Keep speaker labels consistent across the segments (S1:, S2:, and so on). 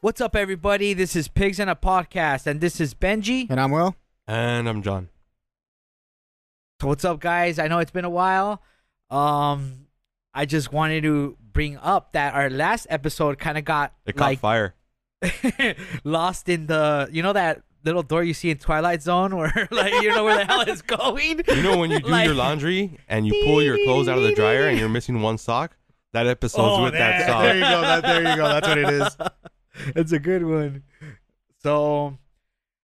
S1: What's up, everybody? This is Pigs in a Podcast, and this is Benji.
S2: And I'm Will.
S3: And I'm John.
S1: So what's up, guys? I know it's been a while. Um, I just wanted to bring up that our last episode kind of got
S3: It caught
S1: like
S3: fire.
S1: lost in the you know that little door you see in Twilight Zone where like you know where the hell it's going.
S3: You know when you do
S1: Like-
S3: your laundry and you pull your clothes out of the dryer and you're missing one sock? That episode's
S1: Oh,
S3: with that
S1: there-
S3: sock.
S2: There you go. That, there you go. That's what it is.
S1: That's a good one. So,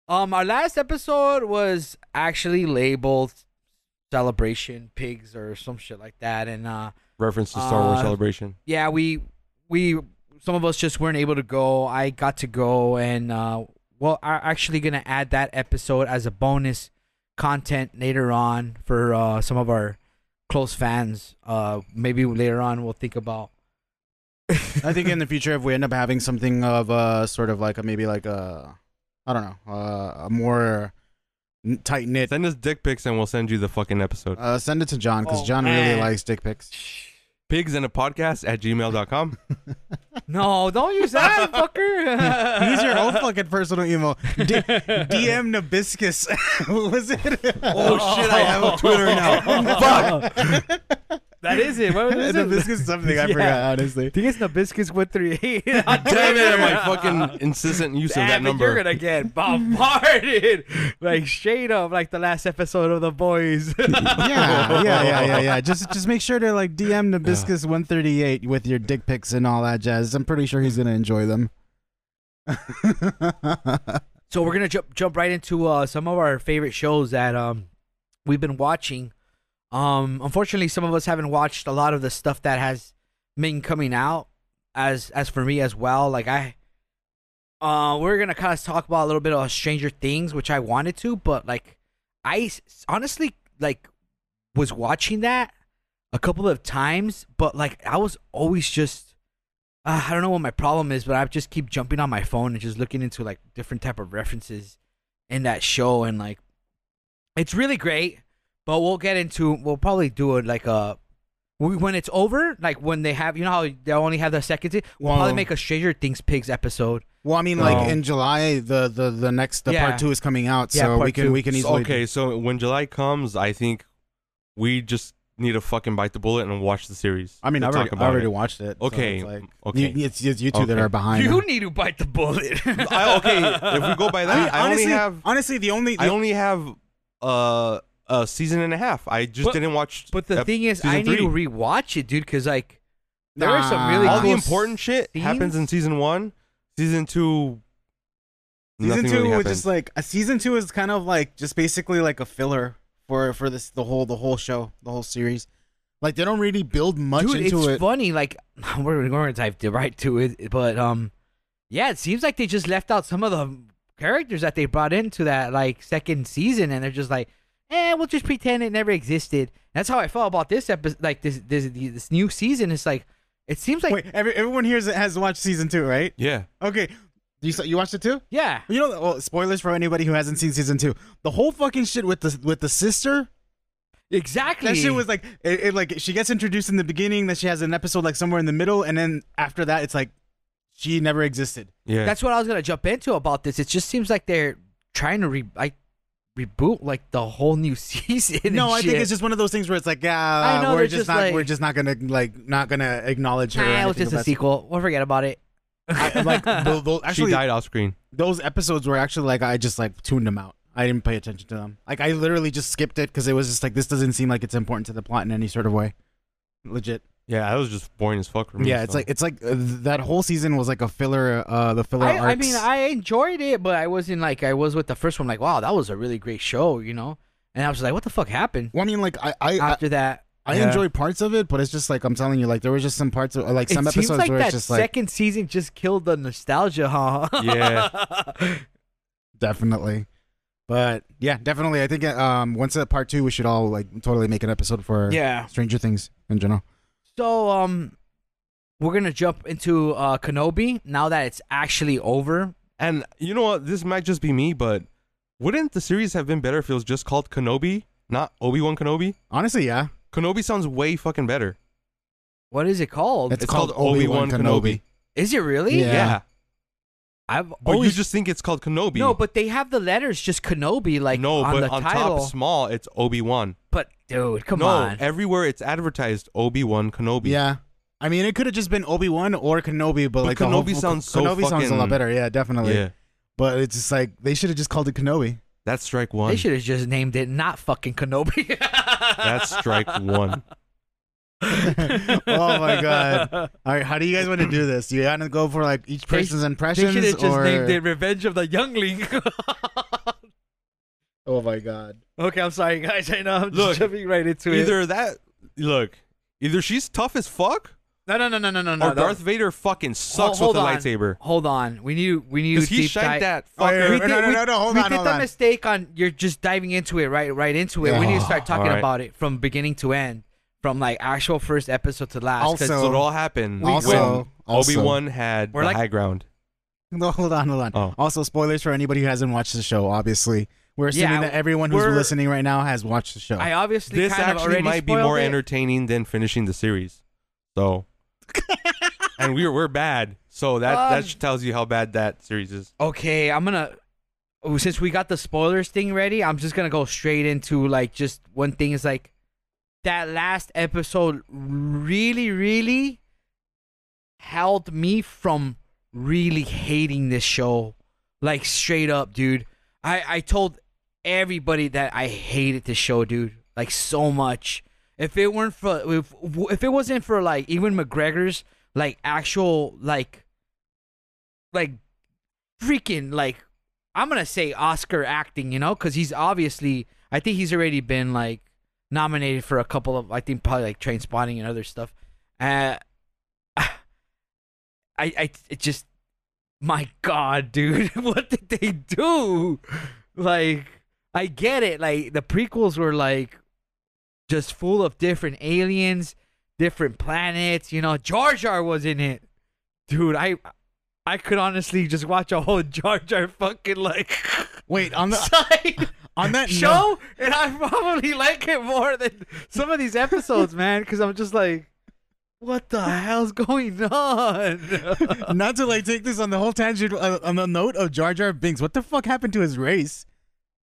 S1: um, our last episode was actually labeled "Celebration Pigs" or some shit like that, and uh,
S3: Reference to Star Wars
S1: Uh,
S3: Celebration.
S1: yeah, we we some of us just weren't able to go. I got to go, and uh, well, I'm actually gonna add that episode as a bonus content later on for uh, some of our close fans. Uh, maybe later on we'll think about.
S2: I think in the future, if we end up having something of a sort of like a maybe like a, I don't know, uh, a more tight knit.
S3: Send us dick pics and we'll send you the fucking episode.
S2: Uh, send it to John because
S1: Oh,
S2: John
S1: man.
S2: really likes dick pics.
S3: Pigs and a podcast at gmail.com.
S1: No, don't use that, fucker.
S2: Use your own fucking personal email. D- DM Nabiscus. what was it?
S3: oh shit, I have a Twitter now. Fuck!
S1: That is it. What is it?
S2: Nabiscus something. I
S1: Yeah.
S2: forgot, honestly.
S1: think it's Nabiscus with three.
S3: Damn it, my fucking insistent use of that number.
S1: You're gonna get bombarded, like straight up, like the last episode of The Boys.
S2: Yeah, yeah, yeah, yeah, yeah. Just, just make sure to like DM Nabiscus one thirty eight with your dick pics and all that jazz. I'm pretty sure he's gonna enjoy them.
S1: so we're gonna jump jump right into uh, some of our favorite shows that um we've been watching. Um, unfortunately, some of us haven't watched a lot of the stuff that has been coming out. As as for me as well, like I, uh, we're gonna kind of talk about a little bit of Stranger Things, which I wanted to, but like I s- honestly like was watching that a couple of times, but like I was always just uh, I don't know what my problem is, but I just keep jumping on my phone and just looking into like different type of references in that show, and like it's really great. But we'll get into we'll probably do it like a we, when it's over, like when they have you know how they only have the second. se- We'll probably
S2: Whoa.
S1: make a Stranger Things pigs episode.
S2: well, I mean, like
S3: No.
S2: in July, the the the next the
S1: Yeah.
S2: part two is coming out,
S1: Yeah,
S2: so
S1: part
S2: we can
S1: two.
S2: we can
S3: So,
S2: easily.
S3: okay, so when July comes, I think we just need to fucking bite the bullet and watch the series.
S2: I mean,
S3: to
S2: I already, I
S3: talk about
S2: already
S3: it.
S2: watched it. so
S3: Okay,
S2: it's like,
S3: okay.
S2: You, it's, it's you two that
S3: Okay.
S2: are behind.
S1: You need to bite the bullet.
S3: I, okay, if we go by that, I,
S2: honestly,
S3: only have
S2: honestly the only the
S3: I only have uh, a season and a half. I just
S1: But-
S3: didn't watch.
S1: But the
S3: ep-
S1: thing is,
S3: season
S1: I need
S3: three.
S1: to rewatch it, dude, because like there are some
S2: Nah.
S1: really
S3: all
S1: cool
S3: the important shit happens in
S1: scenes?
S3: season one. Season two.
S2: Season
S3: nothing
S2: two
S3: really
S2: was just
S3: happened.
S2: like a season two is kind of like just basically like a filler for for this the whole the whole show the whole series. Like they don't really build much
S1: dude,
S2: into
S1: it's
S2: it.
S1: funny. Like we're, we're gonna dive di- right to it, but um, yeah, it seems like they just left out some of the characters that they brought into that like second season, and they're just like, eh, we'll just pretend it never existed. That's how I felt about this episode. Like this this this new season. It's like it seems like
S2: Wait, every, everyone here has- has watched season two, right?
S3: yeah.
S2: Okay, you saw, you watched it too.
S1: yeah.
S2: You know, well, spoilers for anybody who hasn't seen season two. The whole fucking shit with the with the sister.
S1: Exactly.
S2: That shit was like, it, it like she gets introduced in the beginning, then she has an episode like somewhere in the middle, and then after that, it's like she never existed.
S3: Yeah.
S1: That's what I was gonna jump into about this. It just seems like they're trying to re like reboot like the whole new season. and
S2: No, I think
S1: shit.
S2: it's just one of those things where it's like,
S1: I
S2: yeah,
S1: know,
S2: we're
S1: they're
S2: just,
S1: just
S2: not,
S1: like-
S2: we're just not gonna like, not gonna acknowledge her. or
S1: Nah, it was
S2: anything
S1: just a
S2: about-
S1: sequel. We'll forget about it.
S2: I, like, tho- tho-
S3: she
S2: actually,
S3: died off screen.
S2: those episodes were actually like I just like tuned them out. I didn't pay attention to them. Like I literally just skipped it because it was just like this doesn't seem like it's important to the plot in any sort of way. Legit.
S3: Yeah, that was just boring as fuck for me.
S2: yeah, it's
S3: so.
S2: like it's like uh, that whole season was like a filler. Uh, the filler
S1: I, I
S2: arcs.
S1: mean, I enjoyed it, but I wasn't like I was with the first one. Like, wow, that was a really great show, you know. And I was like, what the fuck happened
S2: Well, I mean, like I I, I,
S1: after that?
S2: I
S1: Yeah.
S2: enjoy parts of it, but it's just like I'm telling you, like there was just some parts of like some
S1: it
S2: episodes
S1: seems like
S2: where
S1: that
S2: it's just like
S1: second season just killed the nostalgia, huh?
S3: Yeah.
S2: definitely. But yeah, definitely. I think uh, um once at part two, we should all like totally make an episode for
S1: yeah.
S2: Stranger Things in general.
S1: So, um, we're gonna jump into uh Kenobi now that it's actually over.
S3: and you know what? This might just be me, but wouldn't the series have been better if it was just called Kenobi, not Obi Wan Kenobi?
S2: Honestly, yeah,
S3: Kenobi sounds way fucking better.
S1: What is it called?
S3: It's called Obi-Wan Kenobi.
S1: is it really?
S2: Yeah.
S3: Yeah.
S1: I've
S3: But
S1: always
S3: you just think it's called Kenobi.
S1: no, but they have the letters just Kenobi like
S3: no,
S1: on
S3: but
S1: the
S3: on
S1: title.
S3: top small, it's Obi Wan.
S1: but dude, come
S3: no,
S1: on.
S3: everywhere it's advertised Obi Wan Kenobi.
S2: Yeah. I mean, it could have just been Obi Wan or Kenobi, but,
S3: But
S2: like the whole-
S3: Kenobi sounds so
S2: Kenobi sounds a lot
S3: fucking-
S2: better. Yeah, definitely.
S3: yeah.
S2: But it's just like they should have just called it Kenobi.
S3: That's strike one.
S1: They should have just named it not fucking Kenobi.
S3: That's strike one.
S2: Oh my God. All right, how do you guys want to do this? Do you want to go for like each
S1: They-
S2: person's
S1: They
S2: impressions,
S1: should have just
S2: or
S1: named it Revenge of the Youngling.
S2: oh my god,
S1: okay, I'm sorry guys. I know I'm just
S3: Look,
S1: jumping right into it.
S3: Either that, look, either she's tough as fuck,
S1: No, no, no, no, no, no,
S3: or
S1: no.
S3: Darth Vader fucking sucks
S1: hold
S3: with a
S1: on.
S3: lightsaber.
S1: Hold on. We need we need
S3: Because
S1: to
S3: he
S1: deep dive.
S3: shanked that
S2: Oh, yeah,
S3: fucker.
S2: yeah, no, no,
S1: we-
S2: no, no, hold
S1: we
S2: on,
S1: did
S2: hold
S1: the
S2: on.
S1: mistake on you're just diving into it right right into it. We need to start talking
S3: Alright.
S1: about it from beginning to end, from like actual first episode to last. 'cause
S2: Also-
S3: So it all happened
S2: Also-
S3: when
S2: also-
S3: Obi Wan had
S1: We're
S3: the
S1: like-
S3: high ground.
S2: No, hold on, hold on.
S3: Oh.
S2: Also, spoilers for anybody who hasn't watched the show. Obviously, we're assuming
S1: Yeah,
S2: that everyone who's
S1: we're-
S2: listening right now has watched the show.
S1: I obviously
S3: This
S1: kind of
S3: actually
S1: already
S3: might be
S1: spoiled
S3: more
S1: it.
S3: entertaining than finishing the series. So, and we're we're bad. So that
S1: Um,
S3: that sh- tells you how bad that series is.
S1: Okay, I'm gonna. oh, Since we got the spoilers thing ready, I'm just gonna go straight into like just one thing is like that last episode really, really held me from really hating this show. Like straight up, dude. I I told everybody that I hated this show, dude. Like so much. If it weren't for if if it wasn't for like even McGregor's like actual like like freaking like I'm gonna say Oscar acting, you know, because he's obviously I think he's already been like nominated for a couple of I think probably like Train Spotting and other stuff. Uh, I I it just my God, dude, what did they do? Like I get it, like the prequels were like just full of different aliens, different planets. You know, Jar Jar was in it, dude. I I could honestly just watch a whole Jar Jar fucking like
S2: Wait on the
S1: side
S2: on that note-
S1: show, and I probably like it more than some of these episodes, man. Because I'm just like, what the hell's going on?
S2: not to like take this on the whole tangent uh, on the note of Jar Jar Binks. What the fuck happened to his race?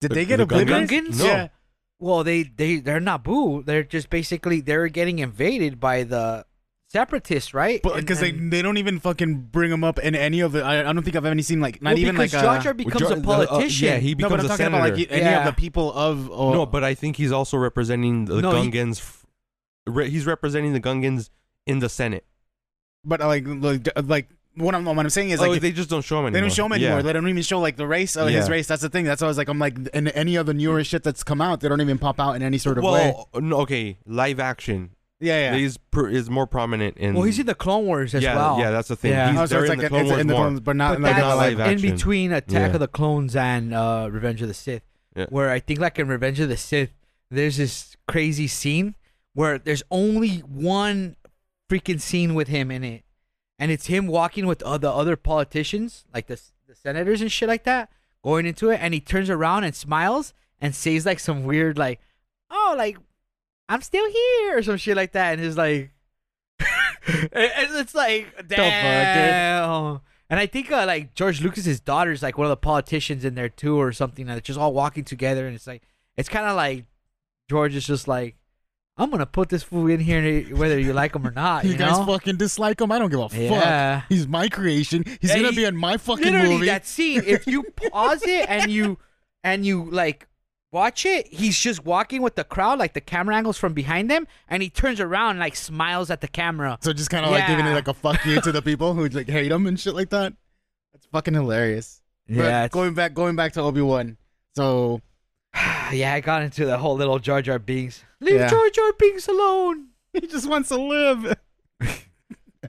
S2: Did
S3: The-
S2: they get
S3: the
S2: oblivious?
S1: Gungans?
S3: No.
S2: Yeah.
S1: well, they they they're not boo. They're just basically they're getting invaded by the separatists, right?
S2: But
S1: And-
S2: because they
S1: and-
S2: they don't even fucking bring him up in any of the I, I don't think I've ever seen like not
S1: well,
S2: even like
S1: because Jar
S2: a-
S1: Jar becomes
S3: Jar-
S1: a
S3: the- uh,
S1: politician.
S3: yeah, he
S2: no, but
S3: becomes
S2: I'm
S3: a
S2: talking
S3: senator.
S2: about like any
S1: Yeah.
S2: of the people of oh,
S3: No, but I think he's also representing the
S1: No, he-
S3: Gungans. f- Re- he's representing the Gungans in the Senate.
S2: but uh, like like, like what I'm what I'm saying is
S3: oh,
S2: like if-
S3: they just don't show him
S2: they
S3: anymore.
S2: don't show him anymore.
S3: Yeah.
S2: They don't even show like the race of his
S3: Yeah.
S2: race. That's the thing. That's why I was like I'm like in any of the newer shit that's come out, they don't even pop out in any sort of way.
S3: well, no, okay, live action.
S2: Yeah, yeah.
S3: He's pr- is more prominent in.
S1: well, he's in the Clone Wars as
S3: yeah,
S1: well.
S3: yeah, that's the thing.
S1: Yeah.
S3: He's
S2: Oh, so
S3: there
S2: it's
S3: in
S2: like
S3: the Clone
S2: it's
S3: Wars
S2: in the
S3: more.
S2: Clones, but not
S1: but
S2: like uh,
S1: that's
S2: not
S3: live
S2: like
S1: in
S3: action.
S1: between Attack
S3: Yeah.
S1: of the Clones and uh, Revenge of the Sith,
S3: Yeah.
S1: where I think like in Revenge of the Sith, there's this crazy scene where there's only one freaking scene with him in it, and it's him walking with uh, the other politicians, like the s- the senators and shit like that, going into it, and he turns around and smiles and says like some weird like, oh like, I'm still here or some shit like that, and he's like. And- and it's like
S2: fuck, dude?
S1: damn. And I think uh, like George Lucas's daughter's like one of the politicians in there too, or something. And they're just all walking together, and it's like it's kind of like George is just like, I'm gonna put this fool in here whether you like him or not.
S2: you
S1: You,
S2: guys
S1: know?
S2: fucking dislike him. I don't give a
S1: Yeah.
S2: fuck. He's my creation. He's
S1: Yeah,
S2: gonna
S1: he-
S2: be in my fucking
S1: Literally
S2: movie.
S1: that scene. If you pause it and you and you like watch it, he's just walking with the crowd, like the camera angles from behind them, and he turns around and like smiles at the camera.
S2: So just kind of like giving it
S1: Yeah.
S2: like a fuck you to the people who like hate him and shit like that. That's fucking hilarious. But going back, going back to Obi Wan. So
S1: yeah. I got into the whole little Jar Jar Binks. Leave
S2: Yeah.
S1: Jar Jar Binks alone,
S2: he just wants to live.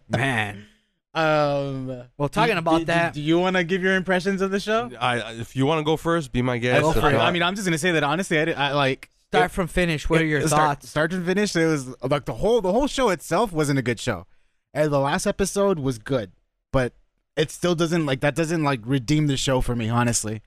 S1: man.
S2: Um.
S1: Well, talking
S2: do-
S1: about
S2: do-
S1: that-
S2: do you want to give your impressions of the show?
S3: I, I- if you want to go first, be my guest. Uh,
S1: go
S3: If
S1: for it.
S3: not-
S2: I mean, I'm just gonna say that honestly. I, did, I like.
S1: Start from finish. What are your
S2: it- start-
S1: thoughts?
S2: Start to finish, it was like the whole the whole show itself wasn't a good show, and the last episode was good, but it still doesn't like that doesn't like redeem the show for me honestly.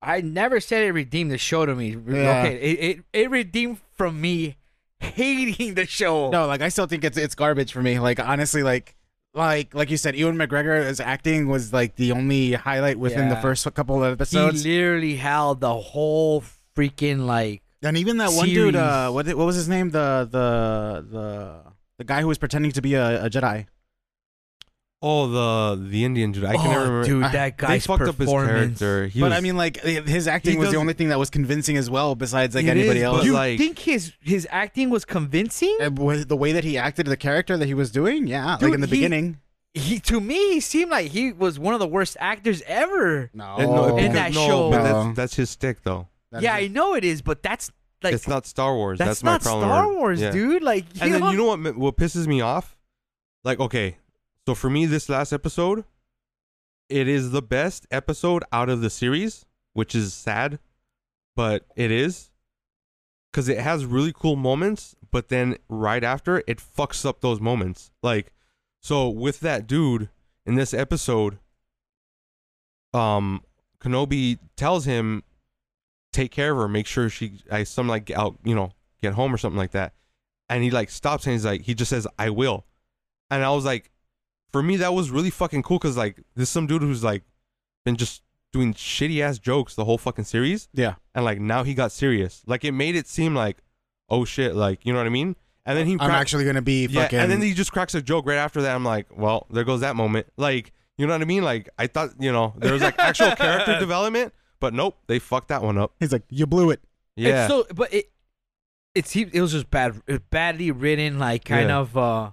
S1: I never said it redeemed the show to me. Re-
S2: Yeah.
S1: Okay, it, it it redeemed from me hating the show.
S2: No, like I still think it's it's garbage for me. Like honestly, like like like you said, Ewan McGregor as acting was like the only highlight within the
S1: Yeah.
S2: first couple of
S1: He
S2: episodes.
S1: literally held the whole freaking like
S2: and even that one dude, uh,
S1: Series.
S2: what what was his name? The the the the guy who was pretending to be a, a Jedi.
S3: Oh, the the Indian dude. I can
S1: oh,
S3: never remember.
S1: dude,
S2: I-
S1: that
S3: they
S1: guy's
S3: fucked up his
S1: performance.
S3: character. He
S2: but
S3: was,
S2: I mean, like his acting
S3: He
S2: was the
S3: does-
S2: only thing that was convincing as well. Besides like
S3: It
S2: anybody
S3: is,
S2: else,
S3: but,
S1: You
S3: like-
S1: think his his acting was convincing?
S2: And with the way that he acted, the character that he was doing, yeah,
S1: Dude,
S2: like in the
S1: he-
S2: beginning.
S1: He to me, he seemed like he was one of the worst acters ever.
S2: No, Oh.
S3: and no, because-
S1: Oh. In that
S3: no,
S1: show. um,
S3: But
S2: No.
S3: that's, that's his stick, though.
S1: yeah, I know it is, but that's like
S3: it's not Star Wars.
S1: that's,
S3: That's, my
S1: not
S3: problem.
S1: Star
S3: with-
S1: Wars,
S3: yeah.
S1: dude. Like, you
S3: And
S1: know,
S3: then you know what? ma- What pisses me off? Like, okay, so for me, this last episode, it is the best episode out of the series, which is sad, but it is because it has really cool moments. But then right after, it fucks up those moments. Like, so with that dude in this episode, um, Kenobi tells him, "Take care of her. Make sure she, I some like out, you know, get home or something like that." and he like stops and he's like he just says i will and i was like for me that was really fucking cool because like there's some dude who's like been just doing shitty ass jokes the whole fucking series
S2: Yeah.
S3: and like now he got serious like it made it seem like oh shit like you know what i mean and then he
S2: I'm
S3: crack-
S2: actually gonna be
S3: yeah
S2: fucking.
S3: and then he just cracks a joke right after that i'm like well there goes that moment like you know what i mean like i thought you know there was like actual character development but nope they fucked that one up
S2: he's like, "You blew it."
S3: yeah
S1: It's so, but it it's he- it was just bad, it badly written, like kind
S3: Yeah.
S1: of uh,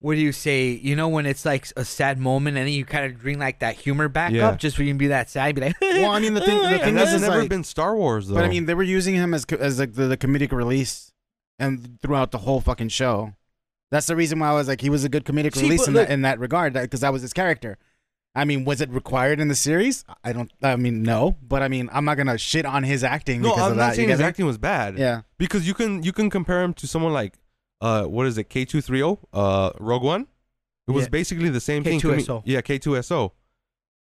S1: what do you say? You know, when it's like a sad moment, and then you kind of bring like that humor back
S3: Yeah.
S1: up, just for you to be that sad, be like,
S2: Well, I mean, the thing- the
S1: "Oh,
S2: thing
S3: and
S1: yeah."
S3: that's
S2: is,
S3: never
S2: like-
S3: been star wars though
S2: But I mean, they were using him as co- as like the, the comedic release, and throughout the whole fucking show. That's the reason why I was like, he was a good comedic
S1: See,
S2: release
S1: but
S2: in
S1: look-
S2: that in that regard, because that was his character. I mean, was it required in the series? I don't. I mean, no. But I mean, I'm not gonna shit on his acting
S3: no
S2: because
S3: i'm
S2: of
S3: not
S2: that. you
S3: saying
S2: get
S3: his
S2: me?
S3: acting was bad
S2: Yeah.
S3: because you can you can compare him to someone like uh what is it K230 uh Rogue One it was
S1: Yeah.
S3: basically the same thing to me.
S1: K2SO.
S3: yeah K2SO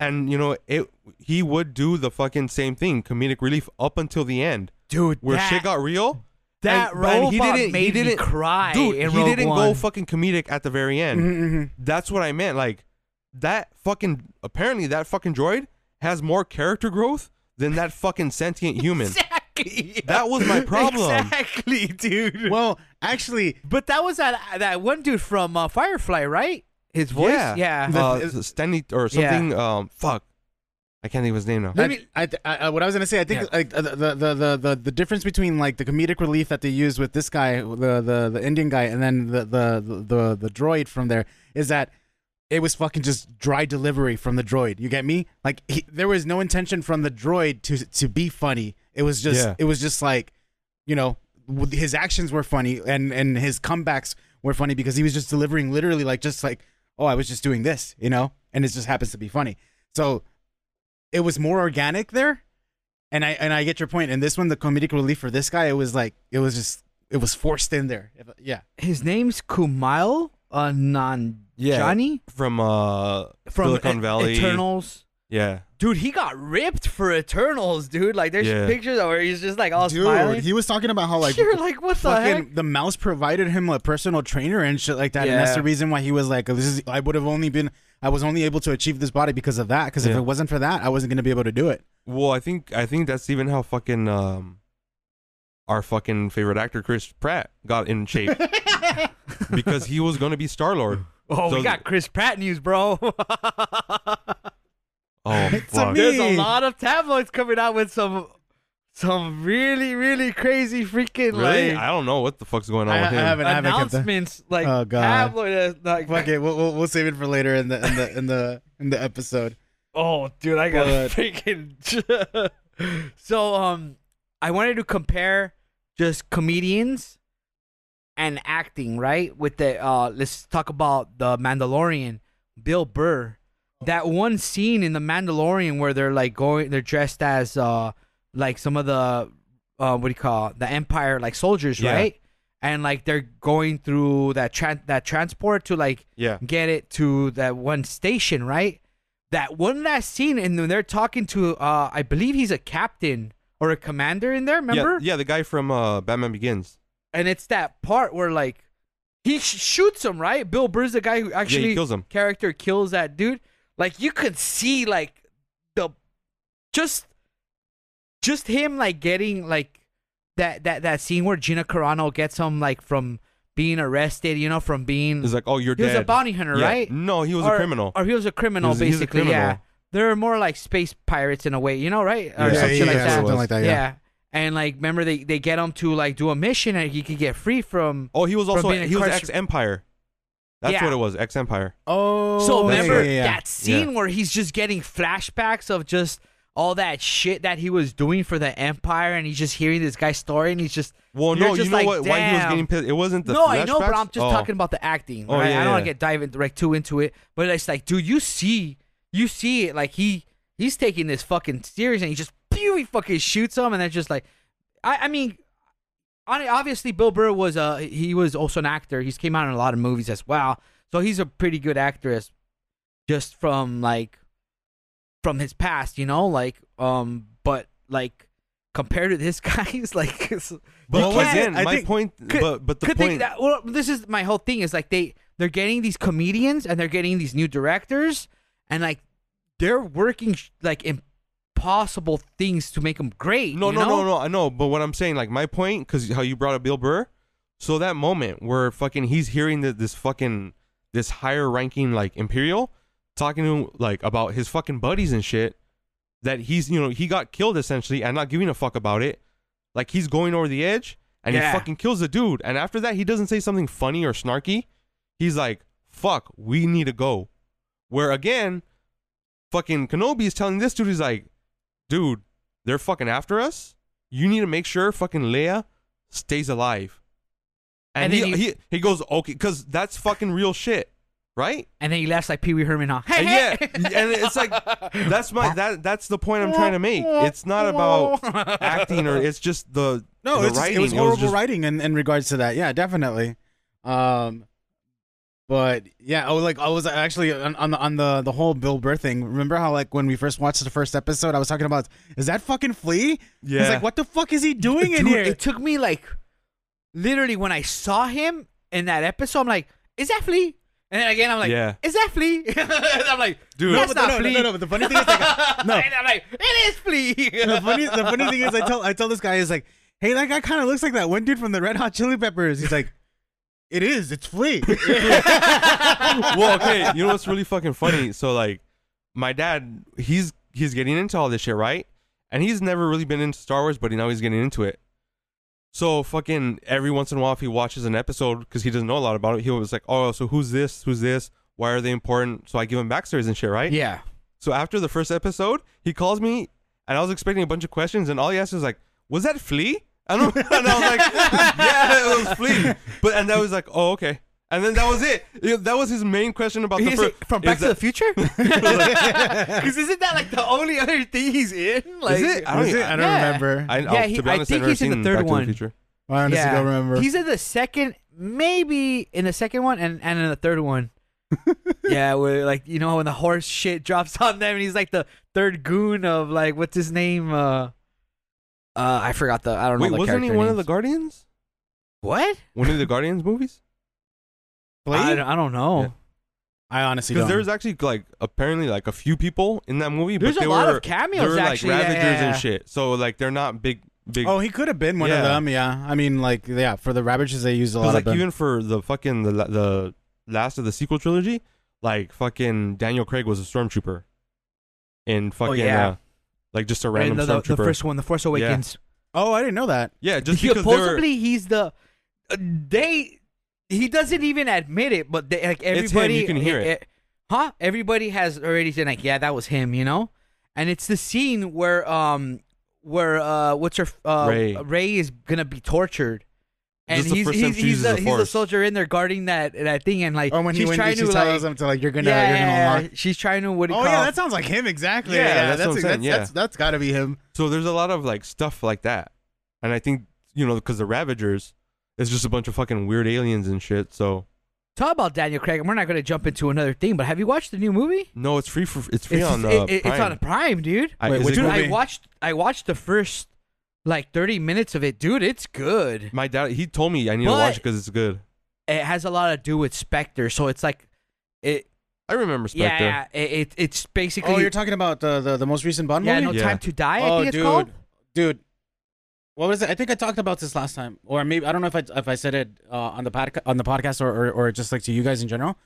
S3: and you know it he would do the fucking same thing comedic relief up until the end
S1: dude,
S3: where
S1: that,
S3: shit got real
S1: that
S3: and- and
S1: robot
S3: he didn't- he
S1: made me
S3: didn't-
S1: cry.
S3: dude
S1: in
S3: he
S1: Rogue
S3: didn't
S1: One.
S3: go fucking comedic at the very end
S2: Mm-hmm,
S3: that's what I meant like that fucking apparently that fucking droid has more character growth than that fucking sentient human
S1: Exactly.
S3: that was my problem
S1: Exactly, dude.
S2: Well, actually,
S1: but that was that that one dude from uh, Firefly, right? His voice,
S3: Yeah.
S2: The-
S3: uh, s- Stanley or something. Um, fuck, I can't think of his name now.
S1: Let
S2: I,
S1: me-
S2: I, I, I- what I was gonna say, I think
S1: Yeah.
S2: like uh, the, the, the the the difference between like the comedic relief that they use with this guy, the the, the Indian guy, and then the, the the the droid from there is that it was fucking just dry delivery from the droid. You get me? Like he, there was no intention from the droid to to be funny. It was just
S3: Yeah.
S2: it was just like you know w- his actions were funny and and his comebacks were funny because he was just delivering literally like just like oh I was just doing this you know and it just happens to be funny. So it was more organic there. And I and I get your point. And this one, the comedic relief for this guy, it was like it was just it was forced in there. If- Yeah,
S1: his name's Kumail uh, Nan
S3: Yeah.
S1: Johnny
S3: From uh,
S1: from
S3: Silicon
S1: E-
S3: Valley.
S1: Eternals.
S3: yeah,
S1: Dude, he got ripped for Eternals, dude. Like there's
S3: Yeah.
S1: pictures of where he's just like all smiling.
S2: he was talking about how
S1: You're like, what the heck?
S2: fucking the mouse provided him a personal trainer and shit like that, and that's
S1: Yeah.
S2: the reason why he was like, "This is I would have only been I was only able to achieve this body because of that. Because if
S3: Yeah.
S2: it wasn't for that, I wasn't gonna be able to do it."
S3: Well, I think I think that's even how fucking um, our fucking favorite actor Chris Pratt got in shape because he was gonna be Star Lord.
S1: Oh, we
S3: So-
S1: got Chris Pratt news, bro.
S3: Oh
S2: It's
S3: fuck.
S2: amazing.
S1: there's a lot of tabloids coming out with some some really really crazy freaking
S3: Really? I
S1: like
S3: don't know what the fuck's going on
S2: I, I
S3: with him.
S2: haven't, I haven't kept that.
S1: announcements like
S2: Oh, God.
S1: tabloid uh, like
S2: Fuck it, we'll, we'll we'll save it for later in the in the in the in the episode.
S1: Oh, dude, I got
S2: But-
S1: freaking. so, um, I wanted to compare just comedians and acting, right? With the uh, let's talk about the Mandalorian, Bill Burr. That one scene in the Mandalorian where they're like going, they're dressed as uh, like some of the uh, what do you call it? the Empire like soldiers,
S3: Yeah.
S1: right? And like they're going through that tran that transport to like
S3: Yeah.
S1: get it to that one station, right? That one last scene, and when they're talking to, uh, I believe he's a captain or a commander in there,
S3: Yeah,
S1: remember?
S3: yeah, the guy from uh, Batman Begins.
S1: And it's that part where, like, he sh- shoots him right. Bill Burr's the guy who
S3: yeah,
S1: actually
S3: he kills him.
S1: character kills that dude. Like you could see like the just just him like getting like that that that scene where Gina Carano gets him like from being arrested, you know, from being
S3: He's like, oh, you're
S1: he was
S3: dead.
S1: a bounty hunter,
S3: Yeah.
S1: right?
S3: No, he was
S1: or,
S3: a criminal.
S1: Or he was a criminal,
S3: He was- he was a
S1: basically. Yeah,
S3: criminal.
S1: they're more like space pirates in a way, you know, right? Or some
S3: Yeah,
S2: yeah,
S1: shit
S2: yeah,
S1: like that.
S2: something like that.
S1: Yeah.
S2: Yeah.
S1: and like remember they they get him to like do a mission and he could get free from.
S3: oh, he was
S1: from
S3: also
S1: being
S3: he was
S1: incarcer-
S3: ex Empire. That's
S1: Yeah.
S3: what it was, ex Empire.
S2: Oh,
S1: so
S2: that's
S1: remember
S2: right, yeah, yeah.
S1: that scene where he's just getting flashbacks of just all that shit that he was doing for the empire and he's just hearing this guy's story and he's just
S3: Well,
S1: You're
S3: no, you
S1: just
S3: know
S1: like,
S3: what? Why he was
S1: damn.
S3: getting pissed? It wasn't the
S1: no, I know, but
S3: flashbacks?
S1: I'm just
S3: Oh.
S1: talking about the acting.
S3: Oh,
S1: right?
S3: yeah,
S1: I don't want
S3: yeah.
S1: to get diving right too into it, but it's like, dude, you see, you see it. Like he, he's taking this fucking serious, and he just pew, he fucking shoots him, and that's just like, I, I mean, on, obviously Bill Burr was a, he was also an actor. He's came out in a lot of movies as well, so he's a pretty good actor as, just from like, from his past, you know, like, um, but like compared to this guy, he's like, it's,
S3: But
S1: you can't-
S3: again,
S2: I
S3: my
S2: think-
S3: point.
S1: could-
S3: but but the
S1: could
S3: point.
S1: think that well this is my whole thing is like they they're getting these comedians and they're getting these new directors and like they're working sh- like impossible things to make them great
S3: No,
S1: you
S3: no,
S1: know?
S3: no, no. I know, but what I'm saying, like my point, because how you brought up Bill Burr, so that moment where fucking he's hearing that this fucking this higher ranking like Imperial talking to him, like about his fucking buddies and shit that he's you know he got killed essentially and not giving a fuck about it, like he's going over the edge and
S1: Yeah.
S3: he fucking kills the dude and after that he doesn't say something funny or snarky, he's like fuck we need to go, where again, fucking Kenobi is telling this dude he's like dude, they're fucking after us. You need to make sure fucking Leia stays alive. And,
S1: And
S3: he,
S1: then
S3: he he goes okay because that's fucking real shit, right?
S1: and then he laughs like Pee Wee Herman huh? hey,
S3: And yeah, and it's like that's my that that's the point I'm trying to make. It's not about acting or it's just the
S2: No, Oh,
S3: the
S2: it's just-
S3: writing.
S2: it was horrible
S3: just-
S2: writing in, in regards to that. Yeah, definitely. Um, but yeah, oh, like I was actually on, on the on the the whole Bill Burr thing. Remember how like when we first watched the first episode, I was talking about is that fucking Flea?
S3: Yeah,
S2: He's like, what the fuck is he doing in
S1: Dude,
S2: here?
S1: it took me like literally when I saw him in that episode I'm like is that Flea and then again I'm like
S3: Yeah.
S1: is that Flea and I'm like
S3: Dude.
S1: that's
S2: but
S1: not
S2: no, no, no,
S1: Flea
S2: no, no, But the funny thing is, like, no,
S1: and I'm like it is Flea
S2: the funny the funny thing is I tell I tell this guy is like, hey, that guy kind of looks like that one dude from the Red Hot Chili Peppers. He's like, it is, it's Flea.
S3: well, okay, you know what's really fucking funny? So like, my dad, he's he's getting into all this shit, right? And he's never really been into Star Wars, but he now he's getting into it. So fucking every once in a while, if he watches an episode because he doesn't know a lot about it, he was like, "Oh, so who's this? Who's this? Why are they important?" So I give him backstories and shit, right?
S1: yeah
S3: So after the first episode, he calls me, and I was expecting a bunch of questions, and all he asked was like, "Was that Flea?" And, I'm, and I was like, "Yeah, it was Flea." But and that was like, "Oh, okay." And then that was it. Yeah, That was his main question about the
S1: He's
S3: first.
S1: from Back to the Future? Because isn't that like the only other thing he's in? Like,
S3: it? I don't
S2: Was it?
S3: even-
S2: I don't
S1: Yeah.
S2: remember. I,
S3: I,
S1: Yeah,
S3: oh,
S1: he-
S3: to be
S1: I
S3: honest,
S1: think
S3: I've never
S1: he's in the
S3: seen
S1: third
S3: Back
S1: one.
S3: To the Future.
S2: honestly
S1: yeah.
S2: don't remember.
S1: He's in the second, maybe in the second one, and, and in the third one. yeah, where like you know when the horse shit drops on them, and he's like the third goon of like what's his name? Uh, uh I forgot the I don't
S3: Wait,
S1: know. the
S3: wasn't he
S1: character
S3: one of the
S1: names.
S3: Guardians?
S1: what?
S3: One of the Guardians movies?
S1: I
S2: Flea?
S1: don't, I don't know.
S3: Yeah.
S2: I honestly
S3: Because
S2: don't.
S3: there's actually like apparently like a few people in that movie,
S1: There's a
S3: but they
S1: lot
S3: were
S1: of
S3: they were
S1: cameos
S3: like
S1: actually.
S3: ravagers
S1: yeah,
S3: and shit. So like they're not big big.
S2: Oh, he could have been one
S3: Yeah.
S2: of them. Yeah, I mean, like, yeah, for the Ravages, they used a lot
S3: Because like
S2: of them.
S3: even for the fucking the la- the last of the sequel trilogy, like fucking Daniel Craig was a stormtrooper, in fucking
S1: Oh, yeah.
S3: uh, like just a
S1: Right,
S3: random
S1: the, the, the
S3: stormtrooper.
S1: first one, the Force Awakens.
S2: oh, I didn't know that.
S3: yeah, just
S1: He-
S3: because they were,
S1: supposedly he's the uh, they he doesn't even admit it, but they, like
S3: It's him,
S1: everybody eh,
S3: you can hear it.
S1: huh? Everybody has already said like, yeah, that was him, you know. And it's the scene where um where uh what's her uh,
S3: Ray.
S1: is gonna be tortured. And
S3: This is the
S1: he's
S3: first time
S1: he's,
S3: she
S1: he's,
S3: uses
S1: a,
S3: the
S1: he's a
S3: Force.
S1: soldier in there guarding that that thing, and like
S2: Oh, when
S1: she's
S2: he when
S1: trying
S2: she
S1: to
S2: tells
S1: like
S2: him to like you're
S1: yeah,
S2: gonna you're gonna
S1: yeah, yeah,
S2: unlock.
S1: she's trying to what do you
S2: Oh
S1: call
S2: yeah, that sounds like him exactly.
S3: Yeah,
S2: Yeah,
S3: that's what I'm
S2: that's,
S3: saying,
S2: that's,
S3: yeah.
S2: that's that's gotta be him.
S3: so there's a lot of like stuff like that, and I think you know because the Ravagers is just a bunch of fucking weird aliens and shit. So
S1: talk about Daniel Craig, and we're not gonna jump into another thing, but have you watched the new movie?
S3: no, it's free for it's free
S1: it's,
S3: on uh,
S1: it- it-
S3: Prime.
S1: it's on Prime, dude.
S3: I-
S2: Wait,
S3: is
S2: which
S3: it-
S1: dude, I
S2: movie?
S1: watched I watched the first like 30 minutes of it, dude. It's good.
S3: my dad he told me I need to
S1: But-
S3: watch it because it's good.
S1: it has a lot to do with Spectre, so it's like it.
S3: I remember
S1: Yeah,
S3: Spectre.
S1: yeah it, it it's basically.
S2: Oh, you're talking about the the, the most recent Bond
S1: yeah,
S2: movie?
S1: no
S3: Yeah.
S1: time to die. I
S2: oh,
S1: think it's
S2: dude,
S1: called.
S2: dude. What was it? I think I talked about this last time, or maybe I don't know if I if I said it uh, on the podca- on the podcast or, or or just like to you guys in general.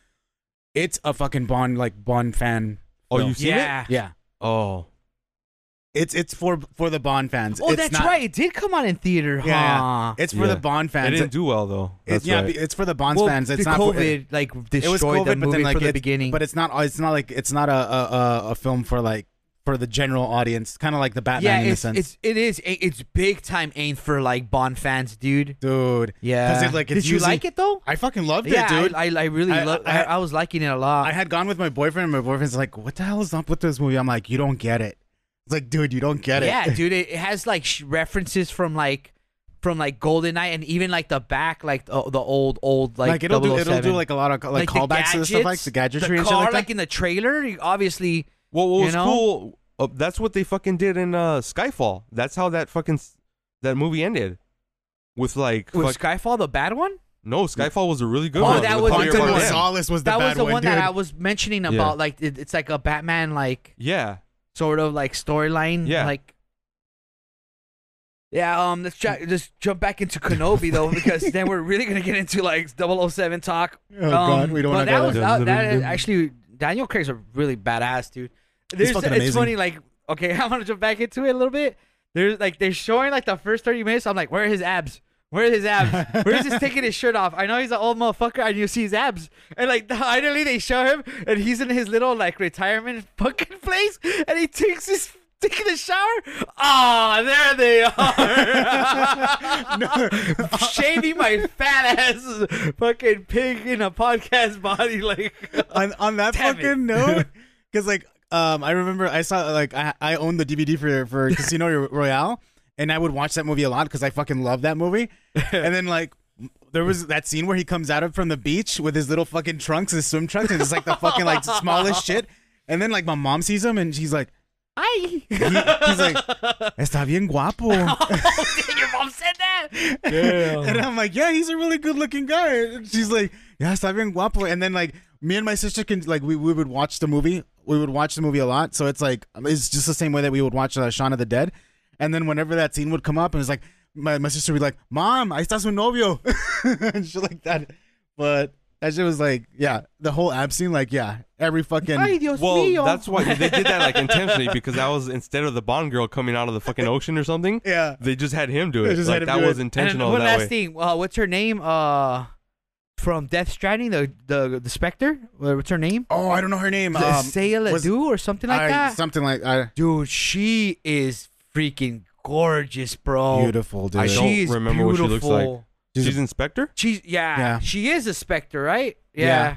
S2: It's a fucking Bond like Bond fan.
S3: Oh,
S2: film.
S3: you've seen it?
S1: yeah.
S2: yeah.
S3: Oh,
S2: It's it's for for the Bond fans.
S1: Oh,
S2: It's
S1: that's
S2: not-
S1: right. It did come out in theater, huh?
S2: Yeah, yeah. It's for
S3: Yeah.
S2: the Bond
S3: it
S2: fans.
S3: didn't do well though.
S2: It's
S3: That's
S2: yeah,
S3: right.
S2: be- it's for the Bonds
S1: well,
S2: fans. It's
S1: the
S2: not for-
S1: COVID like
S2: it was
S1: destroyed
S2: COVID,
S1: the
S2: but
S1: movie
S2: then like
S1: from the
S2: it's-
S1: beginning.
S2: But it's not. It's not like it's not a a, a, a film for like for the general audience. Kind of like the Batman
S1: yeah,
S2: in a
S1: it's,
S2: sense,
S1: it's it is it- it's big time aimed for like Bond fans, dude.
S2: dude.
S1: Yeah,
S2: 'Cause it, like, it's
S1: did you
S2: usually-
S1: like it though?
S2: I fucking loved
S1: yeah,
S2: it, dude. I,
S1: I, uh, I, I really
S2: I-
S1: love.
S2: I-
S1: I, I was liking it a lot.
S2: had gone with my boyfriend, and my boyfriend's like, "What the hell is up with this movie?" I'm like, "You don't get it." It's like, dude, you don't get it.
S1: yeah, dude, it, it has like sh- references from like from like Golden Knight and even like the back, like the, the old old like,
S2: like, it'll do it'll
S1: 007.
S2: do like a lot of like,
S1: the
S2: callbacks to the stuff like
S1: gadgets,
S2: the gadgetry
S1: the
S2: and shit
S1: car,
S2: like that.
S1: in the trailer, you- obviously.
S3: Well, what
S1: You
S3: was
S1: know?
S3: cool? Uh, that's what they fucking did in uh, Skyfall. That's how that fucking s- that movie ended. With like,
S1: Was
S3: fuck-
S1: Skyfall the bad one?
S3: no, Skyfall was a really good
S1: Oh,
S3: one.
S1: that was
S3: with Javier
S1: the
S2: Quantum
S1: one-
S3: Bardem.
S2: Gonzalez was the
S1: that
S2: bad
S1: was the one,
S2: one,
S1: that
S2: dude.
S1: I was mentioning
S3: Yeah.
S1: about. Like it, it's like a Batman like
S3: Yeah,
S1: sort of like storyline.
S3: Yeah.
S1: Like. Yeah, um, let's ju- just jump back into Kenobi though, because then we're really gonna get into like 007 talk.
S2: Oh, God, we don't
S1: um, but
S2: wanna
S1: that
S2: go
S1: was
S3: there.
S1: that, that is actually Daniel Craig's a really badass dude. There's,
S2: fucking
S1: It's
S2: amazing.
S1: funny, like okay, I want to jump back into it a little bit. There's like they're showing like the first 30 minutes. I'm like, where are his abs? Where are his abs? Where's his taking his shirt off? I know he's an old motherfucker, and you see his abs. And like finally, they show him, and he's in his little like retirement fucking place, and he takes his taking a shower. Ah, there they are. Shaving my fat ass, fucking pig in a podcast body, like.
S2: on on that
S1: Damn it.
S2: fucking note, because like um, I remember I saw like I I owned the DVD for for Casino Ro- Royale, and I would watch that movie a lot because I fucking love that movie. and then like there was that scene where he comes out of from the beach with his little fucking trunks, his swim trunks, and it's like the fucking like smallest shit. And then like my mom sees him and she's like,
S1: I.
S2: he, he's like, está bien guapo.
S1: Your mom said that.
S2: And I'm like, yeah, he's a really good looking guy. And she's like, yeah, está bien guapo. And then like me and my sister can like we, we would watch the movie. We would watch the movie a lot. So it's like it's just the same way that we would watch uh, Shaun of the Dead. And then whenever that scene would come up, and it's like my, my sister would be like, Mom, I estás un novio and shit like that. But that shit was like, yeah, the whole ab scene, like, yeah, every fucking
S1: Ay, Dios
S3: well,
S1: mío.
S3: that's why they did that like intentionally because that was instead of the Bond girl coming out of the fucking ocean or something.
S2: Yeah.
S3: they just had him do
S2: They
S3: it.
S2: just
S3: Like
S2: had him
S3: that
S2: do
S3: was
S2: it.
S1: And then
S3: intentional
S1: one
S3: that
S1: last
S3: way.
S1: thing. Uh, what's her name? Uh, from Death Stranding, the the the Spectre. What- What's her name?
S2: Oh, I don't know her name.
S1: Um,
S2: Um,
S1: Sayla
S2: was-
S1: Du or something like
S2: I-
S1: that.
S2: Something like I,
S1: Dude, she is freaking gorgeous, bro.
S2: beautiful, dude.
S3: I
S1: she
S3: don't
S1: is
S3: remember what she
S1: beautiful.
S3: looks like. She's Inspector.
S1: She's yeah,
S2: Yeah.
S1: She is a Spectre, right?
S2: Yeah.
S1: Yeah.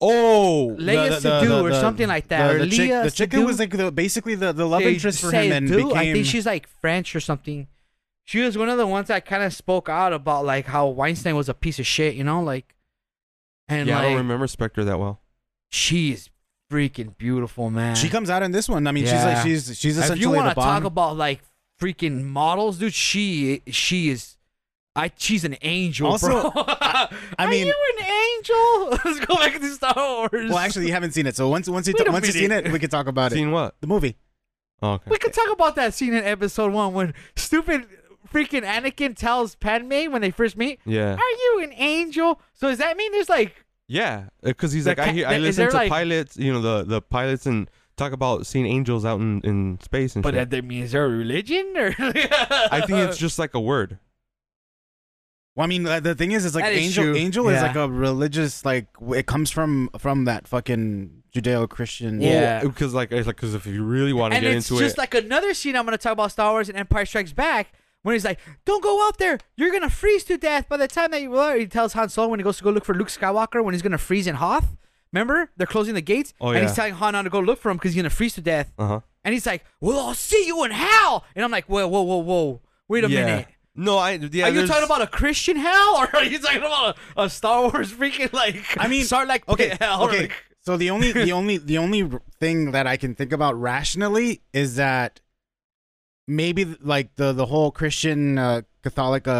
S3: Oh,
S1: Leia Sadu or something like that,
S2: The,
S1: or
S2: the, chick-
S1: Leia
S2: the chicken
S1: Sadu.
S2: was like the basically the, the love
S1: They
S2: interest for
S1: say
S2: him and
S1: Du,
S2: became.
S1: I think she's like French or something. She was one of the ones that kind of spoke out about like how Weinstein was a piece of shit, you know, like. And
S3: yeah, I don't
S1: like,
S3: remember Spectre that well.
S1: she is freaking beautiful, man.
S2: she comes out in this one. I mean, she's
S1: Yeah.
S2: like she's she's
S1: if you
S2: essentially
S1: want
S2: the
S1: to talk
S2: bomb.
S1: about like freaking models, dude, she she is. I she's an angel,
S2: Also,
S1: bro. I,
S2: I mean-
S1: are you an angel? Let's go back to Star Wars.
S2: well, actually, you haven't seen it, so once once you
S1: Wait a
S2: once you've seen
S1: minute.
S2: it, we can talk about it.
S3: Seen what?
S2: The movie.
S3: Oh, okay.
S1: we could talk about that scene in Episode One when stupid freaking Anakin tells Padme when they first meet,
S3: Yeah.
S1: "Are you an angel?" So does that mean there's like
S3: Yeah, because he's
S1: The
S3: like,
S1: ca-
S3: I hear,
S1: the-
S3: I
S1: is
S3: listen
S1: there,
S3: to
S1: like-
S3: pilots, you know, the the pilots and talk about seeing angels out in, in space and
S1: But that,
S3: shit.
S1: that means they're a religion, or
S3: I think it's just like a word.
S2: Well, I mean, uh, the thing is, it's like
S1: That is
S2: angel.
S1: true.
S2: Angel is
S1: Yeah.
S2: like a religious, like w- it comes from from that fucking Judeo-Christian.
S1: Yeah.
S3: because uh, like it's like because if you really want to
S1: and
S3: get
S1: it's
S3: into
S1: just
S3: it,
S1: like another scene I'm gonna talk about Star Wars and Empire Strikes Back when he's like, "Don't go out there, you're gonna freeze to death." By the time that you well, he tells Han Solo when he goes to go look for Luke Skywalker when he's gonna freeze in Hoth. Remember, they're closing the gates,
S3: Oh,
S1: and
S3: yeah.
S1: he's telling Han not to go look for him because he's gonna freeze to death.
S3: uh huh.
S1: And he's like, "Well, I'll see you in hell." And I'm like, "Whoa, whoa, whoa, whoa! Wait a
S3: yeah.
S1: minute."
S3: No, I yeah.
S1: are you
S3: there's-
S1: talking about a Christian hell, or are you talking about a, a Star Wars freaking like?
S2: I mean,
S1: Sarlacc
S2: okay,
S1: pit hell. or,
S2: okay.
S1: like-
S2: So the only the only the only r- thing that I can think about rationally is that maybe like the the whole Christian because Catholic uh, uh,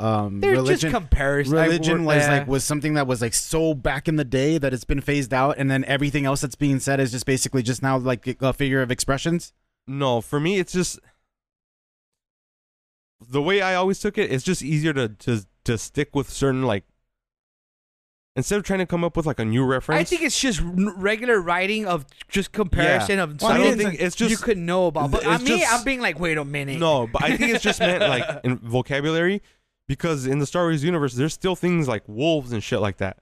S2: uh, um,
S1: They're
S2: religion.
S1: just comparisons.
S2: religion was like was something that was like so back in the day that it's been phased out, and then everything else that's being said is just basically just now like a figure of expressions.
S3: No, for me, it's just the way I always took it. It's just easier to to to stick with certain like instead of trying to come up with like a new reference.
S1: I think it's just n- regular writing of just comparison of
S3: Well, I
S1: something
S3: don't think it's
S1: you
S3: just
S1: could know about. But
S3: it's
S1: I mean,
S3: just-
S1: I'm being like, wait a minute.
S3: no, but I think it's just meant like in vocabulary because in the Star Wars universe, there's still things like wolves and shit like that,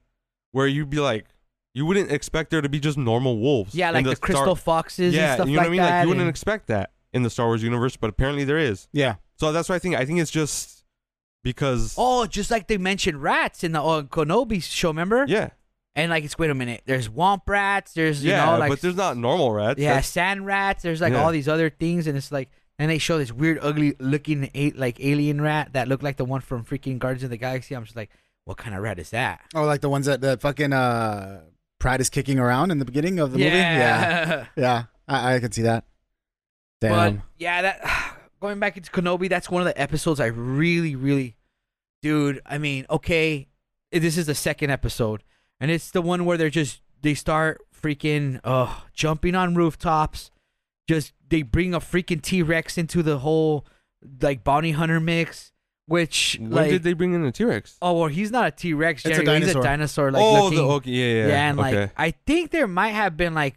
S3: where you'd be like, you wouldn't expect there to be just normal wolves.
S1: Yeah,
S3: in
S1: like the,
S3: Star-
S1: crystal foxes
S3: Yeah,
S1: and stuff
S3: you know
S1: like
S3: what I mean.
S1: that.
S3: like you
S1: and-
S3: wouldn't expect that in the Star Wars universe, but apparently there is.
S2: Yeah,
S3: So that's what I think. I think it's just because
S1: oh, just like they mentioned rats in the uh, Konobi show, remember?
S3: yeah.
S1: And like, it's wait a minute. There's womp rats. There's you
S3: yeah,
S1: know like
S3: but there's not normal rats.
S1: yeah
S3: That's-
S1: sand rats. There's like
S3: Yeah.
S1: all these other things, and it's like. And they show this weird, ugly looking a- like alien rat that looked like the one from freaking Guardians of the Galaxy. I'm just like, what kind of rat is that?
S2: oh, like the ones that the fucking uh, Pride is kicking around in the beginning of the movie. Yeah, yeah, I, I can see that. Damn.
S1: But yeah, that going back into Kenobi, that's one of the episodes I really, really, dude. I mean, okay, eh, this is the second episode, and it's the one where they're just they start freaking uh jumping on rooftops, just they bring a freaking T Rex into the whole like bounty hunter mix, which
S3: When
S1: like
S3: did they bring in the T Rex?
S1: oh well, he's not a T Rex,
S2: It's a
S1: Jerry. He's a
S2: dinosaur.
S1: dinosaur like
S3: oh,
S1: looking.
S3: the, okay, yeah, yeah,
S1: and
S3: okay.
S1: like I think there might have been like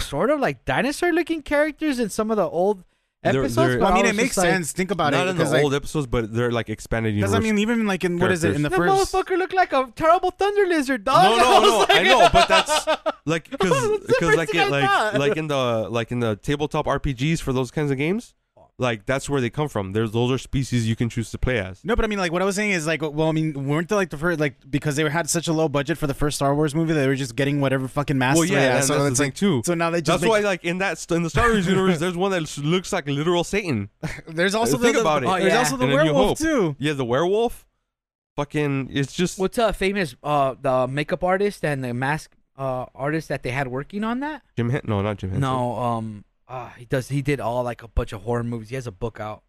S1: sort of like dinosaur looking characters in some of the old
S3: There-
S1: episodes.
S3: there-
S1: but
S2: Well, I mean,
S1: was
S2: it makes
S1: just like,
S2: sense. Think about
S3: not
S2: it.
S3: in the
S2: because, like,
S3: old episodes, but they're like expanded universe.
S2: Because I mean, even like in what is it in the
S1: That
S2: first?
S1: motherfucker looked like a terrible thunder lizard, dog.
S3: no, no,
S1: Oh, I was
S3: no.
S1: like-
S3: I know, but that's like because
S1: That's the first
S3: like
S1: thing
S3: it,
S1: I
S3: like
S1: thought.
S3: like in the like in the tabletop RPGs for those kinds of games, like that's where they come from. There's those are species you can choose to play as.
S2: No, but I mean, like what I was saying is like, well, I mean, weren't they like the first like because they had such a low budget for the first Star Wars movie, they were just getting whatever fucking master.
S3: Well, yeah,
S2: they had.
S3: and
S2: so
S3: that's the
S2: it's
S3: thing
S2: like
S3: too.
S2: So now they just
S3: That's
S2: make-
S3: why, like in that st- in the Star Wars universe, there's one that looks like literal Satan.
S2: there's also
S3: think
S2: the,
S3: about it.
S2: there's
S1: Oh, yeah.
S2: also the
S3: And A New
S2: werewolf
S3: Hope.
S2: too.
S3: Yeah, the werewolf. Fucking, it's just
S1: What's a famous uh the makeup artist and the mask uh artist that they had working on that?
S3: Jim. Han- no, not Jim. Henson.
S1: No, um, uh, he does. He did all like a bunch of horror movies. He has a book out.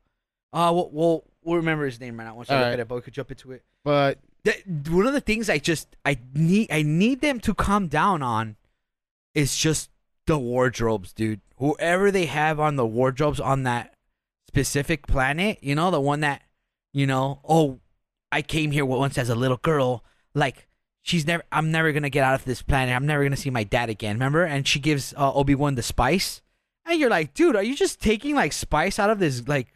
S1: Uh, we'll we'll, we'll remember his name right now. Once I
S2: All
S1: look
S2: right.
S1: at it, but we could jump into it.
S2: But
S1: that one of the things I just I need I need them to calm down on is just the wardrobes, dude. Whoever they have on the wardrobes on that specific planet, you know, the one that you know, oh, I came here once as a little girl, like she's never I'm never going to get out of this planet. I'm never going to see my dad again, remember? And she gives uh, Obi-Wan the spice. And you're like, "Dude, are you just taking like spice out of this like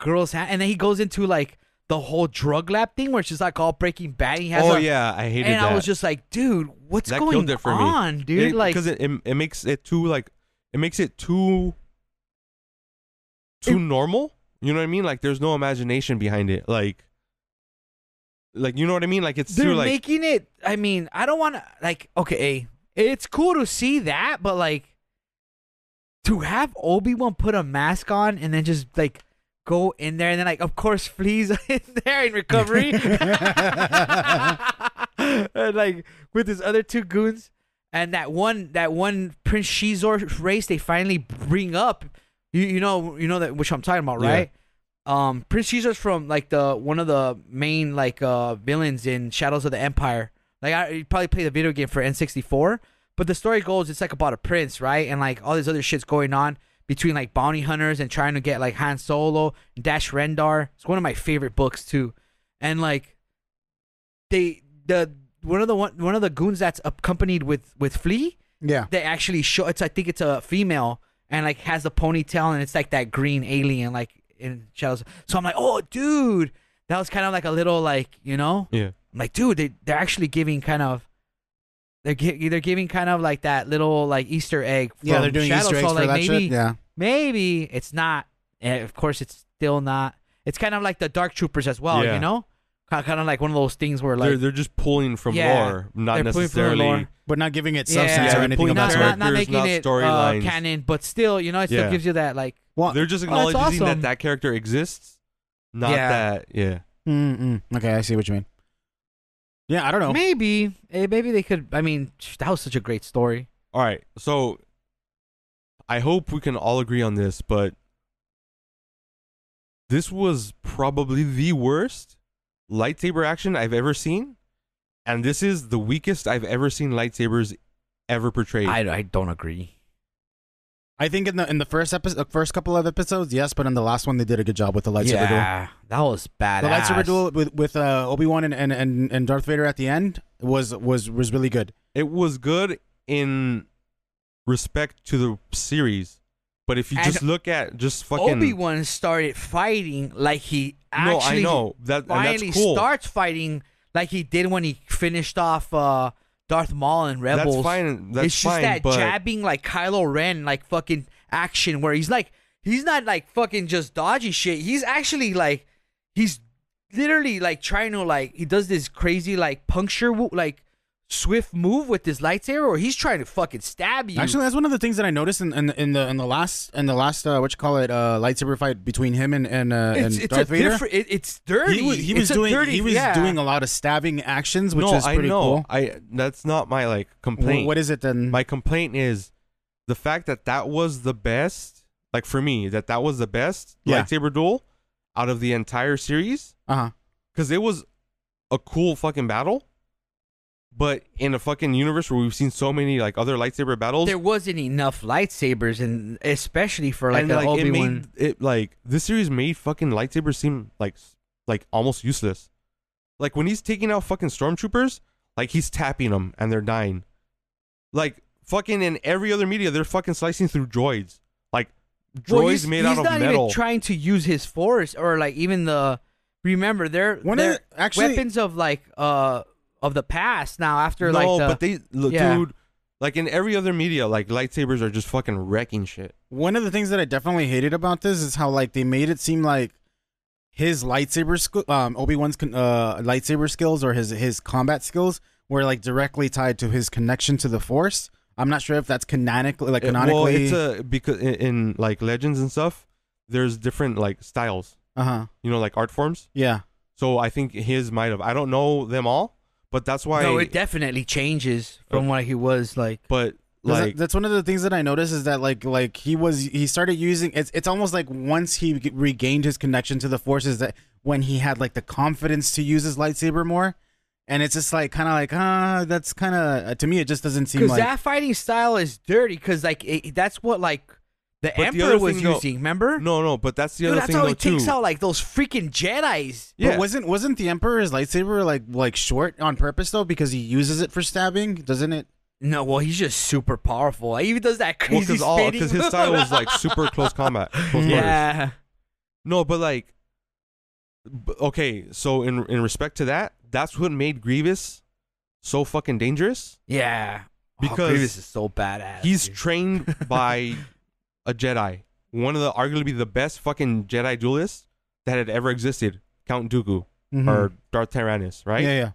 S1: girl's hand?" And then he goes into like the whole drug lab thing where she's like all breaking bad. He has
S3: Oh
S1: a-
S3: yeah, I hated
S1: and
S3: that.
S1: I was just like, dude, what's
S3: that
S1: going
S3: killed it for
S1: on,
S3: me.
S1: dude?
S3: It-
S1: like,
S3: because it, it it makes it too like it makes it too too normal. You know what I mean? Like there's no imagination behind it. Like like you know what I mean? Like it's
S1: they're
S3: too like
S1: making it. I mean, I don't want to. Like, okay, it's cool to see that, but like, to have Obi Wan put a mask on and then just like go in there and then like, of course, fleas in there in recovery, and like with his other two goons. And that one, that one Prince Shizor race, they finally bring up. You, you know, you know that which I'm talking about,
S3: Yeah.
S1: right? um Prince Caesar's from like the one of the main like uh villains in Shadows of the Empire. Like I you probably played the video game for N64, but the story goes it's like about a prince, right? And like all this other shit's going on between like bounty hunters and trying to get like Han Solo, Dash Rendar. It's one of my favorite books too. And like they the one of the one, one of the goons that's accompanied with with Flea
S2: yeah,
S1: they actually show it's I think it's a female and like has a ponytail and it's like that green alien like in shadows. So I'm like, oh dude, that was kind of like a little like you know,
S3: yeah.
S1: I'm like dude, they they're actually giving kind of they're gi- they're giving kind of like that little like Easter egg. From
S2: yeah, they're doing
S1: shadows.
S2: Easter eggs
S1: so,
S2: for
S1: like,
S2: that
S1: maybe,
S2: shit. Yeah,
S1: Maybe it's not. And of course, it's still not. It's kind of like the Dark Troopers as well,
S3: Yeah.
S1: you know. Kind kind of like one of those things where like
S3: they're they're just pulling from
S1: Yeah,
S3: lore, not
S1: they're pulling from the
S3: necessarily.
S1: lore.
S2: but not giving it
S1: Yeah.
S2: substance
S1: Yeah,
S2: or
S1: they're
S2: anything.
S3: pulling
S2: About
S1: not,
S3: out
S2: it.
S1: not,
S3: characters,
S1: not making
S3: not
S1: it uh,
S3: storylines.
S1: canon, but still, you know, it still
S3: Yeah.
S1: gives you that like
S2: Well,
S3: They're just
S1: Oh, that's
S3: acknowledging
S1: awesome.
S3: that that character exists, not
S1: Yeah.
S3: that yeah.
S2: mm, mm. okay, I see what you mean. Yeah, I don't know.
S1: Maybe, eh, maybe they could. I mean, sh- that was such a great story.
S3: All right. So I hope we can all agree on this, but This was probably the worst lightsaber action I've ever seen, and this is the weakest I've ever seen lightsabers ever portrayed.
S1: I, I don't agree.
S2: I think in the in the first episode, first couple of episodes, yes, but in the last one they did a good job with the lightsaber duel.
S1: yeah, that was badass.
S2: The lightsaber duel with with uh, Obi Wan and, and and and Darth Vader at the end was was was really good.
S3: it was good in respect to the series, but if you
S1: And
S3: just look at just fucking
S1: Obi Wan started fighting like he
S3: no,
S1: actually
S3: I know that and
S1: finally
S3: that's cool.
S1: starts fighting like he did when he finished off uh, Darth Maul and Rebels.
S3: That's fine. That's
S1: it's just
S3: fine.
S1: that
S3: but
S1: jabbing like Kylo Ren like fucking action where he's like he's not like fucking just dodgy shit. He's actually like he's literally like trying to like he does this crazy like puncture wo- like swift move with his lightsaber or he's trying to fucking stab you.
S2: Actually, that's one of the things that I noticed in, in, in the in the last in the last uh, what you call it uh, lightsaber fight between him and and, uh,
S1: it's,
S2: and
S1: it's
S2: Darth
S1: a
S2: Vader.
S1: different. It, it's dirty.
S2: He was, he
S1: It's
S2: was
S1: a
S2: doing
S1: dirty-
S2: he was
S1: yeah.
S2: doing a lot of stabbing actions, which
S3: no,
S2: was
S3: I
S2: pretty
S3: know.
S2: cool.
S3: I that's not my like
S2: Wh-
S3: complaint.
S2: what is it then?
S3: my complaint is the fact that that was the best. Like for me, that that was the best
S2: Yeah.
S3: lightsaber duel out of the entire series
S2: uh huh.
S3: because it was a cool fucking battle. But in a fucking universe where we've seen so many like other lightsaber battles,
S1: There wasn't enough lightsabers, and especially for like
S3: and
S1: the
S3: like
S1: Obi
S3: it
S1: Wan.
S3: made it like this series made fucking lightsabers seem like s- like almost useless. Like when he's taking out fucking stormtroopers, like he's tapping them and they're dying. Like fucking in every other media, they're fucking slicing through droids. Like droids
S1: Well, he's-
S3: made
S1: he's
S3: out
S1: not
S3: of
S1: even
S3: metal.
S1: trying to use his force or like even the. Remember, they're,
S2: One of
S1: they're
S2: the- actually-
S1: weapons of like uh of the past now. After
S3: no,
S1: like the,
S3: but they look,
S1: yeah.
S3: dude. Like in every other media, like lightsabers are just fucking wrecking shit.
S2: One of the things that I definitely hated about this is how like they made it seem like his lightsaber sk- um Obi Wan's con- uh lightsaber skills or his his combat skills were like directly tied to his connection to the Force. I'm not sure if that's canonically like
S3: It- Uh, well,
S2: canonically.
S3: it's a because in, in like legends and stuff, there's different like styles.
S2: uh huh.
S3: You know, like art forms.
S2: Yeah.
S3: So I think his might have. I don't know them all, but that's why.
S1: no, it definitely changes from what he was like.
S3: Oh. but
S2: That's-
S3: like,
S2: that's one of the things that I noticed is that like like he was he started using it's it's almost like once he g- regained his connection to the forces that when he had like the confidence to use his lightsaber more, and it's just like kind of like ah that's kind of to me it just doesn't seem
S1: Because
S2: like
S1: that fighting style is dirty. Because like it, that's what like the
S3: the
S1: emperor
S3: other
S1: was
S3: thing, though-
S1: using. remember?
S3: no, no. But that's the
S1: Dude,
S3: other
S1: that's
S3: thing
S1: how
S3: though
S1: he takes
S3: too.
S1: out like those freaking Jedi's.
S2: But
S3: yeah,
S2: wasn't wasn't the emperor's lightsaber like like short on purpose though because he uses it for stabbing doesn't it?
S1: No, well, he's just super powerful. He even does that
S3: well,
S1: crazy
S3: because all
S1: spinning
S3: because his style was like super close combat. Close quarters.
S1: yeah.
S3: No, but like, b- okay. So in in respect to that, that's what made Grievous so fucking dangerous.
S1: Yeah.
S3: Because
S1: oh, Grievous is so badass.
S3: He's
S1: dude.
S3: trained by a Jedi, one of the arguably the best fucking Jedi duelists that had ever existed, Count Dooku
S1: Mm-hmm.
S3: or Darth Tyrannus, right?
S2: Yeah yeah.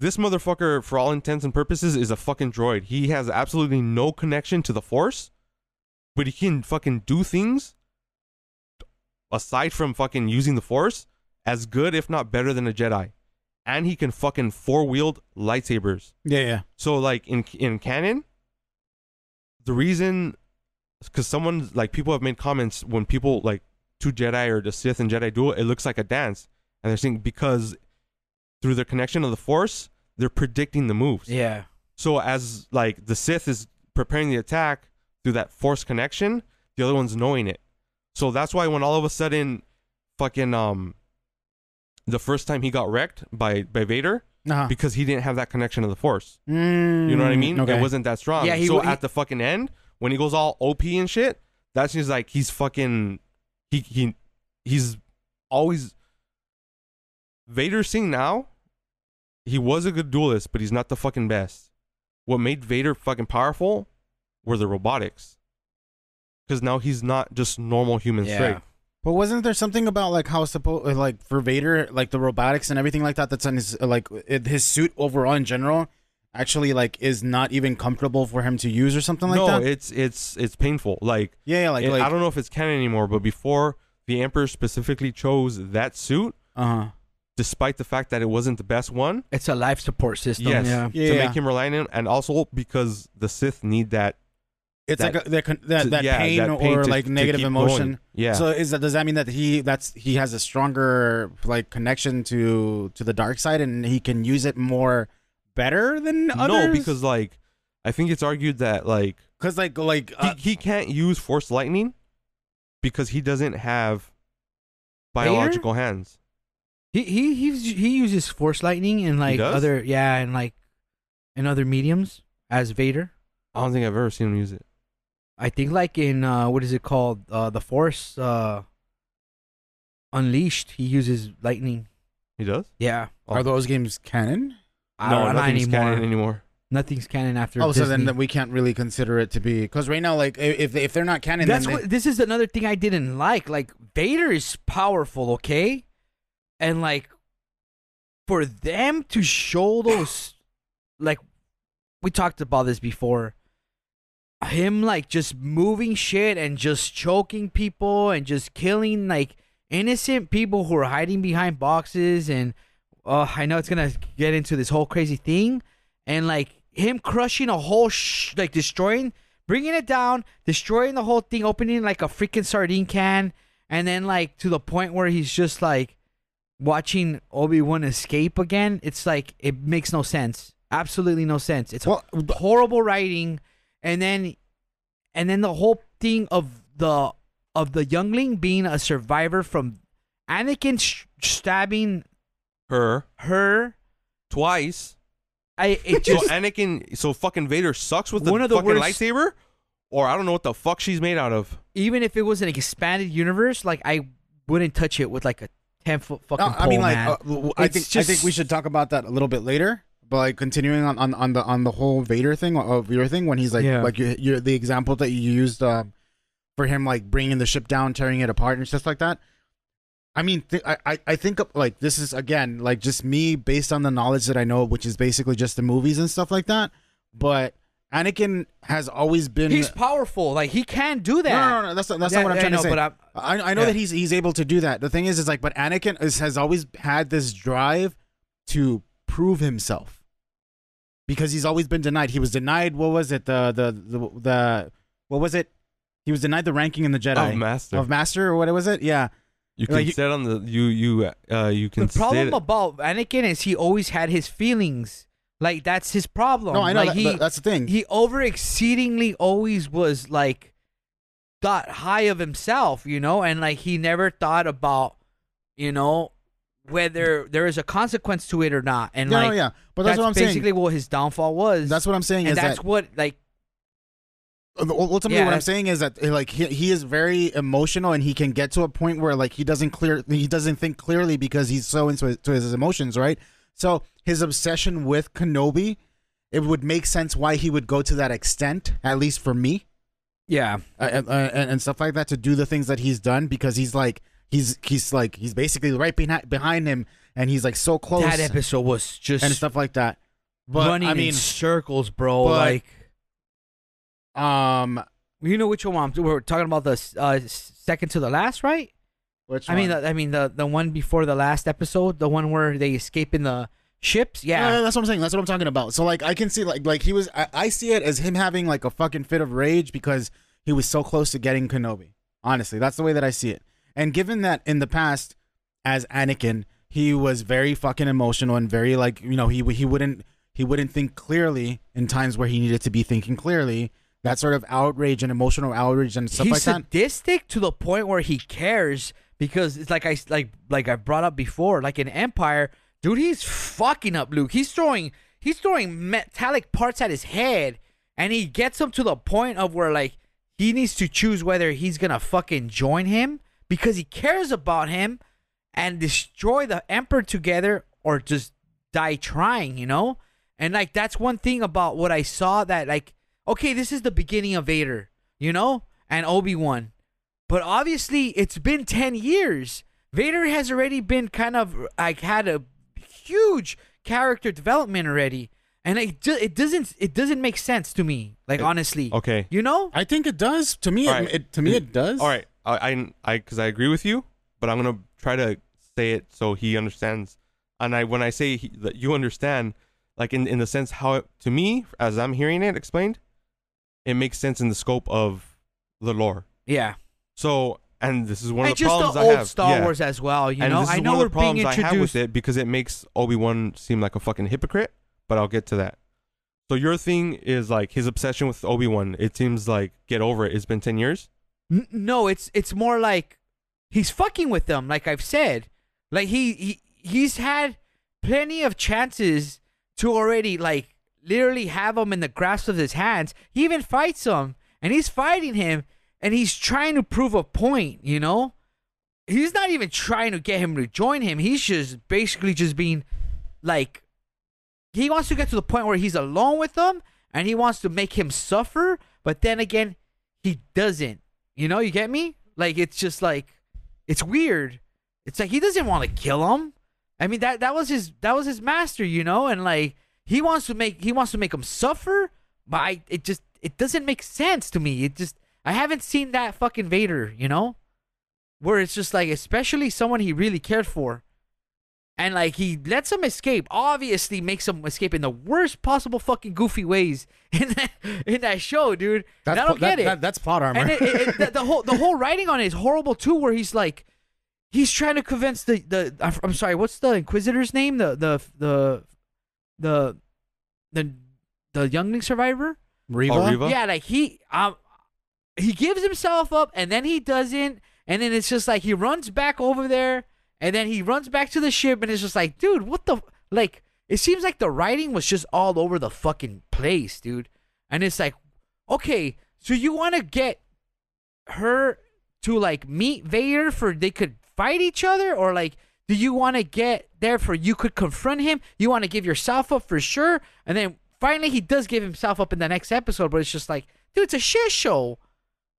S3: this motherfucker, for all intents and purposes, is a fucking droid. He has absolutely no connection to the Force, but he can fucking do things aside from fucking using the Force as good, if not better, than a Jedi. And he can fucking four wield lightsabers.
S2: Yeah, yeah.
S3: So, like in in canon, the reason, because someone like people have made comments when people like two Jedi or the Sith and Jedi duel, it looks like a dance, and they're saying because through their connection of the Force, they're predicting the moves.
S1: Yeah.
S3: So as like the Sith is preparing the attack through that Force connection, the other one's knowing it. So that's why when all of a sudden, fucking um, the first time he got wrecked by by Vader
S2: Uh-huh.
S3: because he didn't have that connection to the Force. You know what I
S2: Mm,
S3: mean?
S2: Okay.
S3: It wasn't that strong.
S1: Yeah, he
S3: so
S1: wa- he-
S3: at the fucking end, when he goes all OP and shit, that's just like he's fucking he he he's always Vader Singh now, he was a good duelist, but he's not the fucking best. What made Vader fucking powerful were the robotics. Cause now he's not just normal human
S1: Yeah.
S3: strength.
S2: But wasn't there something about like how supposed like for Vader, like the robotics and everything like that that's on his uh, like it, his suit overall in general, actually like is not even comfortable for him to use or something like
S3: no,
S2: that.
S3: it's it's it's painful. Like
S2: yeah, yeah, like
S3: it-
S2: like
S3: I don't know if it's canon anymore, but before the Emperor specifically chose that suit,
S2: uh huh.
S3: despite the fact that it wasn't the best one.
S1: It's a life support system.
S3: Yes,
S1: Yeah.
S2: Yeah.
S3: to make him reliant, and also because the Sith need that
S2: It's
S3: That-
S2: like a, that, con- that,
S3: to-
S2: that,
S3: yeah,
S2: pain
S3: that
S2: or
S3: to-
S2: like
S3: to
S2: negative
S3: keep
S2: emotion.
S3: going. Yeah.
S2: So is that does that mean that he that's he has a stronger like connection to to the dark side and he can use it more better than others?
S3: no, because like I think it's argued that like
S2: because like like uh,
S3: he, he can't use force lightning because he doesn't have biological hands.
S1: He he he's, he uses force lightning and like
S3: does?
S1: other yeah and like in other mediums as Vader.
S3: I don't think I've ever seen him use it.
S1: I think like in uh what is it called uh the Force uh Unleashed. He uses lightning.
S3: He does?
S1: Yeah,
S2: are those games canon?
S1: I
S3: no,
S1: don't, not
S3: nothing's
S1: anymore.
S3: canon anymore.
S1: Nothing's canon after.
S2: Oh, so
S1: Disney.
S2: then we can't really consider it to be because right now like i- if they- if they're not canon,
S1: That's
S2: then they-
S1: what this is another thing I didn't like. Like Vader is powerful, okay? And like for them to show those like we talked about this before. Him like just moving shit and just choking people and just killing like innocent people who are hiding behind boxes and oh I know it's gonna get into this whole crazy thing and like him crushing a whole sh- like destroying bringing it down destroying the whole thing opening like a freaking sardine can and then like to the point where he's just like watching obi-wan escape again it's like it makes no sense absolutely no sense it's
S2: Well,
S1: horrible writing and then and then the whole thing of the of the youngling being a survivor from anakin sh- stabbing
S3: Her
S1: her
S3: twice.
S1: i it just
S3: so Anakin, so fucking Vader sucks with the
S1: One of the
S3: fucking
S1: worst-
S3: lightsaber, or I don't know what the fuck she's made out of.
S1: even if it was an expanded universe, like I wouldn't touch it with like a ten foot fucking
S2: No, I mean,
S1: pole,
S2: like,
S1: man.
S2: uh, w- w- I
S1: It's
S2: think I
S1: just-
S2: think we should talk about that a little bit later. But like continuing on, on, on the on the whole Vader thing uh, of your thing when he's like
S1: Yeah.
S2: like you you're the example that you used um, for him like bringing the ship down, tearing it apart, and stuff like that. I mean, th- I I- I think of, like this is again like just me based on the knowledge that I know, which is basically just the movies and stuff like that. But Anakin has always been
S1: He's powerful. Like he can do that.
S2: no, no, no, no. That's not, that's
S1: Yeah,
S2: not what I'm
S1: yeah,
S2: trying
S1: I know,
S2: to say.
S1: but I'm-
S2: I, I know
S1: yeah.
S2: that he's he's able to do that. The thing is, is like, but Anakin is, has always had this drive to prove himself because he's always been denied. He was denied. What was it? The the the, the what was it? He was denied the ranking in the Jedi
S3: Of Oh, Master.
S2: of master or what was it? Yeah,
S3: You can
S2: Like, you-
S3: sit on the you you uh you can
S1: The problem
S3: sit-
S1: about Anakin is he always had his feelings. Like that's his problem.
S2: No, I know
S1: Oh, Like,
S2: that- uh,
S1: he,
S2: that- that's the thing.
S1: He over exceedingly always was like thought high of himself, you know, and like he never thought about, you know, whether there is a consequence to it or not. And
S2: yeah,
S1: like
S2: no, yeah. But that's, what I'm
S1: basically
S2: saying.
S1: what his downfall was.
S2: That's what I'm saying
S1: and
S2: is
S1: that's
S2: that
S1: what like
S2: Uh, ultimately
S1: Yeah,
S2: what i'm
S1: that's-
S2: saying is that uh, like he, he is very emotional and he can get to a point where like he doesn't clear he doesn't think clearly because he's so into his, to his emotions right so his obsession with kenobi it would make sense why he would go to that extent at least for me
S1: yeah.
S2: uh, and, uh, and, and stuff like that to do the things that he's done because he's like he's he's like he's basically right behind behind him and he's like so close
S1: That episode was just
S2: and stuff like that but
S1: running
S2: i mean
S1: in circles, bro.
S2: but-
S1: like
S2: um
S1: you know which one I'm- we're talking about? The s- uh, s- second to the last, right?
S2: which
S1: I mean,
S2: one?
S1: the, I mean the the one before the last episode, the one where they escape in the ships. Yeah,
S2: No, no, Eh, that's what I'm saying. That's what I'm talking about. So like I can see like like he was I, I see it as him having like a fucking fit of rage because he was so close to getting Kenobi. Honestly, that's the way that I see it. And given that in the past as Anakin, he was very fucking emotional and very like, you know, he he wouldn't he wouldn't think clearly in times where he needed to be thinking clearly. That sort of outrage and emotional outrage and stuff
S1: he's
S2: like that.
S1: sadistic to the point where he cares because it's like I like like I brought up before, like in Empire, dude, he's fucking up Luke. He's throwing he's throwing metallic parts at his head, and he gets him to the point of where like he needs to choose whether he's gonna fucking join him because he cares about him and destroy the emperor together or just die trying, you know? And like that's one thing about what I saw that like okay, this is the beginning of Vader, you know? And Obi-Wan. But obviously, it's been 10 years. Vader has already been kind of like had a huge character development already. And it, do, it doesn't it doesn't make sense to me, like honestly.
S3: okay.
S1: You know?
S2: I think it does. To me,
S3: All right.
S2: it, it to me it does.
S3: All right, I I- I because I, agree with you, but I'm gonna try to say it so he understands. And I when I say he, that you understand, like in in the sense how it, to me as I'm hearing it explained, it makes sense in the scope of the lore.
S1: Yeah.
S3: So, and this is one
S1: And
S3: of the
S1: just
S3: problems
S1: the
S3: I
S1: old
S3: have.
S1: Star
S3: Yeah.
S1: Wars as well. You
S3: and
S1: know,
S3: this is
S1: I know
S3: one
S1: we're
S3: of the problems
S1: being
S3: I have with
S1: introduced.
S3: it because it makes Obi Wan seem like a fucking hypocrite. But I'll get to that. So your thing is like his obsession with Obi Wan. It seems like get over it. It's been ten years.
S1: N- no, it's it's more like he's fucking with them. Like I've said, like he, he he's had plenty of chances to already like literally have him in the grasp of his hands. He even fights him, and he's fighting him, and he's trying to prove a point. You know, he's not even trying to get him to join him. He's just basically just being like he wants to get to the point where he's alone with them and he wants to make him suffer but then again he doesn't you know you get me like it's just like it's weird it's like he doesn't want to kill him i mean that that was his that was his master you know and like he wants to make he wants to make him suffer but I, it just it doesn't make sense to me it just i haven't seen that fucking vader you know where it's just like especially someone he really cared for and like he lets him escape. Obviously, makes him escape in the worst possible fucking goofy ways in that in that show, dude.
S2: That's
S1: And I don't
S2: pl- that-
S1: get it.
S2: that- that's plot armor.
S1: and it, it, it- the, the whole the whole writing on it is horrible too. Where he's like, he's trying to convince the the I'm- I'm sorry, what's the Inquisitor's name? The the the the the the youngling survivor.
S2: Reva?
S3: Oh, Reva?
S1: Yeah, like he um he gives himself up and then he doesn't and then it's just like he runs back over there and then he runs back to the ship and it's just like, dude, what the like it seems like the writing was just all over the fucking place, dude. And it's like, okay, so you want to get her to like meet Vader for they could fight each other or like do you want to get there for you could confront him? You want to give yourself up for sure? And then finally he does give himself up in the next episode, but it's just like, dude, it's a shit show.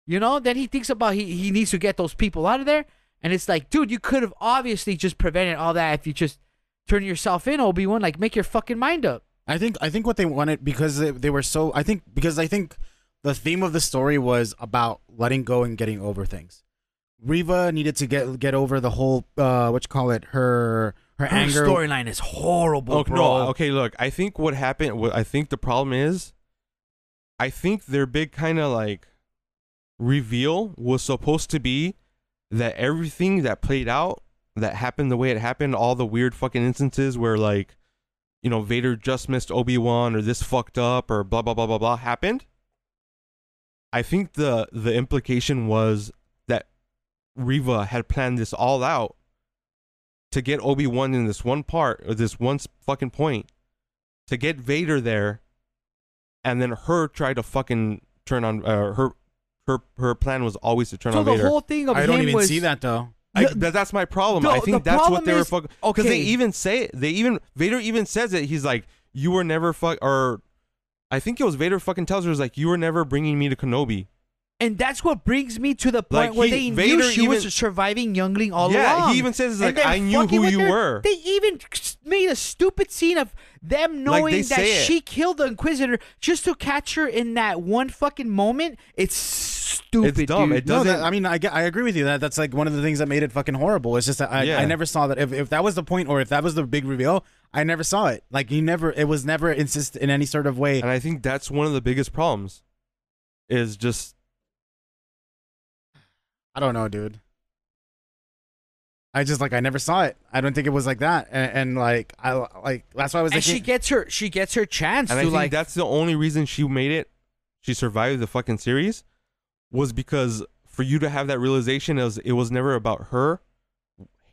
S1: You know, then he thinks about he, he needs to get those people out of there. And it's like, dude, you could have obviously just prevented all that if you just turn yourself in, Obi Wan. Like, make your fucking mind up.
S2: I think I think what they wanted because they, they were so I think because I think the theme of the story was about letting go and getting over things. Reva needed to get get over the whole uh what you call it her her,
S1: Her
S2: anger.
S1: storyline is horrible,
S3: Okay,
S1: bro.
S3: Oh, no, okay, look, I think what happened, what I think the problem is, I think their big kind of like reveal was supposed to be that everything that played out, that happened the way it happened, all the weird fucking instances where like, you know, Vader just missed Obi Wan or this fucked up or blah blah blah blah blah happened. I think the the implication was that Riva had planned this all out to get Obi Wan in this one part or this one s- fucking point, to get Vader there, and then her try to fucking turn on uh, her. Her her plan was always to turn
S1: So
S3: on
S1: the
S3: Vader.
S1: whole thing of
S2: I don't
S1: him
S2: even
S1: was,
S2: see that though.
S3: I,
S1: Yeah,
S3: that, that's my problem.
S1: the-
S3: I
S1: the
S3: think that's what they
S1: problem
S3: were
S1: is-
S3: fucking. Because
S1: okay.
S3: they even say it. They even Vader even says it. He's like, "You were never fuck." Or I think it was Vader fucking tells her, "Is like you were never bringing me to Kenobi."
S1: And that's what brings me to the point
S3: Like,
S1: where
S3: he-
S1: they
S3: Vader
S1: knew she was
S3: even-
S1: a surviving youngling all
S3: Yeah, he
S1: along.
S3: even says,
S1: And
S3: like,
S1: they're
S3: "I knew
S1: fucking
S3: who
S1: with
S3: you
S1: her."
S3: were.
S1: They even made a stupid scene of them
S3: Like, they
S1: knowing that
S3: say it.
S1: she killed the Inquisitor just to catch her in that one fucking moment. It's stupid,
S3: dumb.
S1: dude.
S3: It
S2: No, that,
S3: doesn't-
S2: I mean I, get- I agree with you that that's like one of the things that made it fucking horrible. It's just that I,
S3: Yeah.
S2: I never saw that if, if that was the point or if that was the big reveal I never saw it. Like you never it was never insist in any sort of way.
S3: And I think that's one of the biggest problems. Is just
S2: I don't know, dude. I just like I never saw it. I don't think it was like that. And, and like I like that's why I was
S1: and
S2: like
S1: she gets her she gets her chance
S3: and I
S1: to
S3: think
S1: like
S3: that's the only reason she made it. She survived the fucking series, was because for you to have that realization is it was never about her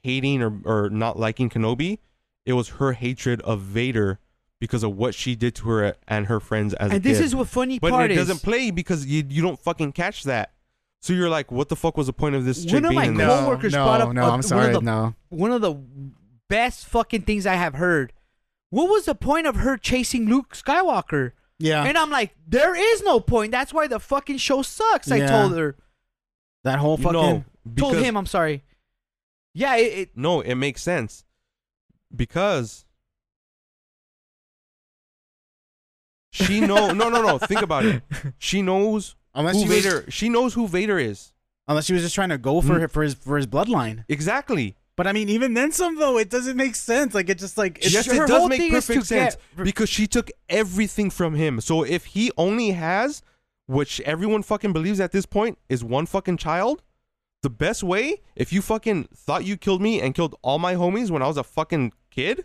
S3: hating or or not liking Kenobi. It was her hatred of Vader because of what she did to her and her friends as a
S1: and this
S3: kid.
S1: is what funny
S3: but
S1: part
S3: it
S1: is.
S3: doesn't play because you you don't fucking catch that. So you're like, what the fuck was the point of this chick
S1: One of
S3: being
S1: my
S3: in
S2: no,
S3: this?
S1: coworkers
S2: no,
S1: brought up
S2: no.
S1: a- one
S2: I'm
S1: of
S2: sorry,
S1: the-
S2: no.
S1: one of the best fucking things I have heard. What was the point of her chasing Luke Skywalker?
S2: Yeah,
S1: And I'm like, there is no point. That's why the fucking show sucks. I
S2: Yeah.
S1: told her,
S2: that whole fucking.
S3: no,
S1: told
S3: because-
S1: him. I'm sorry. Yeah, it, it
S3: No, it makes sense because she know. no, no, no. Think about it. She knows
S2: Unless
S3: who
S2: she was-
S3: Vader. she knows who Vader is
S2: Unless she was just trying to go for
S1: Hmm?
S3: Mm.
S2: her for his for his bloodline.
S3: exactly.
S2: But I mean, even then, some though it doesn't make sense. Like it just like it's
S3: yes,
S1: just- her
S3: it does
S1: whole
S3: make
S1: thing is
S3: perfect
S1: to
S3: sense
S1: get-
S3: because she took everything from him. So if he only has which everyone fucking believes at this point is one fucking child. The best way, if you fucking thought you killed me and killed all my homies when I was a fucking kid,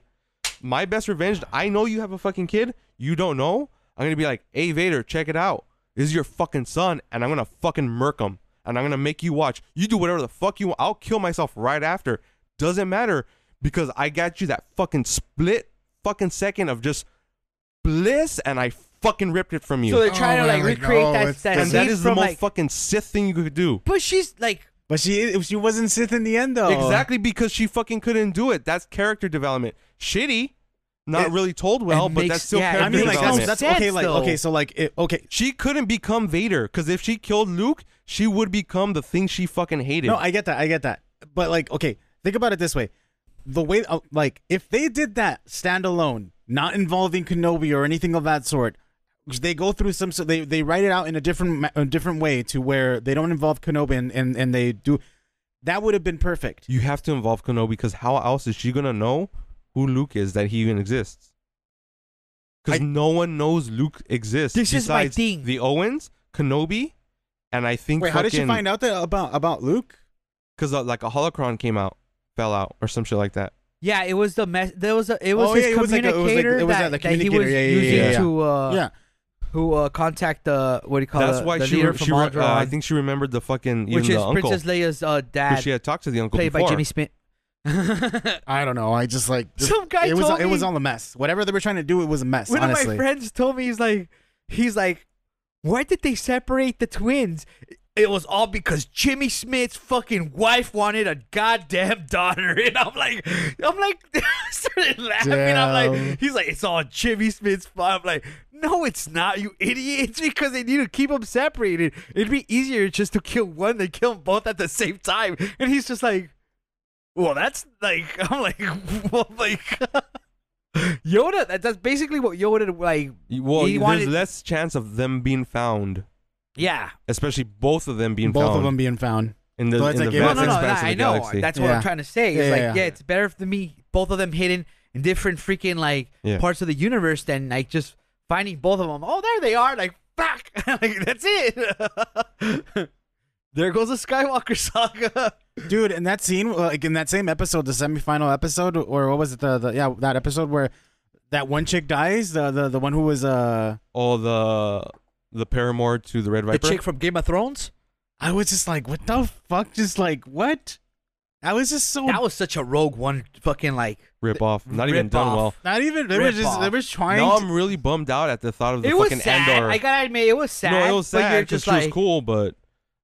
S3: my best revenge. I know you have a fucking kid. You don't know. I'm gonna be like, hey Vader, check it out. This is your fucking son, and I'm gonna fucking murk him, and I'm gonna make you watch. You do whatever the fuck you want. I'll kill myself right after. Doesn't matter because I got you that fucking split fucking second of just bliss, and I fucking ripped it from you.
S1: So they're
S2: Oh
S1: trying to
S2: my
S1: like
S2: God,
S1: recreate
S2: no,
S1: that
S2: it's-
S1: that
S3: and that
S1: scene
S3: is the
S1: from,
S3: most
S1: like-
S3: fucking Sith thing you could do.
S1: But she's like,
S2: But she she wasn't Sith in the
S1: Oh.
S2: end though.
S3: Exactly because she fucking couldn't do it. That's character development. Shitty, not
S2: It-
S3: really told well,
S1: it
S3: but
S1: makes-
S3: that's still
S1: yeah, it
S3: character
S2: I mean, like
S1: makes
S3: development.
S2: that's,
S1: no
S2: that's
S1: sense,
S2: okay. Like
S1: though.
S2: okay, so like it, okay.
S3: she couldn't become Vader because if she killed Luke, she would become the thing she fucking hated.
S2: No, I get that. I get that. But like okay, think about it this way: the way uh, like if they did that standalone, not involving Kenobi or anything of that sort. They go through some, so they they write it out in a different ma- a different way to where they don't involve Kenobi and and, and they do. That would have been perfect.
S3: you have to involve Kenobi because how else is she gonna know who Luke is that he even exists? Because
S2: I-
S3: no one knows Luke exists.
S1: This is my
S3: besides
S1: thing.
S3: The Owens, Kenobi, and I think
S2: Wait, how did she
S3: fucking-
S2: find out that about about Luke?
S3: because uh, like a holocron came out, fell out, or some shit like that.
S1: yeah, it was the mess. There was a, it was
S2: Oh,
S1: his
S2: yeah, it was like a- it
S1: communicator
S2: was like- it was
S1: that,
S2: like the
S1: that he was
S2: communicator, yeah,
S1: using
S2: yeah,
S3: uh, yeah, yeah.
S1: to uh,
S2: yeah,
S1: who uh, contact the what do you call
S3: That's
S1: the,
S3: why
S1: the
S3: she,
S1: leader
S3: re-
S1: from
S3: she re- uh,
S1: Alderaan,
S3: I think she remembered the fucking even
S1: which is
S3: the uncle
S1: Princess Leia's uh,
S3: 'cause
S1: dad,
S3: she had talked to the uncle
S1: played by
S3: before.
S1: Jimmy Smith. One
S2: I don't know. I just like just-
S1: Some guy
S2: It was
S1: told
S2: it was
S1: me-
S2: all a mess. Whatever they were trying to do, it was a mess.
S1: of my
S2: honestly,
S1: friends told me he's like, he's like, why did they separate the twins? It was all because Jimmy Smith's fucking wife wanted a goddamn daughter, and I'm like, I'm like, I started laughing. I'm
S2: Damn.
S1: like, he's like, it's all Jimmy Smith's fault. I'm like, no, it's not, you idiot. It's because they need to keep them separated. It'd be easier just to kill one than kill them both at the same time. And he's just like, well, that's like, I'm like, well, like. Yoda. That, that's basically what Yoda like.
S3: Y- Well,
S1: He
S3: there's
S1: wanted-
S3: less chance of them being found,
S1: Yeah.
S3: especially both of them being
S2: both
S3: found
S2: of them being found.
S3: in the,
S2: So
S3: in
S2: it's
S3: the
S2: like it
S1: No,
S3: vast
S1: no, no.
S3: expanse of the
S1: I know.
S3: galaxy.
S1: That's what
S2: Yeah.
S1: I'm trying to say. It's
S2: Yeah,
S1: like,
S2: yeah,
S1: yeah,
S2: yeah.
S1: it's better for me both of them hidden in different freaking like
S3: Yeah.
S1: parts of the universe than like just finding both of them. Oh, there they are. Like, fuck. like that's it. there goes the Skywalker saga.
S2: Dude, in that scene, like in that same episode, the semifinal episode, or what was it? The, the yeah, that episode where that one chick dies, the the, the one who was uh,
S3: All the the paramour to the Red Viper.
S1: The chick from Game of Thrones.
S2: I was just like, what the fuck? Just like what? I was just so
S1: That was such a rogue one. Fucking like.
S3: rip off. Not even
S1: Rip
S3: done
S1: off.
S3: well.
S2: not even. They were
S1: Rip
S2: just
S1: off.
S2: they were trying.
S3: Now
S2: to-
S3: I'm really bummed out at the thought of the
S1: it
S3: fucking
S1: was sad.
S3: Andor.
S1: I gotta admit, it was sad.
S3: no, it was
S1: but you're
S3: sad because
S1: just
S3: she
S1: like,
S3: was cool, but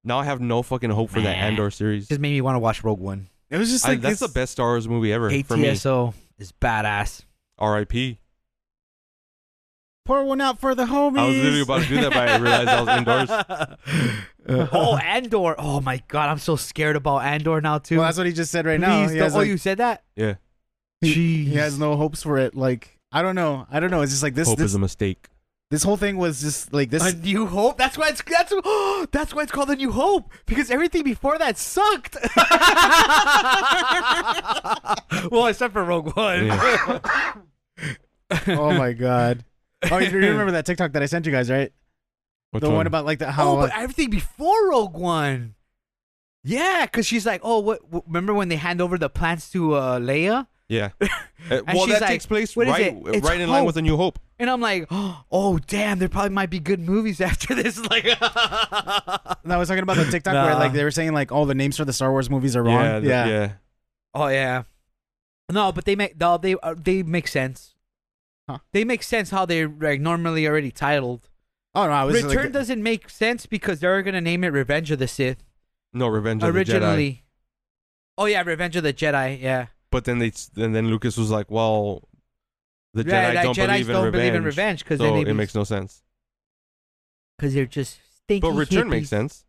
S3: now I have no fucking hope for that
S1: Meh.
S3: Andor series.
S1: Just made me want to watch Rogue One.
S2: it was just
S3: I-
S2: like
S3: that's the
S2: this-
S3: best Star Wars movie ever for me.
S1: ATSO is badass.
S3: R.I.P.
S2: Pour one out for the homies.
S3: I was literally about to do that, but I realized I was indoors.
S1: indoors. oh, Andor. Oh my god, I'm so scared about Andor now too.
S2: Well, that's what he just said right
S1: Please
S2: now. He
S1: don't-
S2: has,
S1: oh,
S2: like-
S1: you said that?
S3: Yeah,
S2: he, he
S1: Jeez.
S2: has no hopes for it. Like I don't know. I don't know. It's just like this.
S3: hope
S2: this,
S3: is a mistake.
S2: this whole thing was just like this.
S1: A New Hope. That's why it's that's that's why it's called a New Hope because everything before that sucked. well, except for Rogue One.
S3: Yeah.
S2: oh my god. Oh, you you remember that TikTok that I sent you guys, right?
S3: Which
S2: the one?
S3: one?
S2: about like the how
S1: Oh, but everything before Rogue One. Yeah, because she's like, oh, what? w- Remember when they hand over the plants to uh, Leia?
S3: Yeah. Uh, well,
S1: she's
S3: that
S1: like,
S3: takes place
S1: "What is
S3: right,
S1: it? It's
S3: right in line
S1: hope."
S3: with A New Hope.
S1: And I'm like, oh damn, there probably might be good movies after this. Like,
S2: And I was talking about the TikTok where
S1: Nah.
S2: like they were saying like all the names for the Star Wars movies are wrong.
S3: Yeah, th- yeah.
S1: oh yeah, no, but they make no, they uh, they make sense.
S2: Huh.
S1: They make sense how they're like normally already titled.
S2: Oh no, I was
S1: Return
S2: like,
S1: doesn't make sense because they're gonna name it Revenge of the Sith
S3: No, Revenge of the Jedi.
S1: originally. Oh yeah, Revenge of the Jedi. Yeah,
S3: But then they s- and then Lucas was like, "Well, the
S1: yeah,
S3: Jedi
S1: like,
S3: don't,
S1: Jedi's
S3: believe, in
S1: don't
S3: revenge,
S1: believe in revenge because
S3: so
S1: they
S3: it makes no sense."
S1: because they're just stinky.
S3: But Return makes
S1: hippies.
S3: sense.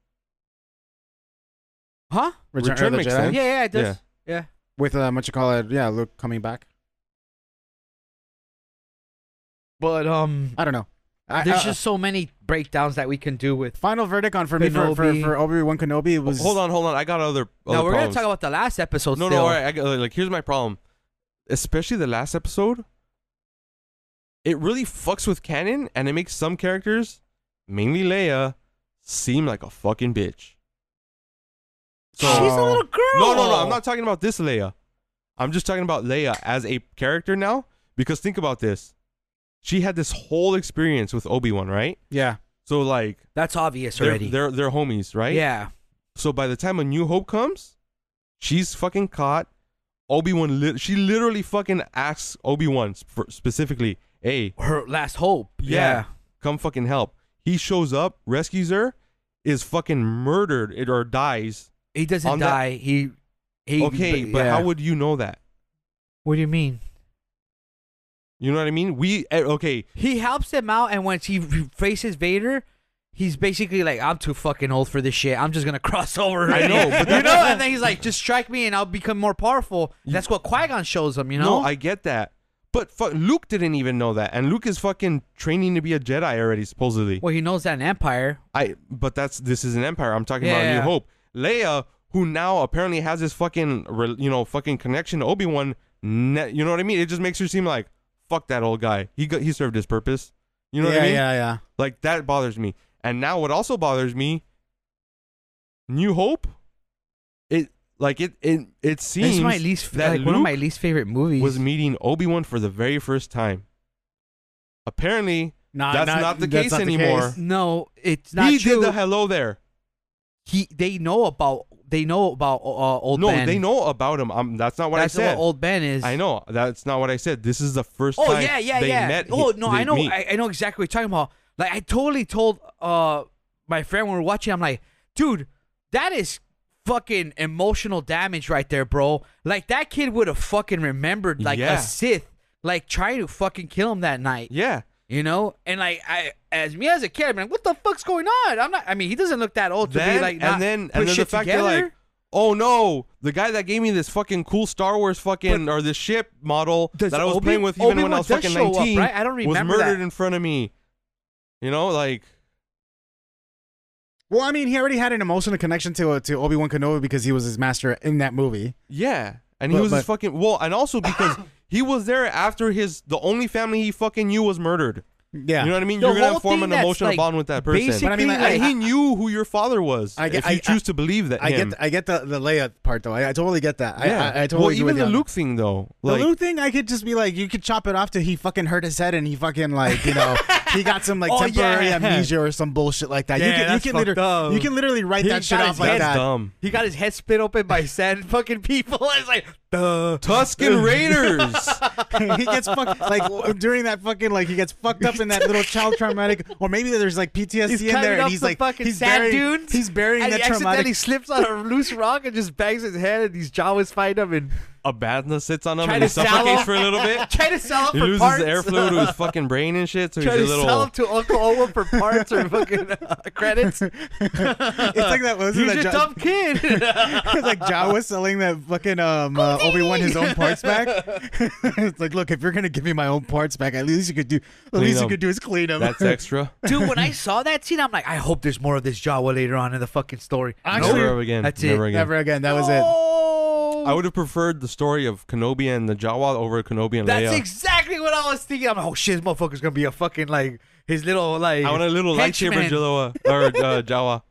S1: huh?
S2: Return,
S3: Return
S2: of the
S3: makes
S2: Jedi
S1: Yeah,
S3: sense.
S1: yeah, it does. Yeah.
S2: with um, what you call it? Yeah, Luke coming back.
S1: But um,
S2: I don't know. I,
S1: there's
S2: I-
S1: just so many breakdowns that we can do with.
S2: final verdict on for me for for,
S1: Kenobi.
S2: for Obi Wan Kenobi was
S3: hold on, hold on. I got other.
S1: no,
S3: other
S1: we're gonna
S3: problems.
S1: talk about the last episode.
S3: No,
S1: still.
S3: no. All right, I got, uh, like here's my problem. Especially the last episode, it really fucks with canon, and it makes some characters mainly Leia, seem like a fucking bitch. So
S1: She's a little girl.
S3: no, no, no. I'm not talking about this Leia. I'm just talking about Leia as a character now. Because think about this. She had this whole experience with Obi Wan, right?
S2: Yeah.
S3: So like
S1: That's obvious
S3: they're,
S1: already.
S3: they're they're homies, right?
S1: Yeah.
S3: So by the time a new hope comes, she's fucking caught. Obi Wan, li- she literally fucking asks Obi Wan sp- specifically, "Hey,
S1: Her last hope.
S3: Yeah. come fucking help." He shows up, rescues her, is fucking murdered it- or dies.
S1: He doesn't
S3: On that-
S1: die. He. He.
S3: Okay, but
S1: yeah.
S3: how would you know that?
S1: What do you mean?
S3: You know what I mean? We eh, okay,
S1: He helps him out, and when he faces Vader, he's basically like, "I'm too fucking old for this shit. I'm just gonna cross over."
S3: I know, but
S1: you
S3: that-
S1: know. And then he's like, "Just strike me, and I'll become more powerful." That's what Qui Gon shows him. You know.
S3: no, I get that, but fuck, Luke didn't even know that, and Luke is fucking training to be a Jedi already, supposedly.
S1: well, he knows that in Empire.
S3: I but that's this is an empire. I'm talking about a
S1: Yeah.
S3: new hope. Leia, who now apparently has this fucking re- you know fucking connection to Obi Wan. Ne- you know what I mean? It just makes her seem like fuck that old guy. He got, he served his purpose. You know
S2: yeah,
S3: what I mean?
S2: yeah, yeah.
S3: Like that bothers me. And now what also bothers me? New Hope. It like it it it seems
S1: It's my least
S3: that
S1: like one of
S3: Luke
S1: my least favorite movies.
S3: was meeting Obi Wan for the very first time. Apparently,
S2: Not,
S3: That's not the
S2: that's
S3: case
S2: not
S3: anymore.
S2: case.
S1: no, it's not
S3: he
S1: true.
S3: did the hello there.
S1: he they know about they know about uh, old
S3: no,
S1: Ben.
S3: they know about him. Um, that's not what
S1: That's
S3: I said.
S1: what old Ben is.
S3: I know that's not what I said. This is the first
S1: Oh
S3: time
S1: yeah, yeah,
S3: they
S1: yeah.
S3: met.
S1: oh
S3: he-
S1: no,
S3: they
S1: I know,
S3: meet.
S1: I, I know exactly what you're talking about. Like I totally told uh my friend when we were watching, I'm like, dude, that is fucking emotional damage right there, bro. Like that kid would have fucking remembered like
S3: Yeah.
S1: a Sith, like trying to fucking kill him that night.
S3: yeah,
S1: You know, and like I, as me as a kid, I'm like, what the fuck's going on? I'm not. I mean, he doesn't look that old to
S3: then
S1: be like. not
S3: and then
S1: put
S3: and then the
S1: shit
S3: fact
S1: together.
S3: they're like, oh no, the guy that gave me this fucking cool Star Wars fucking or this ship model
S1: Does
S3: that I was
S1: Obi-
S3: playing with even when
S1: Obi-Wan
S3: I was
S1: does
S3: fucking
S1: show up,
S3: nineteen,
S1: right? I don't
S3: was
S1: remember that.
S3: murdered in front of me. You know, like
S2: Well, I mean, he already had an emotional connection to uh, to Obi Wan Kenobi because he was his master in that movie.
S3: yeah, and he
S2: But-
S3: was his
S2: but-
S3: fucking well, and also because he was there after his the only family he fucking knew was murdered.
S2: Yeah,
S3: You know what I mean?
S1: The
S3: You're gonna
S1: whole
S3: form
S1: thing
S3: an
S1: that's,
S3: emotional
S1: like,
S3: bond with that person.
S1: Basically,
S2: But I mean, like,
S1: like,
S2: I-
S3: he knew who your father was.
S2: I get-
S3: if you
S2: I-
S3: choose to believe that
S2: I
S3: him.
S2: get I get the the Leia part though. I, I totally get that. I- I, I, totally
S3: well,
S2: agree
S3: even
S2: with you
S3: the
S2: on that.
S3: Luke thing though. Like,
S2: the Luke thing, I could just be like, you could chop it off to he fucking hurt his head and he fucking like, you know, he got some like
S1: Oh,
S2: temporary
S1: yeah.
S2: amnesia or some bullshit like that. you
S1: Yeah,
S2: can
S1: that's
S2: you can
S1: fucked
S2: literally
S1: up.
S2: you can literally write
S1: He
S2: that shit
S1: got
S2: off
S1: his
S2: like
S3: that's
S2: that.
S3: dumb.
S1: He got his head split open by sad fucking people. It's like, duh.
S3: Tuscan Raiders.
S2: he gets fucked like w- during that fucking like he gets fucked up in that little child traumatic or maybe there's like PTSD
S1: He's
S2: in
S1: cutting
S2: there and
S1: up
S2: he's
S1: the
S2: like
S1: fucking
S2: he's
S1: sand
S2: burying
S1: dunes,
S2: he's burying
S1: and
S2: that
S1: he accidentally
S2: traumatic
S1: slips on a loose rock and just bangs his head, and these Jawas find him and
S3: a Batna sits on him
S1: Try
S3: and he
S1: to sell
S3: suffocates
S1: him.
S3: for a little bit.
S1: try to sell him
S3: He
S1: for
S3: loses
S1: parts.
S3: the airflow to his fucking brain and shit, so he's
S1: try
S3: a
S1: to sell
S3: little.
S1: him to Uncle Owen for parts or fucking uh, credits.
S2: it's like that was
S1: He's
S2: that
S1: a
S2: Jo-
S1: dumb kid.
S2: it's like Jawa selling that fucking um uh, Obi Wan his own parts back. it's like, look, if you're gonna give me my own parts back, at least you could do. At least
S3: them.
S2: you could do is clean them.
S3: That's extra.
S1: Dude, when I saw that scene, I'm like, I hope there's more of this Jawa later on in the fucking story.
S2: Actually-
S3: Never again.
S1: That's it.
S3: Never again.
S2: Never again. That was it.
S1: Oh,
S3: I would have preferred the story of Kenobi and the Jawa over Kenobi and
S1: That's
S3: Leia.
S1: exactly what I was thinking. I'm like, oh shit, this motherfucker's gonna be a fucking like his little like.
S3: I want a little lightsaber
S1: henchman.
S3: Jawa or uh, Jawa.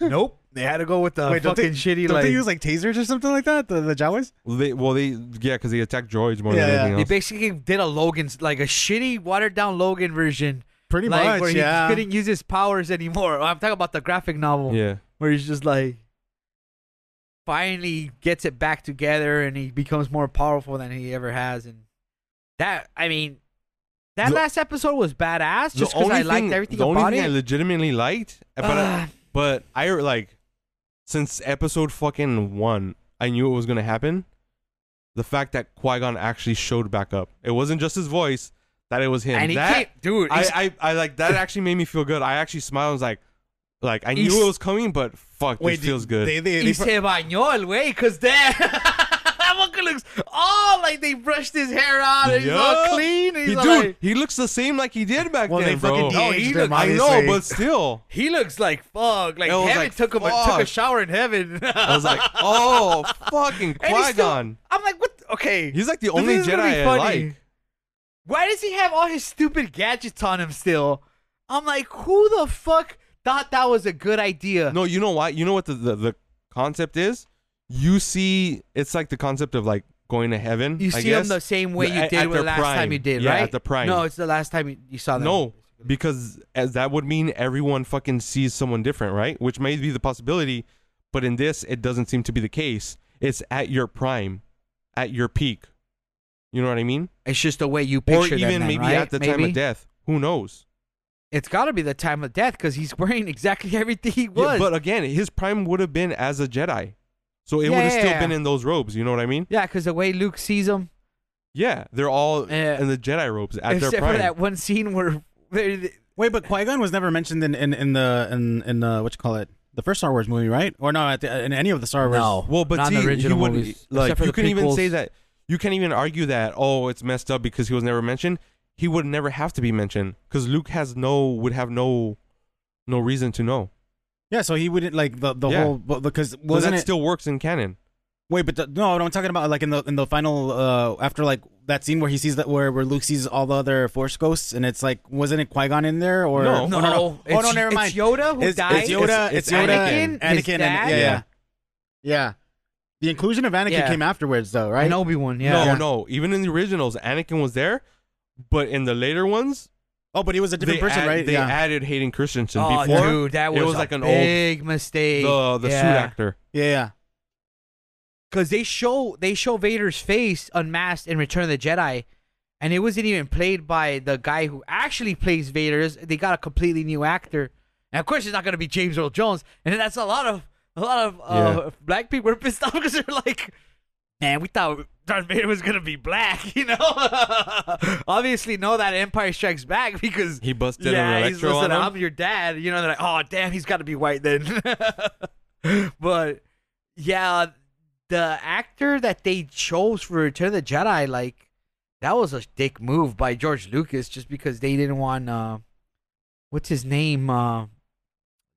S1: Nope, they had to go with the
S2: don't
S1: fucking
S2: they,
S1: shitty
S2: Don't
S1: like.
S2: they use like tasers or something like that? The, the Jawas?
S3: They, well, they yeah, because they attack droids more
S2: Yeah, yeah.
S3: than anything
S1: They
S3: else.
S1: basically did a Logan's like a shitty watered down Logan version.
S2: Pretty
S1: like,
S2: much,
S1: where he
S2: yeah.
S1: couldn't use his powers anymore. I'm talking about the graphic novel
S3: yeah.
S1: where he's just like finally gets it back together and he becomes more powerful than he ever has. And that I mean, that
S3: The-
S1: last episode was badass. Just
S3: the
S1: because
S3: only
S1: I
S3: thing,
S1: liked everything
S3: the only
S1: about
S3: thing I
S1: it.
S3: legitimately liked, but I,
S1: Ah.
S3: but I like since episode fucking one, I knew it was gonna happen. The fact that Qui Gon actually showed back up, it wasn't just his voice that it was him.
S1: and he
S3: that
S1: can't, dude. he's-
S3: I, I I like that actually made me feel good. I actually smiled. I was like, like I
S1: He's-
S3: knew it was coming, but fuck, this feels good.
S2: They, they,
S1: Y se bañó el güey, eh? cause that that fucker looks all like they brushed his hair out and he's
S3: Yeah.
S1: all clean. And
S3: he,
S1: he's all
S3: dude,
S1: like,
S3: he looks the same like he did back
S2: well,
S3: then,
S2: they
S3: bro.
S2: fucking
S1: Oh,
S2: de-aged
S1: he
S2: him,
S1: looked-
S3: I know,
S2: obviously.
S3: but still,
S1: he looks like fuck. Like
S3: I was
S1: heaven
S3: like,
S1: took him a, took a
S3: fuck.
S1: shower in heaven.
S3: I was like, oh, fucking
S1: And he's
S3: Qui
S1: still-
S3: Gon.
S1: I'm like, what? Okay,
S3: He's like the
S1: this
S3: only
S1: is
S3: Jedi
S1: gonna be
S3: I
S1: funny.
S3: like.
S1: Why does he have all his stupid gadgets on him still? I'm like, who the fuck thought that was a good idea?
S3: No, you know why? You know what the, the, the concept is? You see, it's like the concept of like going to heaven.
S1: you
S3: I
S1: see them
S3: guess.
S1: the same way
S3: The-
S1: you
S3: at-
S1: did
S3: at
S1: with the
S3: their
S1: last time
S3: prime.
S1: you did,
S3: Yeah,
S1: right?
S3: at the prime.
S1: No, it's the last time you, you saw that.
S3: No, because as that would mean everyone fucking sees someone different, right? Which may be the possibility, but in this, it doesn't seem to be the case. It's at your prime, at your peak. You know what I mean?
S1: it's just the way you picture
S3: or
S1: them
S3: even
S1: then,
S3: maybe
S1: right?
S3: at the time
S1: Maybe?
S3: of death. Who knows?
S1: It's got to be the time of death because he's wearing exactly everything he
S3: Yeah,
S1: was.
S3: but again, his prime would have been as a Jedi, so it
S1: Yeah,
S3: would have
S1: yeah,
S3: still
S1: yeah.
S3: been in those robes. You know what I mean?
S1: yeah, because the way Luke sees him,
S3: Yeah, they're all
S1: Yeah.
S3: in the Jedi robes at
S1: except
S3: their
S1: for
S3: prime.
S1: that one scene where they-
S2: Wait, but Qui Gon was never mentioned in, in, in the in in the what you call it the first Star Wars movie, right? Or no, at the, in any of the Star Wars.
S1: No.
S3: Well, but
S1: Not in
S3: see,
S1: the original
S3: he wouldn't
S1: movies,
S3: like
S1: except for
S3: you
S1: the
S3: can even say
S1: prequels.
S3: that you can't even argue that oh it's messed up because he was never mentioned. He would never have to be mentioned because Luke has no would have no no reason to know.
S2: Yeah, so he wouldn't like the the
S3: Yeah.
S2: whole but- because
S3: Well,
S2: wasn't
S3: that
S2: it?
S3: still works in canon.
S2: wait, but the, no, no, I'm talking about like in the in the final uh after like that scene where he sees that where where Luke sees all the other Force ghosts and it's like wasn't it Qui Gon in there or
S3: No.
S2: Oh,
S1: no,
S2: no.
S1: It's,
S2: oh no, never mind.
S1: It's Yoda who
S2: it's,
S1: died.
S2: it's Yoda.
S3: It's-
S2: It's,
S3: it's
S2: Yoda.
S1: Anakin,
S2: Anakin.
S1: his
S2: Anakin.
S1: dad.
S2: And, yeah, yeah, yeah. The inclusion of Anakin
S1: Yeah.
S2: came afterwards, though, right?
S1: and Obi Wan. Yeah,
S3: No,
S2: Yeah.
S3: no. Even in the originals, Anakin was there, but in the later ones,
S2: Oh, but he was a different
S3: they,
S2: person,
S3: add-
S2: right?
S3: they
S2: yeah.
S3: added Hayden Christensen
S1: Oh,
S3: before
S1: dude, that
S3: it
S1: was,
S3: was like
S1: a
S3: an old-
S1: big mistake.
S3: the the suit
S1: yeah.
S3: actor.
S2: yeah, yeah.
S1: because they show they show Vader's face unmasked in Return of the Jedi, and it wasn't even played by the guy who actually plays Vader. It's- They got a completely new actor, and of course it's not gonna be James Earl Jones. And that's a lot of a lot of uh, black people are pissed off because they're like, man, we thought Darth Vader was gonna be black, you know? Obviously, no, that Empire Strikes Back because.
S3: He busted
S1: yeah,
S3: an
S1: he's
S3: electro
S1: listening.
S3: on him.
S1: I'm your dad. You know, they're like, oh damn, he's got to be white then. but yeah, the actor that they chose for Return of the Jedi, like that was a dick move by George Lucas, just because they didn't want uh, what's his name, uh,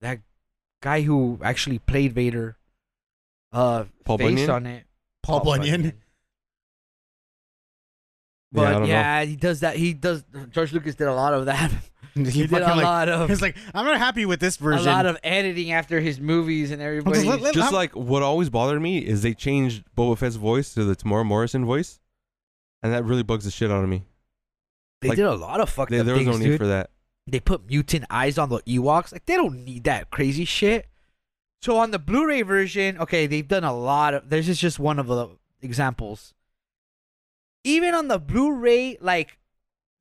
S1: that guy who actually played Vader, uh,
S3: Paul
S1: face
S3: Bunyan?
S1: on it,
S2: Paul Bunyan.
S3: Yeah, I
S1: But
S3: don't know.
S1: yeah, he does that. He does. George Lucas did a lot of that.
S2: He,
S1: He, did
S2: fucking,
S1: a
S2: like,
S1: lot of.
S2: He's like, I'm not happy with this version.
S1: a lot of editing after his movies and everybody.
S2: let- let-
S3: Just
S2: I'm-
S3: like what always bothered me is they changed Boba Fett's voice to the Tamora Morrison voice, and that really bugs the shit out of me.
S1: they
S3: like,
S1: did a lot of fucked
S3: There-
S1: up
S3: there was
S1: things,
S3: no need
S1: dude.
S3: for that.
S1: they put mutant eyes on the Ewoks. Like they don't need that crazy shit. So on the Blu-ray version, okay, they've done a lot of. This is just one of the examples. Even on the Blu-ray, like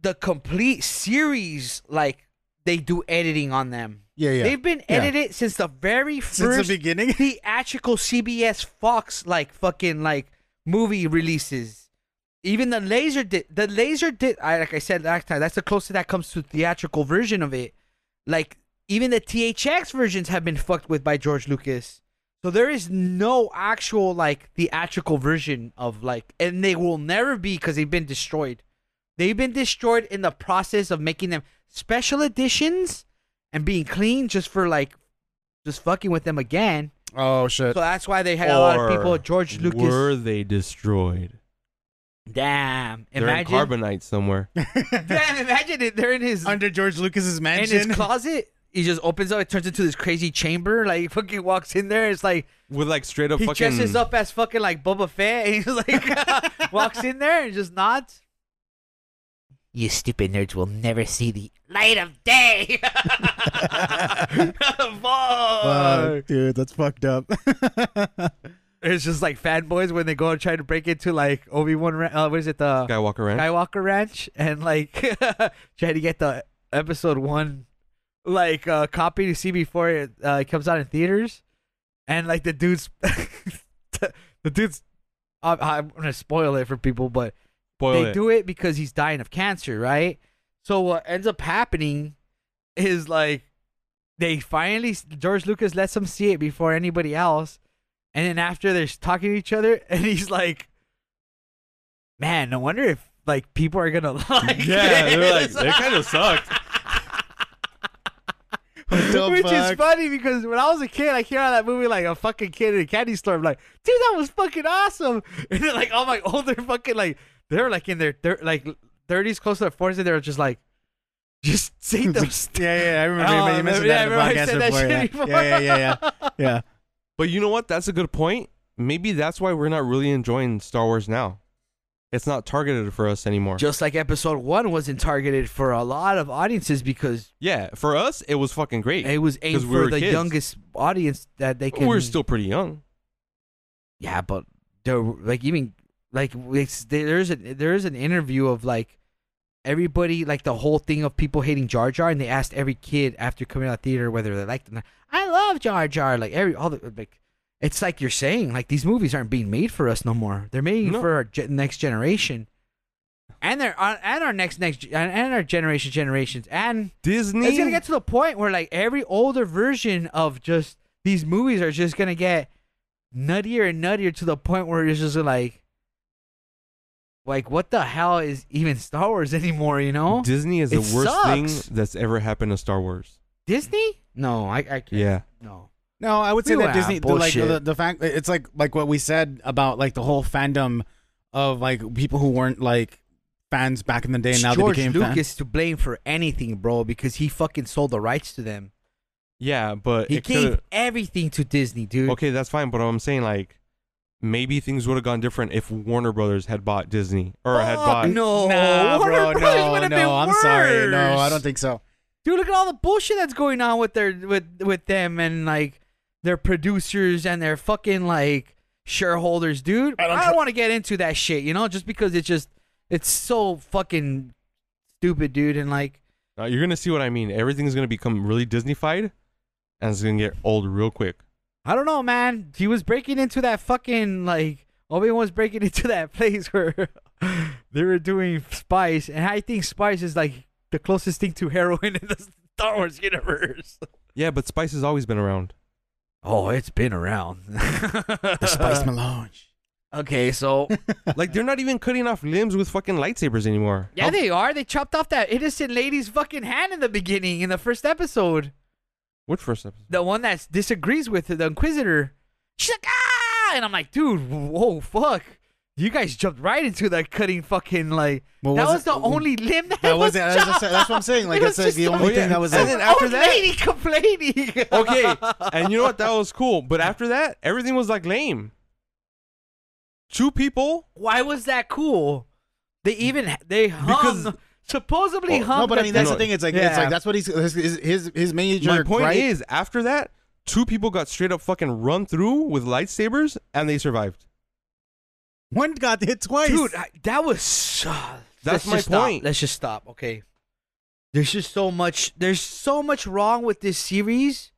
S1: the complete series, like they do editing on them.
S2: yeah, yeah.
S1: They've been
S2: Yeah.
S1: edited since the very
S2: Since
S1: first
S2: the beginning.
S1: theatrical CBS Fox like fucking like movie releases. Even the laser di- the laser di- I like I said last time, that's the closest that comes to theatrical version of it. Like even the THX versions have been fucked with by George Lucas. So there is no actual like theatrical version of like and they will never be cuz they've been destroyed. They've been destroyed in the process of making them special editions and being clean just for like just fucking with them again.
S2: Oh shit.
S1: So that's why they had a lot of people.
S3: Or
S1: George Lucas.
S3: Were they destroyed?
S1: damn.
S3: They're in
S1: Imagine.
S3: carbonite somewhere.
S1: Damn. Imagine it. They're in his in
S2: Under George Lucas's mansion.
S1: his closet. He just opens up. It turns into this crazy chamber. Like he fucking walks in there. It's like
S3: With like straight up
S1: he
S3: fucking.
S1: dresses up as fucking like Boba Fett. And he's like walks in there and just nods. You stupid nerds will never see the light of day. Fuck.
S2: Fuck, dude, that's fucked up.
S1: It's just like fanboys when they go and try to break into like Obi Wan. Uh, what is it? The
S3: Skywalker Ranch.
S1: Skywalker Ranch and like try to get the episode one like uh copy to see before it uh, comes out in theaters. And like the dude's the dude's I, I'm gonna spoil it for people, but
S3: Spoil
S1: they
S3: it.
S1: do it because he's dying of cancer, right? So what ends up happening is like they finally George Lucas lets him see it before anybody else, and then after they're talking to each other, and he's like, "Man, no wonder if like people are gonna like."
S3: yeah, they're like
S1: this."
S3: they kind of sucked.
S2: What the
S1: Which is
S2: fuck?
S1: funny because when I was a kid, I came out of that movie like a fucking kid in a candy store. I'm like, dude, that was fucking awesome. And then like all my older fucking like they're like in their thir- like 30s, close to their 40s, and they're just like, Just say those.
S2: yeah, yeah, yeah, I remember
S1: Oh,
S2: you
S1: I
S2: mentioned
S1: remember- yeah, I
S2: that
S1: remember I
S2: in
S1: said
S2: the
S1: that
S2: podcast
S1: shit
S2: before. Yeah. yeah, yeah, yeah, yeah, yeah.
S3: But you know what? That's a good point. Maybe that's why we're not really enjoying Star Wars now. It's not targeted for us anymore.
S1: Just like episode one wasn't targeted for a lot of audiences because
S3: yeah, for us, it was fucking great.
S1: it was aimed
S3: 'Cause we
S1: for
S3: were
S1: the
S3: kids.
S1: youngest audience that they can.
S3: we're still pretty young.
S1: yeah, but there like even like it's, there's a there's an interview of like everybody like the whole thing of people hating Jar Jar and they asked every kid after coming out of theater whether they liked it. or not. I love Jar Jar. Like every all the like. It's like you're saying, like these movies aren't being made for us no more. They're made
S3: No.
S1: for our ge- next generation, and they're uh, and our next next and- and our generation generations and
S3: Disney.
S1: it's gonna get to the point where like every older version of just these movies are just gonna get nuttier and nuttier to the point where it's just like, like what the hell is even Star Wars anymore? You know,
S3: Disney is the
S1: It
S3: worst
S1: sucks.
S3: thing that's ever happened to Star Wars.
S1: Disney? No, I, I can't.
S3: Yeah.
S1: no.
S2: No, I would say
S1: We
S2: that
S1: were
S2: Disney,
S1: out,
S2: like the,
S1: bullshit.
S2: the fact, it's like like what we said about like the whole fandom of like people who weren't like fans back in the day, and
S1: It's
S2: now
S1: George
S2: they became
S1: Lucas to blame for anything, bro, because he fucking sold the rights to them.
S3: Yeah, but
S1: He
S3: it
S1: gave
S3: coulda-
S1: everything to Disney, dude.
S3: Okay, that's fine, but I'm saying like maybe things would have gone different if Warner Brothers had bought Disney or had
S1: Fuck
S3: bought
S1: no,
S2: Nah,
S1: Warner
S2: bro,
S1: Brothers
S2: no,
S1: would've been
S2: no, I'm sorry, no, I
S1: worse.
S2: don't think so.
S1: dude look at all the bullshit that's going on with their with with them and like their producers and their fucking like shareholders dude i
S2: I
S1: don't,
S2: don't tr-
S1: want to get into that shit you know just because it's just it's so fucking stupid dude and like
S3: Uh, you're gonna see what I mean. Everything's gonna become really Disneyfied, and it's gonna get old real quick.
S1: i don't know man he was breaking into that fucking like obi-wan was breaking into that place where they were doing spice and i think spice is like the closest thing to heroin in the star wars universe
S3: Yeah, but Spice has always been around.
S1: oh it's been around the
S2: The Spice Melange.
S1: okay so
S3: Like they're not even cutting off limbs with fucking lightsabers anymore.
S1: Yeah,
S3: How-
S1: they are. They chopped off that innocent lady's fucking hand in the beginning in the first episode.
S3: Which first episode?
S1: The one that disagrees with the Inquisitor. She's like, ah! And I'm like, dude, whoa, fuck. You guys jumped right into that cutting fucking like.
S2: What
S1: that
S2: was
S1: was
S2: it?
S1: the only limb that,
S2: That
S1: was,
S2: was it. That's,
S1: chopped
S2: just, that's what I'm saying. Like
S1: It was
S2: it's like
S1: just
S2: the
S1: the-
S2: only
S3: Oh,
S2: thing
S3: yeah.
S2: that was.
S1: And
S2: Like,
S3: And then after
S1: old
S3: that-
S1: lady complaining.
S3: Okay, and you know what? That was cool. But after that, everything was like lame. Two people.
S1: Why was that cool? They even they hung
S3: Because-
S1: supposedly hung.
S2: Oh, no, but I mean that's the thing. It's like it's
S1: Yeah.
S2: like that's what he's his his, his major.
S3: My point
S2: gripe-
S3: is, after that, two people got straight up fucking run through with lightsabers, and they survived.
S2: one got hit twice.
S1: dude I, that was uh, let's
S3: That's my
S1: just stop.
S3: point.
S1: let's just stop okay there's just so much there's so much wrong with this series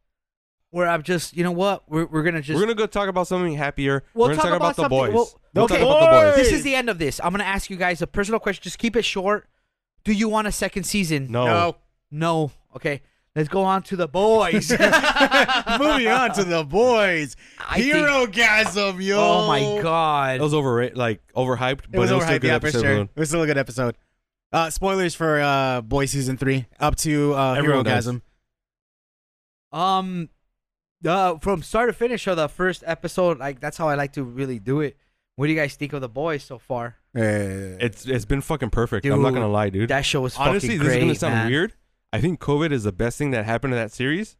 S1: where i'm just you know what we're, we're gonna just
S3: We're gonna go talk about something happier.
S1: We'll
S3: We're gonna
S1: talk
S3: talk, about,
S1: about
S3: the
S1: something-
S3: boys.
S1: well,
S3: We'll
S2: okay.
S3: talk about the boys.
S1: this is the end of this i'm gonna ask you guys a personal question just keep it short do you want a second season
S3: No.
S2: no.
S1: no okay let's go on to the boys
S2: Moving on to the boys.
S1: I think-
S2: Hero gasm, yo.
S1: oh my
S3: It
S1: god
S3: was overrated, like overhyped, but
S2: It was,
S3: still a
S2: overhyped.
S3: good
S2: Yeah, for
S3: episode.
S2: sure.
S3: man.
S2: It was still a good episode. Uh, spoilers for uh, Boy season three up to uh, Hero
S3: Everyone does.
S2: gasm.
S1: Um, uh, from start to finish of the first episode, like that's how I like to really do it. What do you guys think of the boys so far?
S3: It's it's been fucking perfect. I'm not
S1: Dude,
S3: gonna lie, dude.
S1: That show was
S3: Honestly,
S1: fucking
S3: this
S1: great,
S3: is gonna sound
S1: man.
S3: weird. I think COVID is the best thing that happened to that series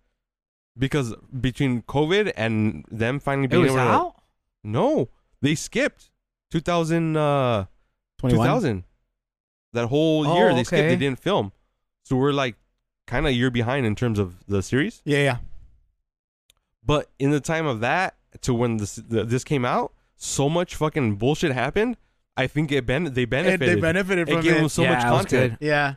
S3: because between COVID and them finally
S1: It
S3: being
S1: was
S3: able
S1: out.
S3: to no, they skipped 2000 uh,
S2: 21.
S3: 2000. That whole year
S1: Oh,
S3: they skipped. They
S1: okay.
S3: didn't film, so we're like kind of a year behind in terms of the series.
S2: Yeah, yeah.
S3: But in the time of that to when this the, this came out, so much fucking bullshit happened. I think it ben- they
S2: And
S3: benefited.
S2: they benefited
S3: it
S2: from
S3: gave them
S2: it.
S3: so
S1: Yeah,
S3: much
S1: it was
S3: content.
S1: good.
S2: Yeah.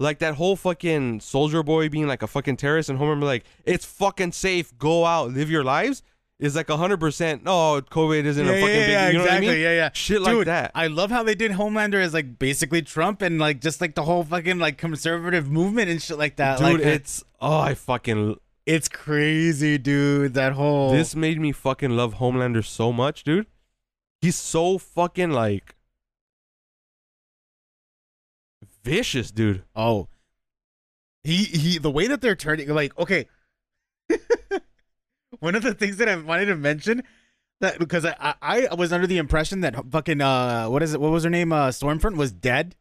S3: Like that whole fucking soldier boy being like a fucking terrorist and Homer being like, it's fucking safe, go out, live your lives is like hundred percent. No, COVID isn't
S2: yeah,
S3: a fucking
S2: yeah,
S3: big
S2: yeah,
S3: you know
S2: exactly.
S3: what I mean?
S2: Yeah, yeah.
S3: Shit
S2: Dude,
S3: like that.
S2: I love how they did Homelander as like basically Trump and like just like the whole fucking like conservative movement and shit like that.
S3: Dude,
S2: like,
S3: it's oh I fucking
S2: it's crazy, dude. That whole
S3: this made me fucking love Homelander so much, dude. He's so fucking like vicious, dude.
S2: Oh. He he the way that they're turning like okay. One of the things that I wanted to mention that because I, I I was under the impression that fucking uh what is it what was her name uh Stormfront was dead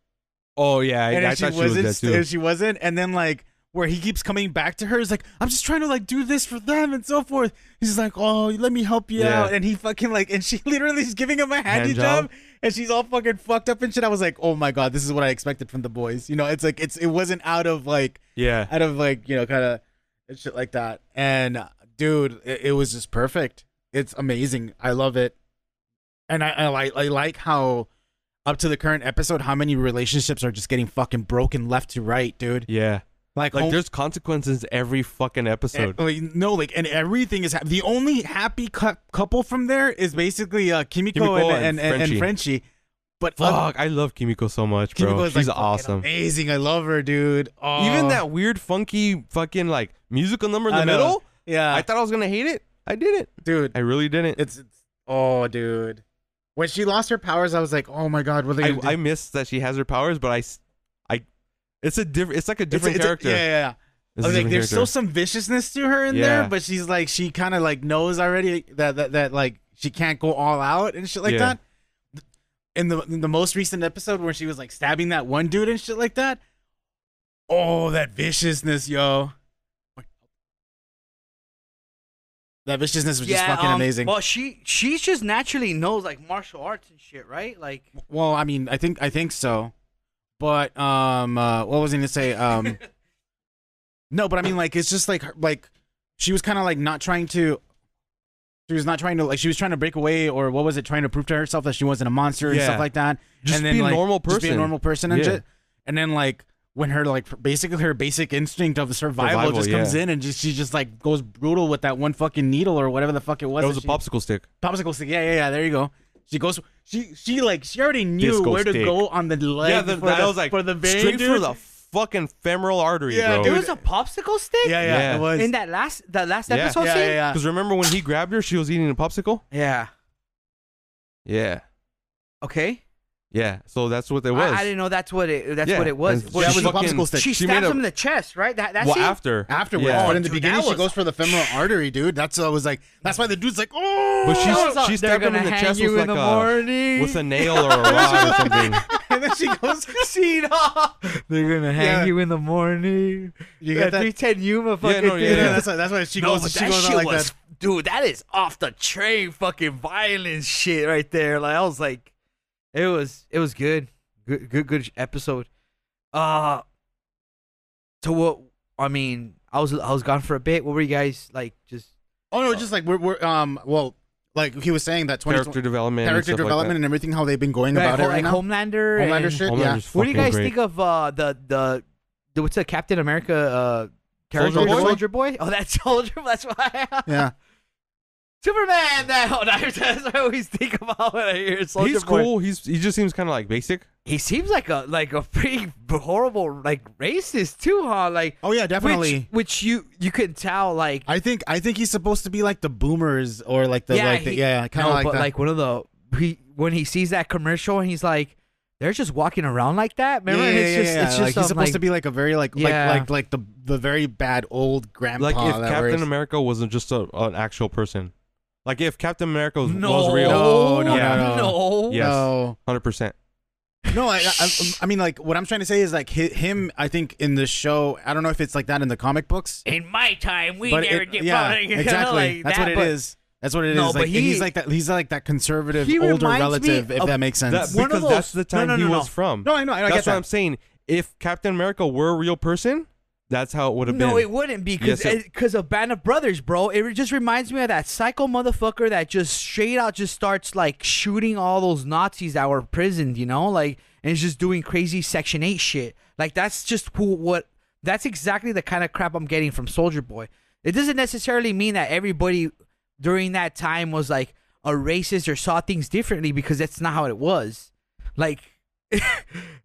S3: Oh yeah, I,
S2: and
S3: I
S2: if she
S3: thought she was
S2: wasn't,
S3: dead too.
S2: if she wasn't, and then like where he keeps coming back to her is like, I'm just trying to like do this for them and so forth. He's like, oh, let me help you
S3: Yeah.
S2: out, and he fucking like, and she literally is giving him a handy
S3: Hand
S2: job.
S3: job?
S2: and she's all fucking fucked up and shit. I was like, oh my god, this is what I expected from the boys. You know, it's like it's it wasn't out of like
S3: yeah,
S2: out of like you know kind of shit like that. And uh, dude, it, it was just perfect. It's amazing. I love it, and I I like I like how up to the current episode, how many relationships are just getting fucking broken left to right, dude.
S3: yeah.
S2: Like,
S3: Like
S2: home-
S3: there's consequences every fucking
S2: and,
S3: episode.
S2: like, no, like, and everything is ha- the only happy cou- couple from there is basically uh, Kimiko,
S3: Kimiko
S2: and, and,
S3: and
S2: and, and
S3: Frenchie.
S2: Frenchie. But
S3: Fuck, I love Kimiko so much, bro.
S2: Kimiko is
S3: She's
S2: like fucking
S3: awesome.
S2: amazing. I love her, dude. Oh,
S3: Even that weird, funky, fucking like musical number in
S2: I
S3: the
S2: know.
S3: middle.
S2: yeah,
S3: I thought I was gonna hate it. I didn't.
S2: dude.
S3: Ah. I really didn't.
S2: It's, it's oh, dude. When she lost her powers, I was like, oh my god, what are they?
S3: I,
S2: gonna do?
S3: I miss that she has her powers, but I, s- I, it's a different. It's like a
S2: It's a-
S3: different
S2: it's a-
S3: character.
S2: yeah, yeah, yeah.
S3: It's
S2: I
S3: a
S2: was like,
S3: different
S2: there's still
S3: character.
S2: some viciousness to her in
S3: Yeah.
S2: there, but she's like, she kind of like knows already that, that that like she can't go all out and shit like
S3: Yeah.
S2: that. In the in the most recent episode where she was like stabbing that one dude and shit like that. Oh, that viciousness, yo. That viciousness was just fucking
S1: um,
S2: amazing.
S1: Well, she she just naturally knows like martial arts and shit, right? Like
S2: Well, I mean, I think I think so, but um, uh, what was I gonna say? Um, no, but I mean, like, it's just like her- like she was kind of like not trying to. She was not trying to like she was trying to break away or what was it trying to prove to herself that she wasn't a monster and
S3: Yeah.
S2: stuff like that.
S3: Just
S2: and then
S3: be a
S2: like,
S3: normal
S2: Just be a
S3: person.
S2: normal person and
S3: Yeah.
S2: shit. And then like when her like basically her basic instinct of survival,
S3: Survival,
S2: just comes
S3: yeah.
S2: in and just she just like goes brutal with that one fucking needle or whatever the fuck it was. that
S3: That was a
S2: she-
S3: popsicle stick.
S2: popsicle stick. Yeah, yeah, yeah. There you go. She goes. She she like she already knew
S3: Disco
S2: where to
S3: stick.
S2: go on the leg.
S3: yeah, the,
S2: for
S3: that
S2: the,
S3: was like
S2: for the vein,
S3: straight for
S2: dude.
S3: the fucking femoral artery,
S2: Yeah,
S3: bro.
S1: it
S2: dude.
S1: was a popsicle stick.
S2: yeah, yeah,
S3: Yeah.
S2: It was.
S1: In that last that last
S3: Yeah.
S1: episode
S2: yeah,
S1: scene.
S2: yeah, yeah.
S3: Because remember when he grabbed her, she was eating a popsicle.
S1: Yeah.
S3: Yeah,
S1: Okay.
S3: yeah. So that's what it was.
S1: I, I didn't know that's what it that's
S3: Yeah.
S1: what it was.
S3: And
S1: Well,
S2: that
S3: she
S2: was a
S1: she,
S3: fucking-
S2: popsicle stick.
S1: she
S3: she
S1: stabs
S3: made a-
S1: him in the chest, right? That that
S3: Well,
S1: scene.
S3: after
S2: Afterwards, Oh,
S3: Yeah.
S2: but in the
S1: Dude,
S2: beginning,
S1: that
S2: she
S1: was-
S2: goes for the femoral artery, dude. That's what I was like. That's why the dude's like, oh.
S3: But
S1: That
S3: she's-
S1: was all-
S3: she
S1: "They're
S3: stabbed him in
S1: gonna
S3: the
S1: hang
S3: chest
S1: you
S3: with
S1: in
S3: like
S1: the
S3: a-
S1: morning.
S3: with a nail or a rod or something.
S2: and then she goes.
S1: See, no. They're gonna hang
S2: Yeah.
S1: you in the morning.
S2: You get that?
S1: 310 Yuma fucking
S3: no,
S2: Yeah,
S1: thing.
S3: Yeah.
S2: that's why. That's why she
S1: No,
S2: goes.
S1: but
S2: she
S1: that
S2: goes
S1: shit
S2: out like
S1: was,
S2: that.
S1: dude. That is off the train, fucking violence shit right there. Like I was like, it was, it was good, good, good, good episode. Uh, so what? I mean, I was, I was gone for a bit. What were you guys like? Just
S2: Oh no, just like we're, we're um well, like he was saying that twenty
S3: Character development. and
S2: character
S3: stuff like that.
S2: development and everything, how they've been going about
S1: like,
S2: it
S1: Ho- like
S2: right now.
S1: Homelander.
S2: Homelander
S1: and-
S2: shit,
S3: Homelander's
S2: yeah.
S3: fucking
S1: What do you guys
S3: great.
S1: think of uh the the the what's the Captain America uh character
S2: Soldier Boy?
S1: Soldier Boy? Oh, that's Soldier. That's why.
S2: Yeah,
S1: Superman. That oh, that's what I always think about when I hear Soldier
S3: He's
S1: Boy.
S3: cool. He's he just seems kind of like basic.
S1: he seems like a like a pretty horrible like racist too, huh? Like
S2: Oh, yeah, definitely.
S1: Which, which you you could tell like
S2: I think I think he's supposed to be like the boomers or like the like the,
S1: he-
S2: yeah, kind of
S1: no,
S2: like
S1: but
S2: that.
S1: like one of the he when he sees that commercial and he's like they're just walking around like that. Remember,
S2: yeah,
S1: And
S2: yeah,
S1: it's
S2: yeah,
S1: just
S2: yeah.
S1: it's just
S2: like he's
S1: um,
S2: supposed
S1: like,
S2: to be like a very like
S1: Yeah.
S2: like like like the the very bad old grandpa.
S3: Like if
S2: that
S3: Captain
S2: wears-
S3: America wasn't just a, an actual person. Like if Captain America was,
S1: no,
S3: was real,
S2: No, no,
S3: Yeah.
S2: no,
S1: no.
S3: Yeah. Yes.
S2: No,
S3: hundred percent.
S2: no. I, I, I mean, like what I'm trying to say is like hi- him. I think in the show, I don't know if it's like that in the comic books,
S1: In my time, we
S2: but
S1: never
S2: it,
S1: did
S2: yeah,
S1: voting, you know,
S2: exactly.
S1: like
S2: That's
S1: that,
S2: what it is.
S1: but
S2: That's what it is.
S1: No,
S2: Like,
S1: but he-
S2: he's like that. He's like that conservative
S1: He
S2: older
S1: reminds me
S2: relative, if
S1: of-
S2: that makes sense.
S3: That,
S1: One of
S3: because
S1: those-
S3: that's the
S1: no,
S3: time
S1: no,
S3: he
S1: no, no.
S3: was from.
S2: no, I know. I know, I
S3: that's
S2: get
S3: what
S2: that.
S3: I'm saying. If Captain America were a real person, that's how it would have been.
S1: No, it wouldn't be because
S3: Yes, it-
S1: because of Band of Brothers, bro. It just reminds me of that psycho motherfucker that just straight out just starts like shooting all those Nazis that were imprisoned, you know, like and is just doing crazy Section Eight shit. Like that's just who what that's exactly the kind of crap I'm getting from Soldier Boy. It doesn't necessarily mean that everybody during that time was like a racist or saw things differently because that's not how it was. Like,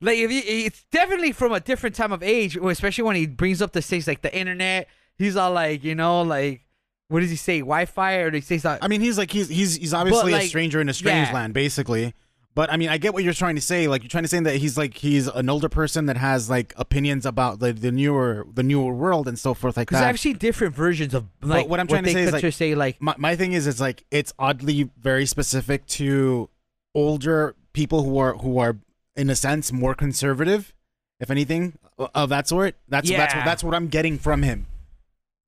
S1: like if you, it's definitely from a different time of age, especially when he brings up the things like the internet. He's all like, you know, like what does he say, Wi-Fi, or he says uh, like,
S2: I mean, he's like he's he's he's obviously a
S1: like,
S2: stranger in a strange
S1: yeah.
S2: land, basically. But I mean, I get what you're trying to say. Like you're trying to say that he's like he's an older person that has like opinions about like the newer the newer world and so forth like
S1: because
S2: that.
S1: I've seen different versions of like
S2: what I'm trying to
S1: they
S2: say is,
S1: consider-
S2: like,
S1: say like
S2: my my thing is it's like it's oddly very specific to older people who are who are in a sense more conservative if anything of that sort. That's that's what
S1: Yeah.
S2: that's what I'm getting from him.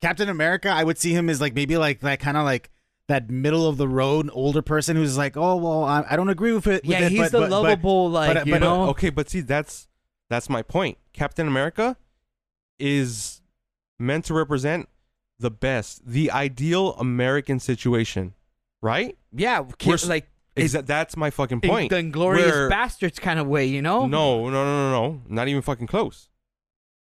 S2: Captain America, I would see him as like maybe like that kind of like that middle of the road older person who's like, oh well, I, I don't agree with it. with
S1: yeah,
S2: it,
S1: he's
S2: but-
S1: the
S2: but- but-
S1: lovable, like
S2: but-
S1: you
S2: but-
S1: know.
S3: Okay, but see, that's that's my point. Captain America is meant to represent the best, the ideal American situation, right?
S1: Yeah,
S3: We're
S1: kid,
S3: s-
S1: like
S3: Is that that's my fucking
S1: in
S3: point?
S1: the Inglorious
S3: Where-
S1: Bastards kind of way, you know.
S3: No, no, no, no, no, not even fucking close.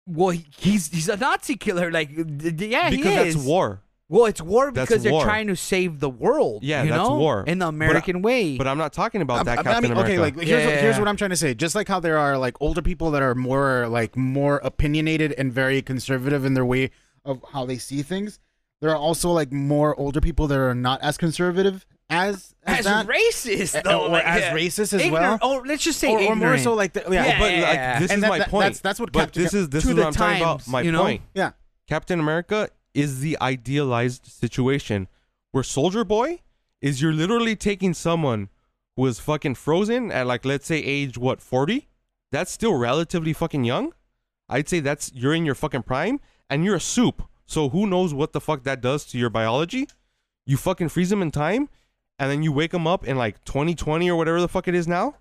S1: Well, he- he's he's a Nazi killer. Like, d- d- yeah,
S3: because
S1: he is.
S3: that's war.
S1: Well, it's war
S3: That's
S1: because they're
S3: war.
S1: trying to save the world.
S3: Yeah,
S1: you
S3: that's
S1: know?
S3: war.
S1: in the American way.
S3: But I'm not talking about
S2: I'm-
S3: that
S2: I'm-
S3: Captain America.
S2: Okay, like here's, what,
S1: Yeah.
S2: here's what I'm trying to say. Just like how there are like older people that are more like more opinionated and very conservative in their way of how they see things, there are also like more older people that are not as conservative as as,
S1: as
S2: that,
S1: racist,
S2: a-
S1: though,
S2: or
S1: like,
S2: as
S1: yeah.
S2: racist as
S1: Ignor-
S2: well,
S1: Oh, let's just say
S2: or, or more
S1: ignorant.
S2: so like the, yeah,
S1: Yeah.
S3: but like, this
S2: And
S3: is
S2: that-
S3: my
S2: that-
S3: point.
S2: that's- that's what
S3: But
S2: Captain-
S3: this is this
S1: to
S3: is
S1: the
S3: what I'm talking about.
S1: times,
S3: My
S1: you know?
S3: point.
S2: yeah.
S3: Captain America is the idealized situation where Soldier Boy is you're literally taking someone who is fucking frozen at like let's say age what 40 that's still relatively fucking young I'd say that's you're in your fucking prime and you're a soup so who knows what the fuck that does to your biology you fucking freeze them in time and then you wake them up in like 2020 or whatever the fuck it is now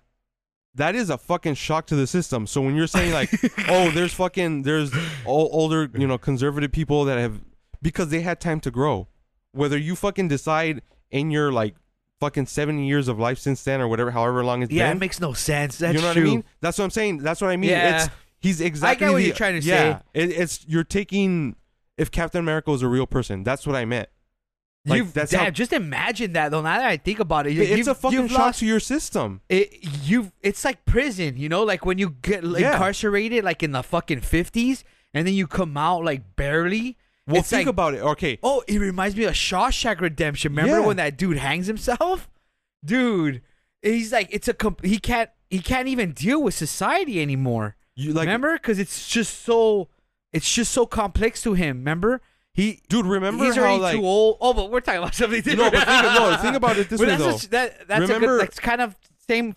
S3: that is a fucking shock to the system so when you're saying like oh there's fucking there's all older you know conservative people that have because they had time to grow whether you fucking decide in your like fucking 70 years of life since then or whatever however long it's
S1: yeah, it
S3: been
S1: makes no sense. That's
S3: you know what
S1: true.
S3: i mean that's what i'm saying that's what i mean
S1: Yeah.
S3: it's he's exactly
S1: what
S3: the-
S1: you're trying to
S3: yeah,
S1: say.
S3: it, it's you're taking if captain america was a real person that's what i meant like
S1: You've-
S3: that's
S1: damn,
S3: how
S1: just imagine that though. Now that I think about it, you-
S3: it's
S1: you've-
S3: a fucking
S1: you've
S3: shock
S1: lost
S3: to your system
S1: it you it's like prison you know like when you get like,
S3: Yeah.
S1: incarcerated like in the fucking 50s and then you come out like barely
S3: well
S1: it's like,
S3: think about it okay
S1: oh it reminds me of shawshank redemption remember
S3: Yeah.
S1: when that dude hangs himself dude he's like it's a comp- he can't he can't even deal with society anymore
S3: you like
S1: remember because it's just so it's just so complex to him remember he
S3: dude remember
S1: he's
S3: how
S1: already
S3: like
S1: too old. Oh, but we're talking about something
S3: No,
S1: different.
S3: but think, no, think about it this
S1: But
S3: way
S1: that's
S3: though.
S1: just- that, that's a
S3: Remember-
S1: good, that's kind of same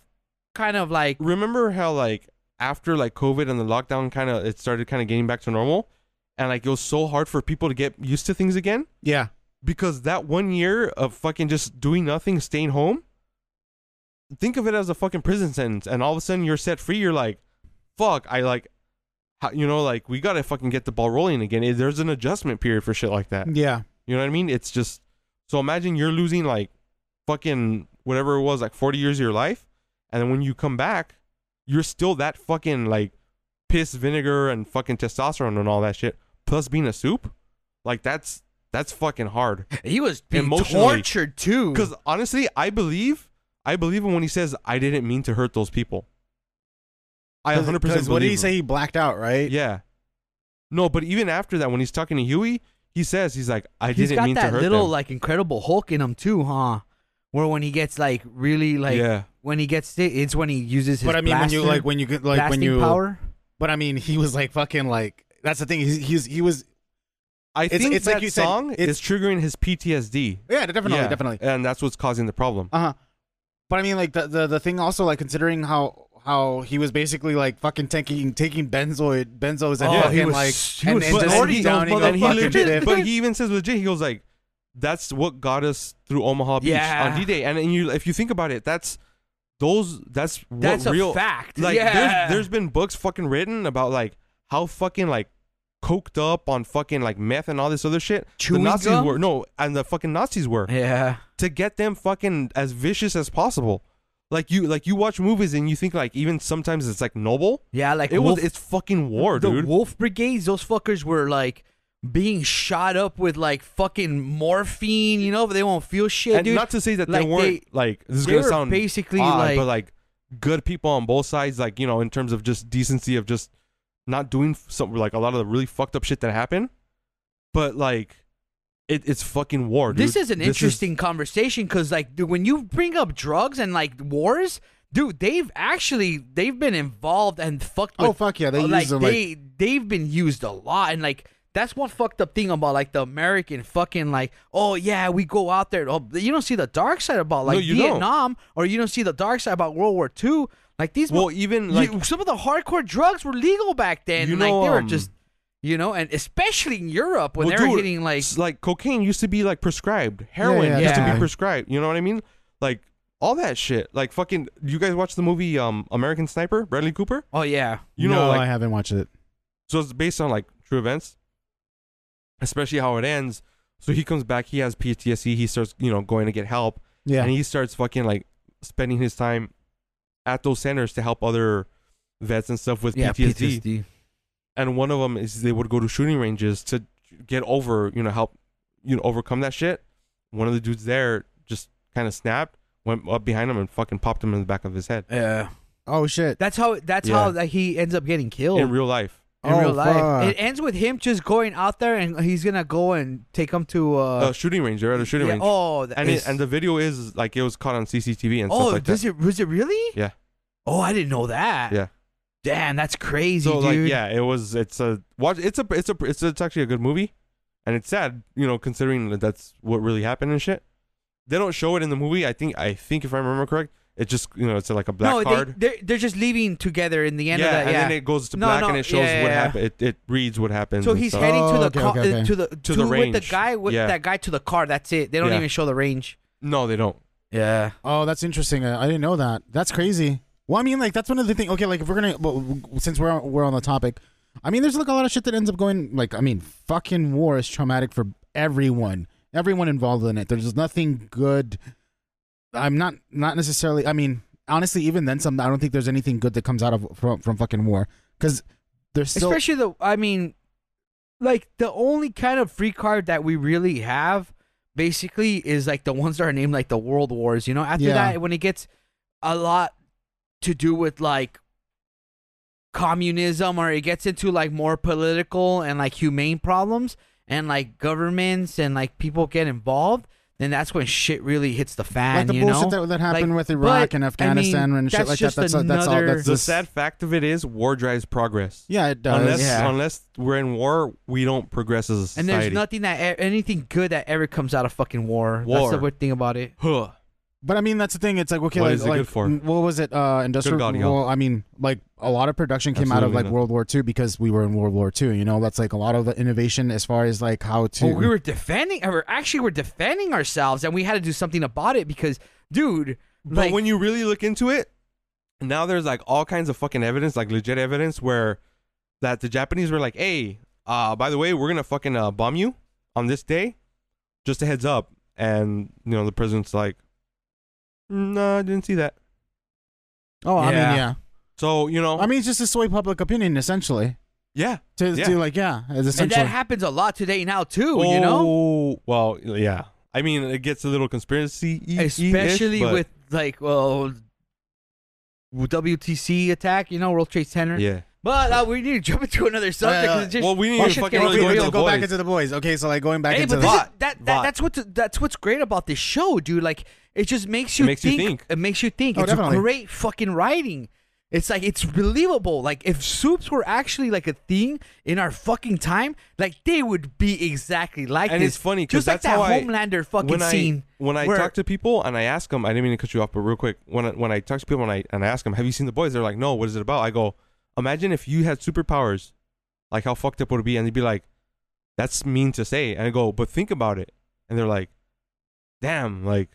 S1: kind of like
S3: remember how like after like COVID and the lockdown kind of it started kind of getting back to normal, and like it was so hard for people to get used to things again
S2: yeah.
S3: because that one year of fucking just doing nothing, staying home. Think of it as a fucking prison sentence, and all of a sudden you're set free. You're like, fuck, I like, how, you know, like we gotta fucking get the ball rolling again. It- There's an adjustment period for shit like that.
S2: Yeah.
S3: You know what I mean? It's just so imagine you're losing like fucking whatever it was, like 40 years of your life, and then when you come back, you're still that fucking like piss vinegar and fucking testosterone and all that shit, plus being a soup. Like that's that's fucking hard.
S1: he was being
S3: Emotionally.
S1: tortured too.
S3: Because honestly, I believe I believe him when he says I didn't mean to hurt those people. I 100 percent.
S2: What did he say? He blacked out, right?
S3: Yeah. No, but even after that, when he's talking to Huey, he says he's like, I
S1: he's
S3: didn't
S1: got
S3: mean
S1: that
S3: to hurt
S1: little
S3: them.
S1: like Incredible Hulk in him too, huh? Where when he gets like really like
S3: yeah.
S1: when he gets sick, it's when he uses his.
S2: But I mean, when you
S1: blaster-
S2: like when you could- like when
S1: blasting
S2: you.
S1: power.
S2: But I mean, he was like fucking like. That's the thing. He's, he's he was
S3: I
S2: It's-
S3: think
S2: it's
S3: that
S2: like you said,
S3: song
S2: it's-
S3: is triggering his PTSD.
S2: yeah definitely
S3: Yeah,
S2: definitely
S3: And that's what's causing the problem.
S2: Uh huh. But I mean, like the, the the thing also, like considering how how he was basically like fucking taking taking benzoid benzos and
S1: Oh, he
S2: fucking
S1: was-
S2: like
S1: he
S2: and,
S1: was
S2: and just
S1: snorting those
S2: downing
S1: motherfuckers.
S2: a
S3: and he
S1: fucking
S3: legit,
S1: did.
S2: fucking
S3: but he even says legit, he goes like, "That's what got us through Omaha Beach
S1: Yeah.
S3: on D-Day." And, and you, if you think about it, that's those. That's what
S1: That's a
S3: real
S1: fact.
S3: Like,
S1: yeah.
S3: there's there's been books fucking written about like how fucking like coked up on fucking like meth and all this other shit.
S1: Chewing
S3: the Nazis
S1: gum?
S3: were no, and the fucking Nazis were.
S1: yeah.
S3: to get them fucking as vicious as possible. Like you, like you watch movies and you think like even sometimes it's like noble.
S1: Yeah, like
S3: it
S1: Wolf-
S3: was it's fucking war,
S1: the
S3: dude.
S1: Wolf Brigades, those fuckers were like being shot up with like fucking morphine, you know, but they won't feel shit,
S3: and
S1: dude.
S3: not to say that
S1: like,
S3: they weren't
S1: they-
S3: like this is
S1: they
S3: gonna
S1: were
S3: sound
S1: basically,
S3: odd,
S1: like-
S3: but like good people on both sides, like you know, in terms of just decency of just not doing f- some like a lot of the really fucked up shit that happened. But like, it, it's fucking war, dude.
S1: this is an
S3: is-
S1: interesting conversation because, like, dude, when you bring up drugs and like wars, dude, they've actually they've been involved and fucked.
S2: Oh,
S1: with-
S2: fuck yeah, they
S1: uh,
S2: use
S1: like,
S2: them, like-
S1: they they've been used a lot, and like that's one fucked up thing about like the American fucking like, oh yeah, we go out there. Oh, you don't see the dark side about like
S3: you don't.
S1: Vietnam, or you don't see the dark side about World War II. Like these,
S3: Well, even
S1: mo-
S3: like
S1: you- some of the hardcore drugs were legal back then.
S3: You
S1: and, like
S3: know,
S1: they were
S3: um,
S1: just, you know, and especially in Europe when
S3: Well,
S1: they were
S3: dude,
S1: hitting like
S3: s- like cocaine used to be like prescribed. Heroin
S2: yeah,
S3: used to
S1: yeah.
S3: be prescribed. You know what I mean? Like all that shit. Like fucking. You guys watch the movie um American Sniper? Bradley Cooper.
S1: oh yeah,
S3: You know,
S2: No,
S3: like
S2: I haven't watched it.
S3: so it's based on like true events, especially how it ends. So he comes back. He has PTSD. He starts you know going to get help,
S2: Yeah,
S3: and he starts fucking like spending his time at those centers to help other vets and stuff with
S1: yeah
S3: PTSD and one of them is they would go to shooting ranges to get over, you know, help, you know, overcome that shit. One of the dudes there just kind of snapped, went up behind him and fucking popped him in the back of his head
S1: Yeah,
S2: Oh shit!
S1: that's how that's
S3: Yeah.
S1: how like, he ends up getting killed.
S3: in real life.
S1: in
S2: Oh,
S1: real life.
S2: fuck.
S1: It ends with him just going out there and he's gonna go and take him to uh,
S3: A shooting range, they're Oh, at a shooting
S1: yeah,
S3: range.
S1: Oh, that
S3: and
S1: is-
S3: it, and the video is like it was caught on CCTV and
S1: oh,
S3: stuff like
S1: does
S3: that.
S1: it was it really?
S3: Yeah.
S1: Oh, I didn't know that.
S3: Yeah.
S1: Damn, that's crazy,
S3: So
S1: dude.
S3: like yeah, it was it's a watch it's a it's a it's, it's actually a good movie, and it's sad you know considering that that's what really happened and shit. They don't show it in the movie. I think I think if I remember correct, it just you know it's like a black
S1: no,
S3: card.
S1: They, they're they're just leaving together in the end
S3: yeah,
S1: of that.
S3: and
S1: yeah.
S3: then it goes to
S1: No,
S3: black
S1: no,
S3: and it shows
S1: yeah,
S3: what
S1: yeah, yeah.
S3: happened. It, it reads what happens.
S1: so
S3: and
S1: he's
S3: stuff.
S1: heading to
S2: Oh,
S1: the
S2: okay,
S1: car,
S2: okay,
S1: uh,
S2: okay.
S1: to the to,
S3: the
S1: with the
S3: range.
S1: guy with
S3: Yeah.
S1: that guy to the car. That's it. They don't
S3: Yeah.
S1: even show the range.
S3: no, they don't.
S1: Yeah.
S2: Oh, that's interesting. I, I didn't know that. That's crazy. Well, I mean, like that's one of the things. Okay, like if we're gonna, well, since we're we're on the topic, I mean, there's like a lot of shit that ends up going. Like, I mean, fucking war is traumatic for everyone. Everyone involved in it. There's just nothing good. I'm not not necessarily. I mean, honestly, even then, some I don't think there's anything good that comes out of from from fucking war because there's still
S1: Especially the I mean, like the only kind of free card that we really have basically is like the ones that are named like the World Wars. You know, after
S2: Yeah.
S1: that when it gets a lot to do with like communism or it gets into like more political and like humane problems and like governments and like people get involved. Then that's when shit really hits the fan,
S2: like the
S1: you know.
S2: bullshit that, that happened
S1: Like,
S2: with Iraq
S1: but, I
S2: and
S1: mean,
S2: Afghanistan and shit
S1: that's
S2: like that.
S1: just
S2: That's all- that's all.
S1: another-
S2: That's
S3: The
S2: just-
S3: sad fact of it is, war drives progress.
S2: Yeah, it does.
S3: Unless
S1: Yeah.
S3: unless we're in war, we don't progress as a
S1: and
S3: society.
S1: there's nothing that e- anything good that ever comes out of fucking war. That's
S3: War.
S1: the weird thing about it.
S3: Huh.
S2: But I mean, that's the thing. It's like okay,
S3: What
S2: like,
S3: is it good
S2: like,
S3: for?
S2: n- What was it? Uh, industrial.
S3: God, yeah.
S2: well, I mean, like a lot of production came out of
S3: Absolutely
S2: like
S3: not.
S2: World War II because we were in World War II. You know, that's like a lot of the innovation as far as like how to.
S3: Oh,
S1: Well, we were defending, or actually, we're defending ourselves, and we had to do something about it because, dude,
S3: But
S1: like,
S3: when you really look into it, now there's like all kinds of fucking evidence, like legit evidence, where that the Japanese were like, "Hey, uh, by the way, we're gonna fucking uh, bomb you on this day, just a heads up." And you know, the president's like, "No, I didn't see that."
S2: oh, I mean,
S1: Yeah.
S2: yeah.
S3: So you know,
S2: I mean, it's just to sway public opinion essentially.
S3: yeah,
S2: To,
S3: Yeah.
S2: to like, yeah, it's
S1: and
S2: essentially.
S1: that happens a lot today now too, you know,
S3: Oh, Well, yeah. I mean, it gets a little conspiracy,
S1: especially with like, well, WTC attack, you know, World Trade Center.
S3: yeah.
S1: But uh, we need to jump into another subject. 'cause
S2: uh,
S1: it's just,
S3: well, we didn't
S1: oh,
S3: even
S1: shit's
S3: fucking
S1: getting
S3: really go
S1: real.
S3: into the
S2: go back
S3: boys.
S2: into the boys. Okay, so like going back
S1: Hey,
S2: into
S1: but
S2: the
S1: this is,
S3: Vought.
S1: that, that
S3: Vought.
S1: that's what's that's what's great about this show, dude. Like it just makes you
S3: makes you
S1: think,
S3: think.
S1: It makes you think.
S2: Oh,
S1: it's
S2: definitely.
S1: great fucking writing. It's like it's believable. Like if soups were actually like a thing in our fucking time, like they would be exactly like
S3: and
S1: this.
S3: it's funny because
S1: just like that
S3: that's how I-
S1: Homelander fucking
S3: when I,
S1: scene.
S3: When I
S1: where-
S3: talk to people and I ask them, I didn't mean to cut you off, but real quick, when I, when I talk to people and I and I ask them, "Have you seen the boys?" They're like, "No, what is it about?" I go, "Imagine if you had superpowers, like how fucked up would it be?" And they'd be like, "That's mean to say," and I go, "But think about it," and they're like, "Damn, like,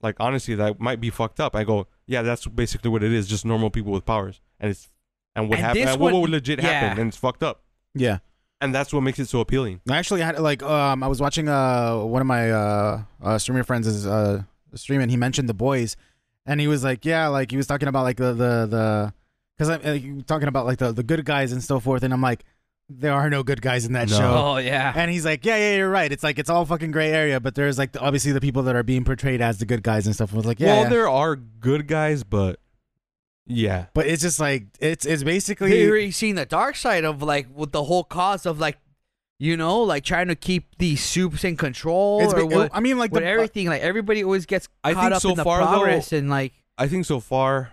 S3: like honestly, that might be fucked up." I go, "Yeah, that's basically what it is, just normal people with powers, and it's and what
S1: And
S3: happened,
S1: this
S3: and what
S1: one-
S3: would legit happen,
S1: yeah.
S3: and it's fucked up,
S2: yeah.
S3: and that's what makes it so appealing."
S2: I actually had like um I was watching uh one of my uh, uh streamer friends is uh stream and he mentioned the boys, and he was like yeah like he was talking about like the the the because I'm like, talking about like the the good guys and so forth and I'm like there are no good guys in that
S3: No.
S2: show.
S1: oh yeah,
S2: And he's like, yeah, yeah, you're right. It's like it's all fucking gray area, but there's like the, obviously the people that are being portrayed as the good guys and stuff. I was like, yeah,
S3: well,
S2: yeah.
S3: there are good guys, but yeah.
S2: but it's just like it's it's basically
S1: they already seen the dark side of like with the whole cause of like, you know, like trying to keep these soups in control
S2: it's,
S1: or
S2: ba-
S1: what,
S2: I mean like
S1: with
S2: the uh,
S1: everything. Like everybody always gets
S3: I
S1: caught
S3: think
S1: up
S3: so
S1: in the
S3: far, though-
S1: progress and like.
S3: I think so far,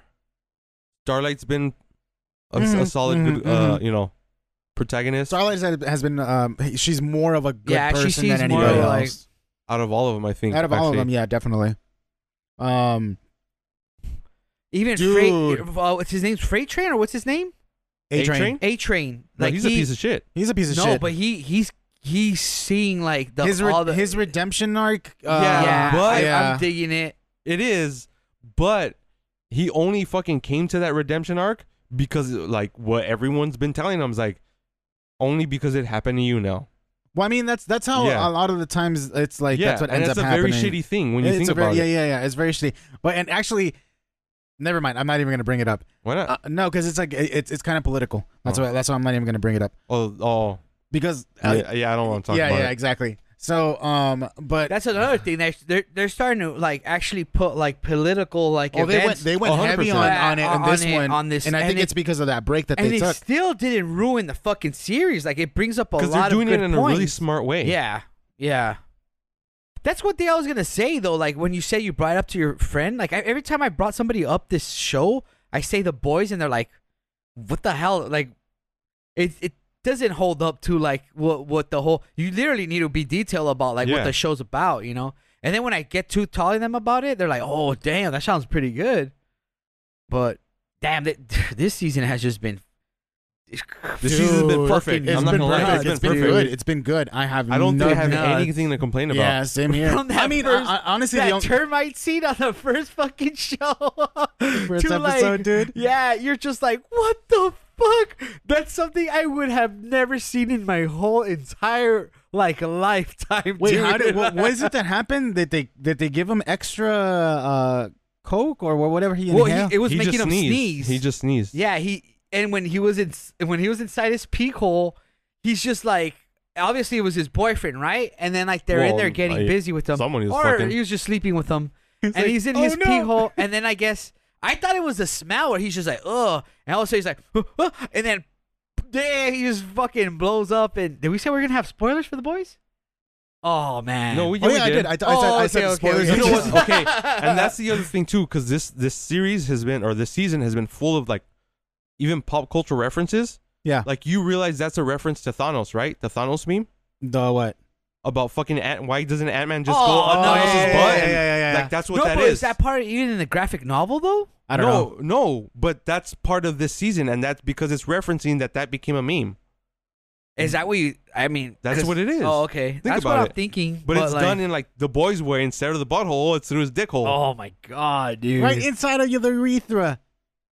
S3: Starlight's been a, a
S2: Mhm,
S3: solid,
S2: mhm,
S3: good, uh,
S2: mhm.
S3: you know, protagonist
S2: Starlight has- has been um she's more of a good
S1: Yeah, she
S2: person than
S1: seems more
S2: anybody else.
S1: like-
S3: out of all of them. I think
S2: out of all of
S3: actually.
S2: them yeah definitely um
S1: Even
S2: Dude.
S1: Freight, uh, what's his name? Freight Train or what's his name?
S2: A
S3: A-Train?
S2: Train.
S1: A Train.
S3: No,
S1: Like
S3: he's
S1: he,
S3: a piece of shit.
S2: He's a piece of
S1: no,
S2: shit.
S1: but he he's he's seeing like the
S2: his re-
S1: all the
S2: his redemption arc. Uh,
S3: Yeah,
S1: yeah,
S3: but-
S1: I,
S2: yeah.
S1: am digging it.
S3: It is, but he only fucking came to that redemption arc because like what everyone's been telling him is like only because it happened to you now.
S2: well, I mean, that's that's how
S3: Yeah.
S2: a lot of the times it's like
S3: yeah,
S2: that's what
S3: and
S2: ends
S3: it's
S2: up
S3: a
S2: happening.
S3: very shitty thing when you
S2: it's
S3: think
S2: a very,
S3: about
S2: yeah,
S3: it.
S2: yeah, yeah. It's very shitty. But and actually, never mind. I'm not even gonna bring it up.
S3: Why not?
S2: Uh, no, because it's like it, it's it's kind of political. That's why that's why I'm not even gonna bring it up
S3: oh, oh,
S2: because uh,
S3: yeah, yeah, I don't want to talk
S2: yeah,
S3: about
S2: yeah,
S3: it.
S2: exactly. So, um, but
S1: That's another thing that they're they're starting to like actually put like political like
S2: oh, they went
S1: events,
S2: they went heavy
S3: 100%.
S2: on, on it on,
S1: On
S2: this
S1: it,
S2: one
S1: on this,
S2: and I
S1: and
S2: think
S1: it-
S2: it's because of that break that
S1: and
S2: they
S1: it
S2: took.
S1: still didn't ruin the fucking series. Like it brings up a
S3: Because
S1: lot
S3: they're doing
S1: of
S3: it
S1: good
S3: in a
S1: points.
S3: really smart way.
S1: Yeah, yeah. That's what the I was gonna say though. Like when you say you brought it up to your friend, like I, every time I brought somebody up this show, I say the boys, and they're like, "What the hell?" Like it it doesn't hold up to like what what the whole. You literally need to be detailed about like
S3: Yeah.
S1: what the show's about, you know. And then when I get to telling them about it, they're like, "Oh damn, that sounds pretty good," but damn, that, this season has just been.
S3: This season's been
S2: Dude,
S3: perfect.
S1: fucking-
S2: It's
S3: I'm not
S2: been
S3: gonna lie,
S2: perfect.
S3: it's been
S2: It's been
S3: perfect.
S2: good. It's been good. I have.
S3: I don't
S2: no,
S3: think I have
S1: no, it's-
S3: anything to complain about.
S2: Yeah, same here.
S1: From that
S2: I mean,
S1: first-
S2: I, I, honestly,
S1: that
S2: the only,
S1: termite scene on the first fucking show.
S2: first
S1: To, like-
S2: episode, dude.
S1: Yeah, you're just like, what the fuck? That's something I would have never seen in my whole entire like lifetime.
S2: Wait,
S1: dude.
S2: how did what, what is it that happened? That they that they give him extra uh, coke or wha- whatever he
S1: well,
S2: inhaled?
S1: he, it was
S3: he
S1: making
S3: just
S1: him
S3: sneezed.
S1: sneeze.
S3: He just sneezed.
S1: yeah, he and when he was in when he was inside his peak hole, he's just like. Obviously, it was his boyfriend, right? And then, like, they're in
S3: Well,
S1: there getting
S3: like,
S1: busy with him,
S3: someone he was
S1: or
S3: fucking.
S1: he was just sleeping with them. and
S2: like,
S1: he's in
S2: "Oh,
S1: his
S2: no."
S1: pee hole. And then I guess I thought it was the smell where he's just like, ugh. And all of a sudden he's like, "Huh, huh," and then yeah, he just fucking blows up. And did we say we are gonna have spoilers for the boys? Oh man.
S3: No, we,
S2: oh
S3: we
S2: yeah, I did. I, th- I said,
S1: Oh,
S2: I said
S1: okay,
S2: spoilers.
S3: You
S1: okay,
S3: know what? Okay, and that's the other thing too, because this this series has been or this season has been full of like even pop culture references.
S2: yeah.
S3: Like you realize that's a reference to Thanos, right? The Thanos meme
S2: The what?
S3: about fucking Ant. Why doesn't Ant Man just
S1: Oh,
S3: go up
S1: no,
S3: Thanos'
S1: yeah, yeah,
S3: butt?
S1: yeah,
S3: and-
S2: yeah, yeah, yeah.
S3: Like that's what
S1: no,
S3: that
S1: but
S3: is.
S1: is that part even in the graphic novel though?
S2: I don't
S3: no,
S2: know.
S3: no, but that's part of this season, and that's because it's referencing that that became a meme.
S1: Is that what you? I mean,
S3: That's what it is.
S1: Oh, okay. that's
S3: about
S1: what
S3: it.
S1: I'm thinking.
S3: But, it's
S1: like,
S3: done in like the boys' way instead of the butthole, it's through his dick hole.
S1: Oh my god, dude!
S2: Right inside of your urethra.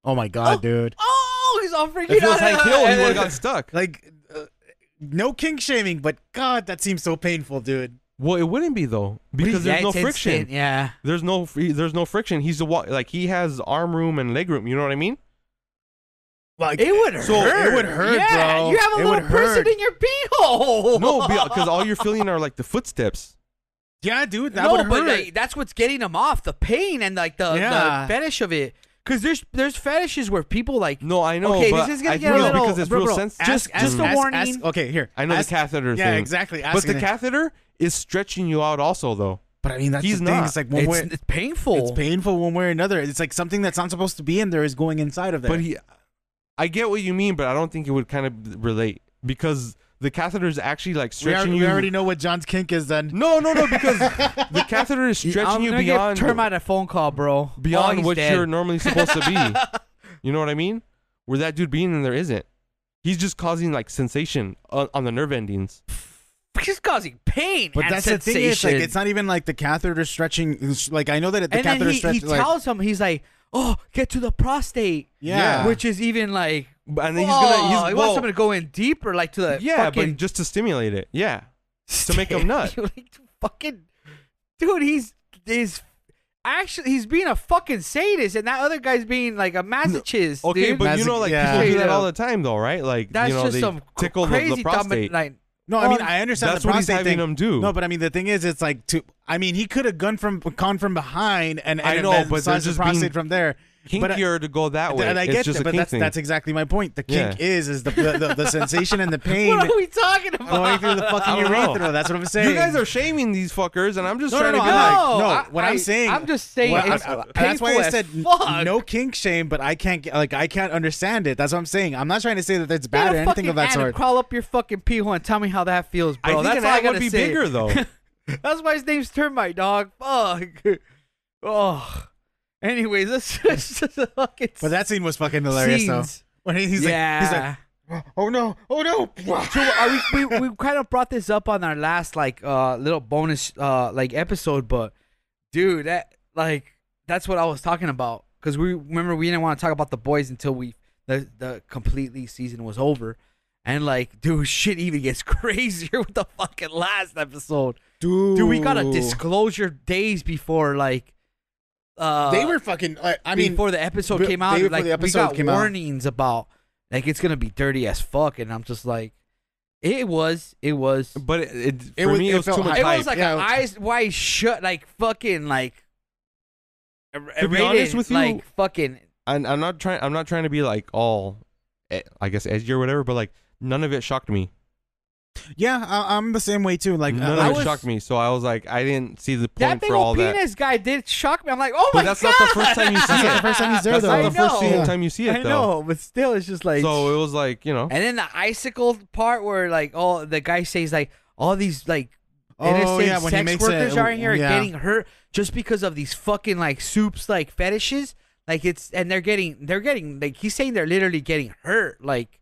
S2: Oh my god,
S1: Oh.
S2: dude!
S1: Oh, he's all freaking
S3: if it was
S1: out.
S3: Hank Hill, he
S1: And
S3: would have
S1: then-
S3: got stuck.
S2: Like, uh, no kink shaming, but God, that seems so painful, dude.
S3: Well, it wouldn't be though, because
S1: Yeah,
S3: there's no
S1: it's
S3: friction.
S1: instant, Yeah.
S3: There's no fr- there's no friction. He's a wa- like he has arm room and leg room. You know what I mean?
S2: Like,
S1: It would
S3: So,
S1: hurt.
S2: it would hurt,
S1: yeah,
S2: bro.
S1: You have a
S2: It
S1: little
S2: would
S1: person
S2: hurt.
S1: in your pee hole.
S3: No, because all you're feeling are like the footsteps.
S2: yeah, dude, that
S1: no,
S2: would hurt.
S1: but like, that's what's getting them off the pain and like the,
S2: Yeah.
S1: the fetish of it. Because there's there's fetishes where people like
S3: No, I know.
S1: Okay,
S3: but
S1: this is gonna
S3: I
S1: get
S3: think
S1: a
S3: it's
S1: little-
S3: because it's
S1: bro,
S3: real
S1: bro,
S3: sensitive.
S1: ask- ask the
S2: ask-
S1: warning.
S2: ask- okay, here.
S3: I know
S2: Ask-
S3: the catheter
S2: Yeah,
S3: thing.
S2: exactly.
S3: But the
S2: asking it.
S3: catheter is stretching you out also though.
S2: But I mean, that's
S3: He's
S2: the thing.
S3: not.
S2: It's like one
S1: it's,
S2: way.
S1: it's painful.
S2: It's painful one way or another. It's like something that's not supposed to be in there is going inside of there.
S3: But he, I get what you mean, but I don't think it would kind of relate because the catheter is actually like
S2: we,
S3: stretching
S2: already, we
S3: you.
S2: already know what John's kink is then.
S3: No, no, no, because the catheter is
S1: I'm
S3: stretching you
S1: gonna give
S3: beyond
S1: termite a phone call, bro.
S3: beyond
S1: oh,
S3: what
S1: you
S3: you're normally supposed to be. You know what I mean? Where that dude being in there isn't. He's just causing like sensation on, on the nerve endings.
S1: He's causing pain.
S2: But
S1: and
S2: that's
S1: sensation.
S2: the thing. It's like it's not even like the catheter stretching. Like I know that the
S1: and then
S2: catheter
S1: he, he
S2: stretches. Like,
S1: tells him he's like, "Oh, get to the prostate."
S2: Yeah.
S1: which is even like.
S3: But- And then he's gonna. He's,
S1: oh, he
S3: well,
S1: wants him to go in deeper, like to the
S3: yeah,
S1: fucking
S3: but just to stimulate it. Yeah, to make him nut.
S1: You're like, fucking dude, he's is actually he's being a fucking sadist, and that other guy's being like a masochist.
S3: Okay,
S1: dude.
S3: but
S2: That's
S3: you know,
S2: a-
S3: like
S2: yeah.
S3: people do that
S1: Yeah.
S3: all the time, though, right? Like
S1: that's
S3: you know,
S1: just
S3: they
S1: some
S3: tickle the-
S1: crazy
S3: the,
S1: dominant,
S3: prostate.
S1: like,
S2: no, I mean
S1: on-
S2: I understand
S3: that's
S2: the
S3: what he's
S2: prostate
S3: having
S2: thing.
S3: him do.
S2: No, but I mean the thing is, it's like to. I mean he could have gone from gone from behind and,
S3: I
S2: and
S3: know,
S2: then
S3: but they're
S2: massaged the
S3: just
S2: prostate
S3: being
S2: from there. But I-
S3: Kinkier to go that way.
S2: and I
S3: It's
S2: get
S3: just
S2: that,
S3: a
S2: but
S3: kink
S2: that's
S3: thing.
S2: that's exactly my point. The
S3: Yeah.
S2: kink is is the the, the, the sensation and the pain
S1: what are we talking about?
S2: going through the fucking
S3: I don't know.
S2: urethra. That's what I'm saying.
S3: you guys are shaming these fuckers, and I'm just
S2: No, no,
S3: trying
S2: no,
S3: to be
S2: I'm
S3: like,
S2: not.
S1: no,
S2: no,
S1: I-
S2: what I'm
S1: I-
S2: saying-
S1: I'm just saying.
S2: Well,
S1: it's
S2: I'm-
S1: painful
S2: that's why I
S1: as
S2: said n-
S1: fuck.
S2: no kink shame, but I can't get- like I can't understand it. That's what I'm saying. I'm not trying to say that it's
S1: Get
S2: bad
S1: a
S2: or anything
S1: fucking
S2: of that
S1: ant and
S2: sort.
S1: Crawl up your fucking pee hole and tell me how that feels,
S3: I
S1: bro.
S3: think
S1: That's
S3: an
S1: all I
S3: ad
S1: gotta
S3: would be
S1: say.
S3: bigger though.
S1: That's why his name's Termite Dog. Fuck. Oh. Anyways, let's switch to the fucking
S2: But that scene was fucking hilarious, though.
S1: scenes.
S2: When he- he's
S1: yeah.
S2: like, he's like, oh no, oh no.
S1: So uh, we, we we kind of brought this up on our last like uh little bonus uh like episode, but dude, that like that's what I was talking about because we remember we didn't want to talk about the boys until we the the completely season was over, and like dude, shit even gets crazier with the fucking last episode.
S2: Dude,
S1: Dude, we got a disclosure days before like uh
S2: They were fucking. Like, I mean,
S1: before the episode
S2: be-
S1: came out,
S2: day before
S1: like
S2: the episode
S1: we got
S2: came out.
S1: warnings about like it's gonna be dirty as fuck, and I'm just like, it was, it was, it
S3: But it, it,
S2: It
S3: for
S2: was-
S3: me,
S2: it
S3: it was
S2: felt
S3: too much
S2: hype.
S3: hype.
S1: was like
S2: yeah.
S1: an eyes wide shut, like fucking like. To
S3: be honest with you-
S1: like fucking
S3: and I'm not trying. I'm not trying to be like all, eh, I guess edgy or whatever. But like none of it shocked me.
S2: yeah, I, I'm the same way too. Like,
S3: None
S1: I
S3: of
S1: was-
S3: it shocked me. So I was like, I didn't see the
S1: that
S3: point
S1: big
S3: for all
S1: old
S3: that.
S1: penis guy did shock me. I'm like, oh
S3: But
S1: my
S3: that's
S1: god,
S3: not the first time you see
S2: That's not
S3: it.
S2: the first time he's there,
S3: That's
S2: though.
S3: not the first
S1: I know.
S3: time you see
S1: I
S3: it though.
S1: know, but still, it's just like
S3: So it was like you
S2: Oh.
S3: know.
S1: And then the icicle part where like all the guy says like all these like
S2: Oh,
S1: innocent
S2: yeah, when he
S1: sex
S2: makes
S1: workers
S2: it-
S1: are in here
S2: yeah.
S1: getting hurt just because of these fucking like soups like fetishes. Like it's and they're getting they're getting like he's saying they're literally getting hurt like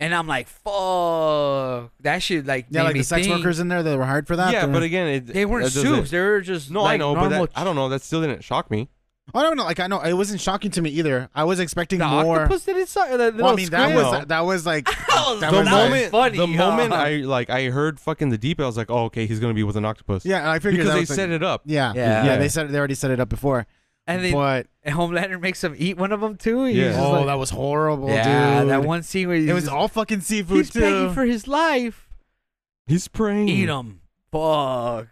S1: and I'm like fuck that shit like
S2: yeah,
S1: made
S2: like
S1: me
S2: the sex
S1: think.
S2: workers in there that were hired for that.
S3: Yeah,
S2: they're-
S3: but again, it,
S1: they weren't
S3: that doesn't-
S1: soups they were just
S3: No, I
S1: like,
S3: know, but
S1: normal
S3: that, I don't know. That still didn't shock me.
S2: oh no, no, like I know it wasn't shocking to me either. I was expecting
S1: the
S2: more.
S1: octopus didn't suck the little
S2: well, I mean, that
S1: squid.
S2: was
S3: No.
S2: that was like
S1: was-
S2: that
S1: The
S2: was
S1: moment-
S2: nice.
S1: funny,
S3: the moment
S1: huh?
S3: I like I heard fucking the deep, I was like, oh okay, he's gonna be with an octopus.
S2: Yeah, I figured
S3: because
S2: that
S3: they
S2: was like-
S3: set it up.
S2: Yeah,
S1: Yeah.
S2: yeah, They said they already set it up before.
S1: and then
S2: but
S1: and Homelander makes him eat one of them too He's
S3: Yeah.
S1: just
S2: oh,
S1: like-
S2: that was horrible,
S1: yeah
S2: dude.
S1: that one scene where he's
S2: It was
S1: just-
S2: all fucking seafood
S1: he's
S2: too.
S1: begging for his life
S3: He's praying.
S1: Eat him. Fuck.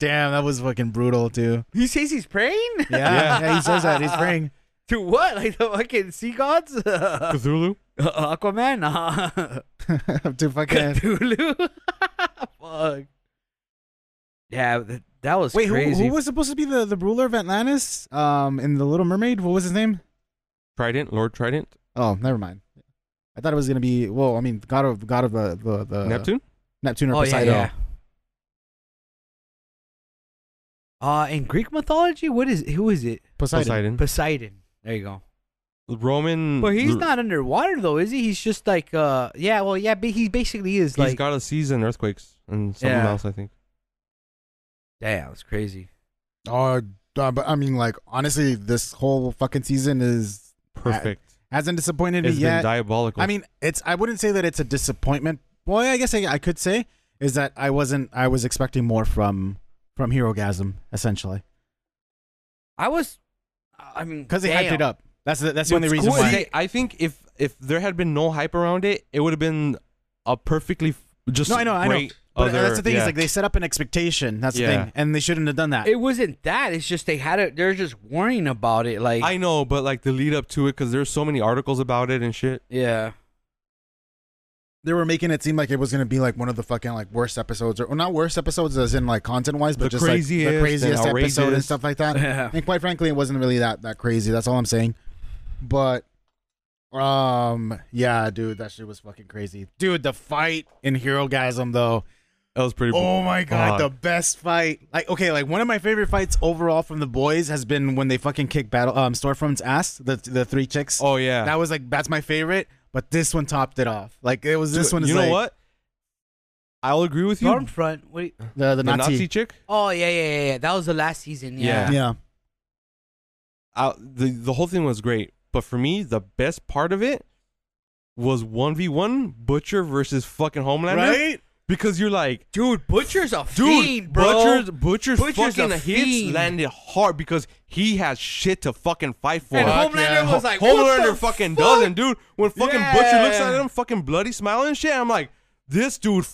S2: Damn, that was fucking brutal too.
S1: He says he's praying?
S2: Yeah, yeah. he says that he's praying.
S1: to what? Like the fucking sea gods? Uh,
S3: Cthulhu.
S1: Aquaman? Nah.
S2: to fucking
S1: Cthulhu? Fuck. Yeah, th- that was
S2: wait, who,
S1: crazy.
S2: who was supposed to be the, the ruler of Atlantis? Um, in the Little Mermaid, what was his name?
S3: Trident, Lord Trident,
S2: Oh, never mind. I thought it was gonna be well. I mean, god of god of the the, the
S3: Neptune.
S2: Neptune or
S1: oh, yeah,
S2: Poseidon.
S1: yeah. Uh, in Greek mythology, what is who is it?
S2: Poseidon.
S1: Hmm.
S3: Poseidon.
S1: Poseidon. There you go.
S3: Roman.
S1: But he's
S3: l-
S1: not underwater though, is he? He's just like uh, yeah, well, yeah, but he basically is
S3: He's
S1: like
S3: got a season earthquakes and something
S1: Yeah.
S3: else. I think.
S1: damn, it's crazy.
S2: Oh, uh, but I mean, like honestly, this whole fucking season is
S3: Perfect.
S2: hasn't disappointed
S3: It's
S2: me yet.
S3: been diabolical.
S2: I mean, it's. I wouldn't say that it's a disappointment. Well, I guess I, I could say is that I wasn't. I was expecting more from from HeroGasm essentially
S1: I was, I mean,
S2: because they
S1: damn.
S2: hyped it up. That's the, that's the only
S1: What's
S2: reason
S1: cool is
S2: why.
S1: that-
S3: See, I think if if there had been no hype around it, it would have been a perfectly f- just
S2: No, I know, I know.
S3: great
S2: But uh,
S3: other-
S2: that's the thing
S3: yeah.
S2: is like they set up an expectation. That's the
S3: Yeah.
S2: thing, and they shouldn't have done that.
S1: It wasn't that. It's just they had it. They're just worrying about it. Like,
S3: I know, but like the lead up to it, because there's so many articles about it and shit.
S1: yeah,
S2: they were making it seem like it was going to be like one of the fucking like worst episodes, or well, not worst episodes as in like content wise, but
S3: The
S2: just like
S3: craziest
S2: the
S3: and
S2: craziest episode and
S3: outrageous.
S2: stuff like that.
S1: yeah.
S2: And quite frankly, it wasn't really that that crazy. That's all I'm saying. But um yeah, dude, that shit was fucking crazy. Dude, the fight in Hero Gasm though.
S3: That was pretty.
S2: Oh my god,
S3: Fuck.
S2: the best fight. Like okay, like one of my favorite fights overall from the boys has been when they fucking kick battle um Storefront's ass, the the three chicks.
S3: Oh yeah.
S2: That was like that's my favorite, but this one topped it off. Like it was this
S3: Dude,
S2: one is
S3: You know
S2: like,
S3: what? I'll agree with you.
S1: Stormfront. What? do you-
S2: The, the,
S3: The
S2: Nazi.
S3: Nazi, chick.
S1: oh yeah, yeah, yeah, yeah. That was the last season. Yeah.
S3: Yeah.
S2: Yeah.
S3: I, the the whole thing was great, but for me, the best part of it was one v one Butcher versus fucking Homelander
S2: Right?
S3: because you're like,
S1: Dude, Butcher's a
S3: dude,
S1: fiend, bro.
S3: Butcher's Butcher's,
S1: Butcher's a
S3: fucking hits
S1: fiend.
S3: landed hard because he has shit to fucking fight for.
S1: and
S2: Fuck
S1: Homelander
S2: yeah.
S1: was like, what
S3: Homelander
S1: the
S3: fucking
S1: fuck?
S3: doesn't, dude. When fucking Butcher looks
S1: Yeah.
S3: at him, fucking bloody smiling and shit, I'm like, this dude,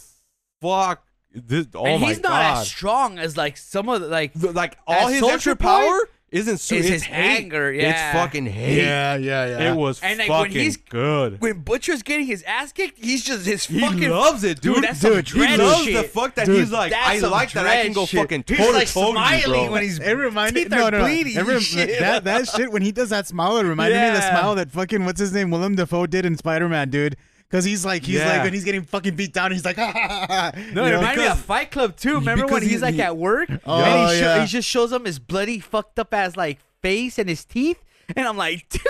S3: fuck, this. Oh
S1: and
S3: my
S1: he's not
S3: god,
S1: as strong as like some of the, like.
S3: The- like all
S1: as
S3: his
S1: Soldier
S3: extra
S1: Boy
S3: power isn't su-
S1: is
S3: it's
S1: his
S3: hate.
S1: anger, yeah.
S3: it's fucking hate.
S2: Yeah, yeah, yeah.
S3: It was
S1: And, like, when
S3: fucking
S1: he's-
S3: good.
S1: when Butcher's getting his ass kicked, he's just his
S3: He
S1: fucking.
S3: loves it, dude.
S1: that's some
S2: Dude, he
S1: dread
S3: he loves
S1: shit.
S3: the fuck that
S2: Dude,
S3: he's like.
S1: That's
S3: I
S1: some
S3: like that I
S1: dread
S3: can go
S1: shit.
S3: fucking toe
S1: He's
S3: to
S1: like
S3: toe with you,
S1: smiling
S3: bro.
S1: when he's
S2: It reminded
S1: teeth are bleeding
S2: It
S1: and
S2: rem-
S1: shit.
S2: that that shit when he does that smile, it reminded me of the
S1: Yeah.
S2: smile that fucking what's his name Willem Dafoe did in Spider Man, dude. because he's like he's
S3: Yeah.
S2: like when he's getting fucking beat down, he's like ha ha ha. ha," you
S1: No, it
S2: know?
S1: reminded me of Fight Club too. Remember when
S2: because he-
S1: he's like
S2: he-
S1: at work
S2: Oh,
S1: and he, sho-
S2: yeah.
S1: he just shows him his bloody fucked up ass like face and his teeth, and I'm like, dude,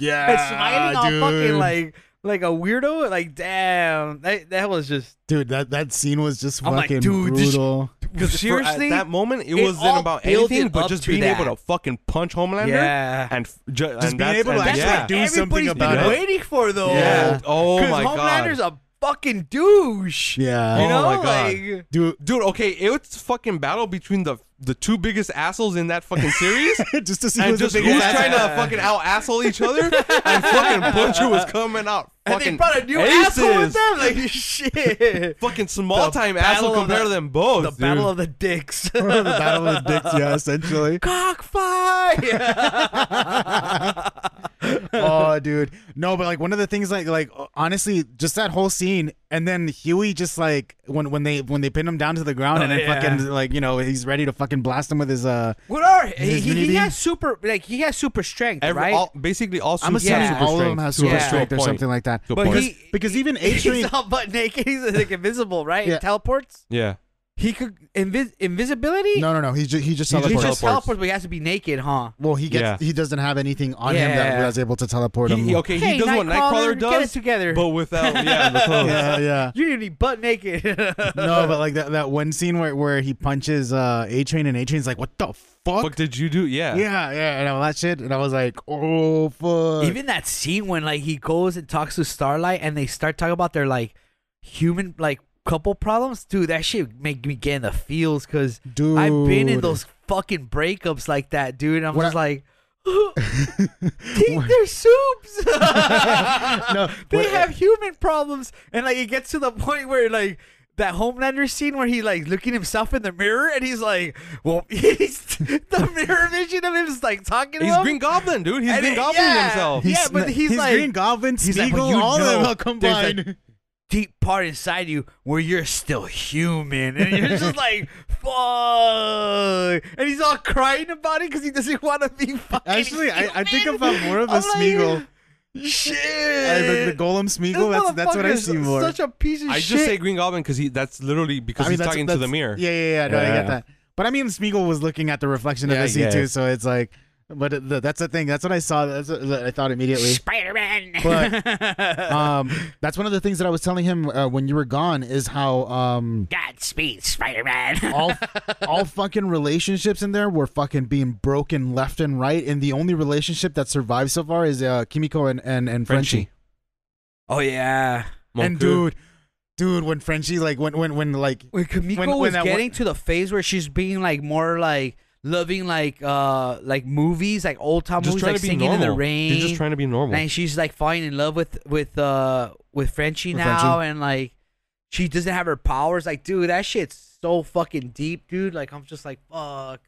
S2: yeah,
S1: and smiling all fucking
S2: Ah, dude.
S1: like like a weirdo. Like, damn, that, that was just
S2: dude that that scene was just
S1: I'm like,
S2: fucking
S1: dude, this-
S2: brutal.
S1: uh,
S3: Because
S1: seriously,
S3: at that moment, it,
S1: it
S3: wasn't
S1: all
S3: about
S1: builded
S3: anything
S1: up
S3: but just
S1: to
S3: being
S1: that.
S3: able to fucking punch Homelander.
S1: Yeah.
S3: And f- ju-
S2: Just being
S3: and that's-
S2: able to
S3: and
S1: that's
S2: actually
S3: yeah.
S1: what
S2: do
S1: everybody's
S2: something about
S1: been
S3: it.
S1: waiting for though.
S2: Yeah.
S3: Oh
S1: Because
S3: my
S1: Homelander's
S3: god,
S1: a fucking douche.
S2: Yeah,
S1: You
S3: Oh
S1: know,
S3: my God.
S1: like
S2: dude,
S3: dude. Okay, it's fucking battle between the the two biggest assholes in that fucking series.
S1: Oh.
S2: just to see
S3: And
S2: who's
S3: just
S2: the
S3: who's
S2: biggest
S1: ass-
S3: trying to
S1: Yeah.
S3: fucking out asshole each other, and fucking Butcher was coming out
S1: and they
S3: fucking
S1: brought a new asshole with
S3: aces,
S1: them. Like shit.
S3: fucking small time
S1: battle
S3: asshole
S1: of
S3: compared
S1: the-
S3: to them both.
S1: the
S3: dude.
S1: battle of the dicks.
S2: the battle of the dicks, yeah, essentially.
S1: Cockfight.
S2: oh, dude. No, but like one of the things, like, like honestly, just that whole scene, and then Huey just like when when they when they pin him down to the ground,
S1: Oh,
S2: and then
S1: yeah.
S2: fucking like you know he's ready to fucking blast him with his uh.
S1: what are he,
S2: His
S1: he, he
S2: mini-me?
S1: has super like he has super strength,
S3: Every,
S1: right?
S3: all, basically all
S2: I'm
S3: super,
S2: assuming
S1: yeah.
S3: super
S2: all of
S3: strength.
S2: them have
S3: to
S2: super
S3: a- to a
S2: strength or
S3: point.
S2: something like that.
S3: To a
S1: But
S3: point.
S1: he-
S2: because even H
S1: he's
S2: train,
S1: all butt naked. He's like invisible, right?
S2: Yeah.
S1: Teleports.
S3: yeah.
S1: He could invis- invisibility.
S2: no, no, no, he ju- he just
S3: He just
S1: he
S2: teleports.
S1: just
S3: teleports.
S1: teleports, but he has to be naked, huh?
S2: well, he gets
S3: Yeah.
S2: he doesn't have anything on him that
S1: Yeah.
S2: was able to teleport him.
S3: He, okay,
S1: Hey,
S3: he does what
S1: Nightcrawler,
S3: Nightcrawler
S1: get it
S3: does,
S1: together.
S3: but without yeah the clothes.
S2: Yeah, yeah.
S1: You need to be butt naked.
S2: No, but like that, that one scene where, where he punches uh, A Train and A Train's like, what the fuck?
S3: Fuck did you do? Yeah.
S2: Yeah, yeah, and all that shit, and I was like, oh fuck.
S1: Even that scene when like he goes and talks to Starlight and they start talking about their like human like couple problems, dude. That shit make me get in the feels because
S2: dude,
S1: I've been in those fucking breakups like that, dude. And I'm
S2: When
S1: just
S2: I-
S1: like, take their soups.
S2: No,
S1: they
S2: what-
S1: have human problems, and like it gets to the point where like. That Homelander scene where he like looking himself in the mirror and he's like, well, he's the mirror vision of him is like talking to
S3: He's
S1: him.
S3: Green Goblin, dude. He's
S1: And
S3: Green
S1: it-
S3: Goblin
S1: yeah.
S3: himself.
S1: He- yeah, but he's like-
S2: Green Goblin,
S1: he's like,
S2: Smeagol,
S1: but you
S2: all
S1: know
S2: of them
S1: there's,
S2: combined.
S1: like, deep part inside you where you're still human and you're just like fuck and he's all crying about it because he doesn't want to be fucking
S2: Actually, I, I think
S1: human.
S2: about more of a
S1: I'm like,
S2: Smeagol.
S1: shit
S2: I- the, the Golem
S1: This
S2: Smeagol, that's, that's what I
S1: motherfucker
S2: see
S1: is
S2: more.
S1: such a piece of
S3: I
S1: shit
S3: just say Green Goblin because he that's literally because he's
S2: that's-
S3: talking to
S2: that's-
S3: the mirror.
S2: Yeah, yeah, yeah. No, I
S3: Yeah.
S2: get that. But I mean, Smeagol was looking at the reflection
S3: Yeah,
S2: of the sea
S3: yeah.
S2: too, so it's like, but it, the, that's the thing. That's what I saw. That's what I thought immediately.
S1: Spider-Man
S2: But um, that's one of the things that I was telling him uh, when you were gone is how um,
S1: Godspeed Spider-Man
S2: all all fucking relationships in there were fucking being broken left and right, and the only relationship that survived so far is uh, Kimiko and and, and Frenchie.
S3: Frenchie.
S1: oh yeah
S2: And dude, dude, when Frenchie like when when when like
S1: when Kamiko
S2: When- when
S1: was
S2: that one-
S1: getting to the phase where she's being like more like loving like uh like movies like old time
S3: just
S1: movies
S3: trying
S1: like
S3: to be
S1: singing
S3: normal.
S1: in the rain
S3: He's just trying to be normal.
S1: and she's like falling in love with with uh with Frenchie
S2: With
S1: now,
S2: Frenchie.
S1: and like she doesn't have her powers. Like, dude, that shit's so fucking deep, dude. Like, I'm just like, fuck.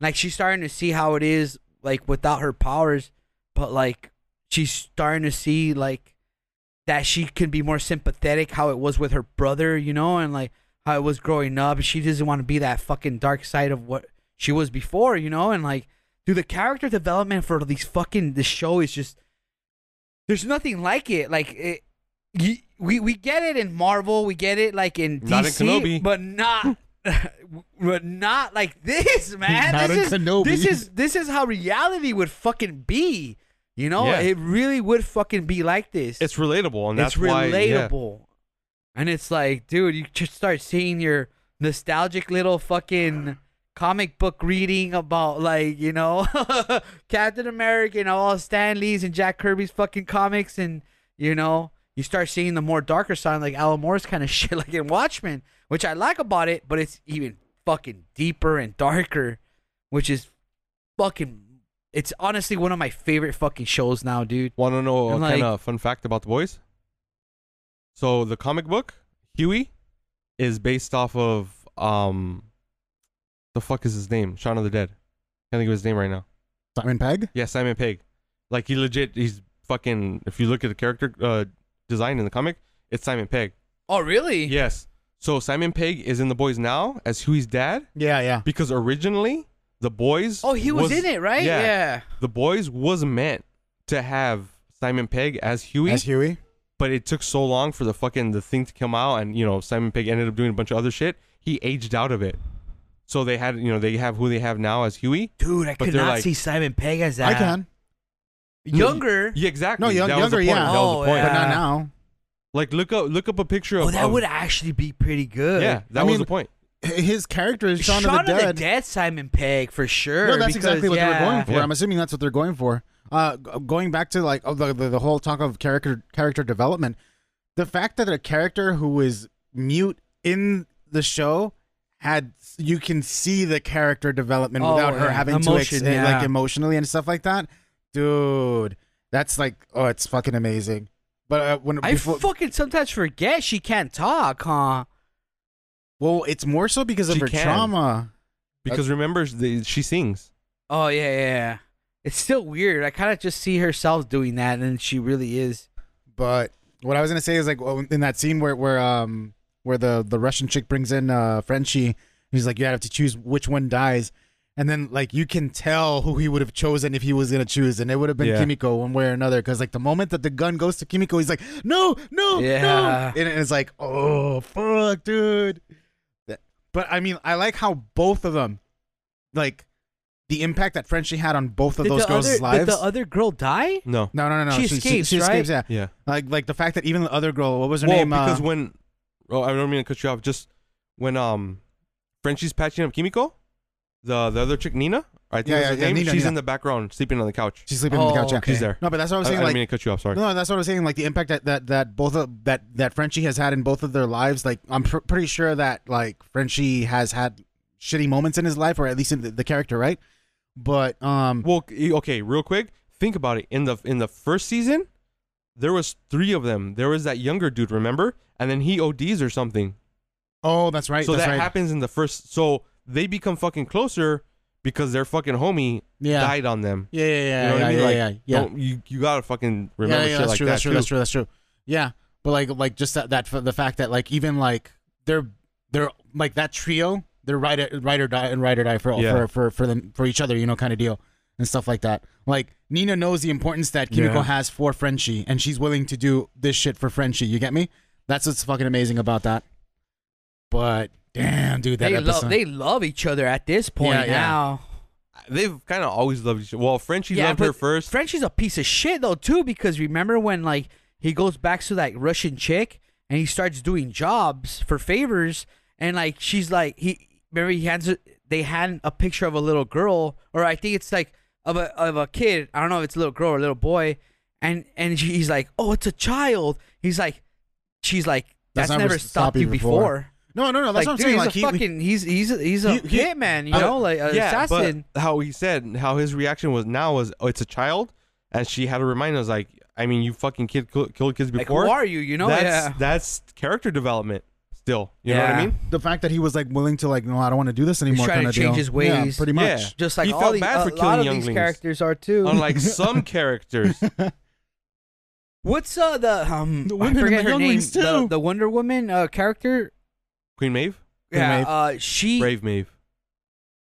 S1: Like, she's starting to see how it is, like, without her powers, but like, she's starting to see like that she can be more sympathetic how it was with her brother, you know, and like how it was growing up. She doesn't want to be that fucking dark side of what she was before, you know, and like. Dude, the character development for these fucking this show is just there's nothing like it. Like it, you, we we get it in Marvel, we get it like in DC,
S3: Not in Kenobi.
S1: but not. But not like this, man.
S2: Not
S1: this
S2: in
S1: is
S2: Kenobi.
S1: this is this is how reality would fucking be. You know,
S3: Yeah.
S1: it really would fucking be like this.
S3: it's relatable, and
S1: It's
S3: that's why. yeah.
S1: relatable, and it's like, dude, you just start seeing your nostalgic little fucking comic book reading about like you know Captain America and all Stan Lee's and Jack Kirby's fucking comics, and you know you start seeing the more darker side, like Alan Moore's kind of shit, like in Watchmen, which I like about it, but it's even fucking deeper and darker, which is fucking. It's honestly one of my favorite fucking shows now, dude.
S3: Want to know a
S1: And, like-
S3: kind of fun fact about the boys? So the comic book Huey is based off of um, the fuck is his name? Shaun of the Dead. Can't think of his name right now.
S2: Simon Pegg.
S3: Yeah, Simon Pegg. Like he legit, he's fucking. If you look at the character uh, design in the comic, it's Simon Pegg.
S1: Oh, really?
S3: Yes. So Simon Pegg is in the boys now as Huey's dad
S2: Yeah, yeah.
S3: because originally the boys.
S1: Oh, he was, in it, right?
S3: Yeah, The boys was meant to have Simon Pegg as Huey,
S2: That's Huey.
S3: but it took so long for the fucking the thing to come out, and you know Simon Pegg ended up doing a bunch of other shit. He aged out of it, so they had you know they have who they have now as Huey.
S1: Dude, I could
S3: they're
S1: not
S3: like-
S1: see Simon Pegg as that.
S2: I can,
S1: Younger.
S3: Yeah, exactly.
S2: No, young-
S3: that was the
S2: younger,
S3: point.
S2: yeah.
S3: That was
S1: Oh,
S3: the point.
S2: but
S1: Yeah.
S2: not now.
S3: Like look up look up a picture of
S1: Oh, that
S3: of-
S1: would actually be pretty good.
S3: yeah that
S2: I
S3: was
S2: mean, uh,
S3: the point.
S2: H- His character is Shaun,
S1: Shaun
S2: of the Dead.
S1: Simon Pegg for sure.
S2: No, that's
S1: because,
S2: exactly what
S1: yeah.
S2: they were going for.
S3: Yeah.
S2: I'm assuming that's what they're going for. Uh, g- going back to like oh, the, the the whole talk of character character development, the fact that a character who is mute in the show had you can see the character development
S1: Oh,
S2: without her
S1: yeah.
S2: having
S1: Emotion,
S2: to ex-
S1: yeah.
S2: like emotionally and stuff like that, dude. That's like oh, it's fucking amazing. But uh, when
S1: I
S2: before,
S1: fucking sometimes forget she can't talk, huh?
S2: well, it's more so because of
S3: She
S2: her
S3: can.
S2: trauma.
S3: Because remember, the, she sings.
S1: Oh yeah, yeah, yeah. It's still weird. I kind of just see herself doing that, and she really is.
S2: But what I was gonna say is like oh, in that scene where where um where the the Russian chick brings in uh Frenchie, and he's like you have to choose which one dies, and then like you can tell who he would have chosen if he was gonna choose, and it would have been
S3: Yeah.
S2: Kimiko one way or another, because like the moment that the gun goes to Kimiko, he's like no no
S1: Yeah.
S2: no, and it's like oh fuck dude, That- but I mean I like how both of them, like. The impact that Frenchie had on both of
S1: Did
S2: those
S1: the
S2: girls'
S1: other,
S2: lives.
S1: Did the other girl die?
S3: No.
S2: no, no, no, no.
S1: She escapes,
S2: she,
S1: right?
S2: escapes, yeah.
S3: Yeah.
S2: Like like the fact that even the other girl, what was her
S3: well,
S2: name?
S3: because
S2: uh,
S3: when oh, I don't mean to cut you off. Just when um, Frenchie's patching up Kimiko, the the other chick Nina, I think
S2: Yeah,
S3: that's
S2: yeah,
S3: her
S2: yeah,
S3: name.
S2: Nina,
S3: she's
S2: Nina.
S3: in the background sleeping on the couch.
S2: she's sleeping on the
S1: Oh,
S2: couch. Yeah.
S1: okay.
S3: She's there.
S2: No, but that's what I was
S3: I, I
S2: saying.
S3: didn't
S2: like
S3: mean to cut you off. Sorry.
S2: no, that's what I was saying. Like the impact that that that both of that that Frenchie has had in both of their lives. Like I'm pr- pretty sure that like Frenchie has had shitty moments in his life, or at least in the, the character, right? But um,
S3: Well, c- okay, real quick, think about it. In the in the first season, there was three of them. There was that younger dude, remember? And then he ODs or something.
S2: oh, that's right.
S3: so
S2: that's
S3: that
S2: right.
S3: happens in the first. So they become fucking closer because their fucking homie
S2: yeah.
S3: died on them.
S2: yeah, yeah, yeah,
S3: You know what
S2: yeah,
S3: I mean?
S2: yeah,
S3: like,
S2: yeah, yeah.
S3: Don't, you you gotta fucking remember
S2: yeah, yeah,
S3: shit
S2: that's
S3: like
S2: true,
S3: that
S2: that's true,
S3: too.
S2: that's true, that's true. Yeah, but like, like just that, that the fact that like even like they're they're like that trio, they're right at right or die and right or die for
S3: Yeah.
S2: for for for them for each other, you know, kind of deal and stuff like that. Like Nina knows the importance that Kimiko
S1: Yeah.
S2: has for Frenchie, and she's willing to do this shit for Frenchie. You get me? That's what's fucking amazing about that. But damn, dude, that
S1: they
S2: episode.
S1: love they love each other at this point
S2: Yeah, yeah.
S1: now.
S3: They've kind of always loved each other. Well, Frenchie
S1: Yeah,
S3: loved her
S1: but
S3: first.
S1: Frenchie's a piece of shit though too because remember when like he goes back to that Russian chick and he starts doing jobs for favors and like she's like he remember he hands her, they hand a picture of a little girl or I think it's like of a of a kid I don't know if it's a little girl or a little boy and and she, he's like oh it's a child he's like she's like that's, never stopped you before.
S2: No, no, no.
S1: like,
S2: That's what I'm
S1: dude,
S2: saying.
S1: he's
S2: Like
S1: a
S2: he,
S1: fucking, he's he's a, he's a
S2: He- he-
S1: hitman, you
S3: Uh,
S1: know, like an assassin.
S3: But how he said, how his reaction was now was, oh, it's a child, and she had to remind us, like, I mean, you fucking kid kill, killed kids
S1: Like,
S3: before.
S1: who are you? You know,
S3: that's
S1: yeah.
S3: that's character development. Still, you know what I
S1: Yeah.
S3: mean?
S2: the fact that he was like willing to like, no, I don't want to do this anymore.
S1: trying to
S2: kinda
S1: change
S2: deal.
S1: his
S2: Yeah,
S1: ways.
S2: pretty
S3: Yeah.
S2: much.
S1: Just like
S3: He
S1: all
S3: felt
S1: these,
S3: bad for
S1: a lot of
S3: killing
S1: these
S3: younglings.
S1: characters are too.
S3: Unlike some characters,
S1: What's uh the um
S2: The
S1: I
S2: women and
S1: forget
S2: the
S1: her
S2: younglings,
S1: name, The,
S2: too.
S1: the Wonder Woman uh character.
S3: Queen Maeve,
S2: Queen
S1: Yeah,
S2: Maeve.
S1: uh, she
S3: Brave Maeve,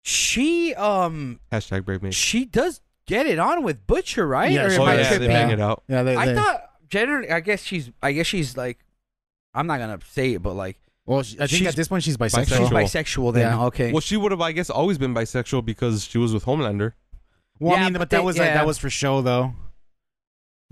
S1: she um
S3: hashtag Brave Maeve.
S1: she does get it on with Butcher, right?
S2: Yeah,
S1: Or
S2: she
S1: am
S3: Oh
S1: I
S2: does.
S3: yeah, they
S1: tripping?
S3: bang it out.
S2: Yeah, they,
S1: I
S2: they,
S1: thought generally. I guess she's. I guess she's like. I'm not gonna say it, but like
S2: Well, she, I think
S1: She's
S2: at this point she's
S3: bisexual.
S2: bisexual.
S1: she's bisexual. Then
S2: Yeah.
S1: okay.
S3: Well, she would have, I guess, always been bisexual because she was with Homelander.
S2: Well, I
S1: Yeah,
S2: mean,
S1: but
S2: but, that
S1: they-
S2: was like,
S1: yeah.
S2: that was for show though.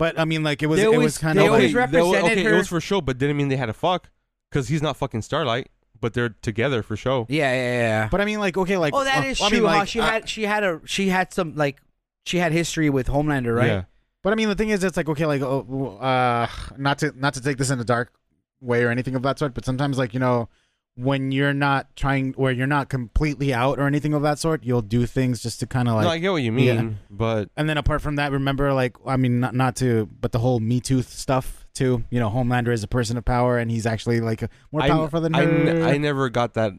S2: But I mean, like it was
S1: They
S2: it
S1: always-
S2: was kind
S1: they
S2: of
S1: always
S2: like
S1: rep- represented
S3: okay,
S1: her-
S3: it was for show, but didn't mean they had to fuck because he's not fucking Starlight, but they're together for show.
S1: yeah, yeah, yeah.
S2: But I mean, like okay, like
S1: oh, that
S2: uh,
S1: is
S2: I mean,
S1: true. huh?
S2: like,
S1: she
S2: I-
S1: had she had a she had some like she had history with Homelander, right?
S3: Yeah.
S2: But I mean, the thing is, it's like okay, like oh, uh, not to not to take this in a dark way or anything of that sort. But sometimes, like you know, when you're not trying or you're not completely out or anything of that sort, you'll do things just to kind of like.
S3: no, I get what you mean,
S2: Yeah.
S3: but
S2: and then apart from that, remember, like I mean, not not to, but the whole Me Too stuff too. You know, Homelander is a person of power, and he's actually like more
S3: I-
S2: powerful than
S3: I,
S2: her.
S3: n- I never got that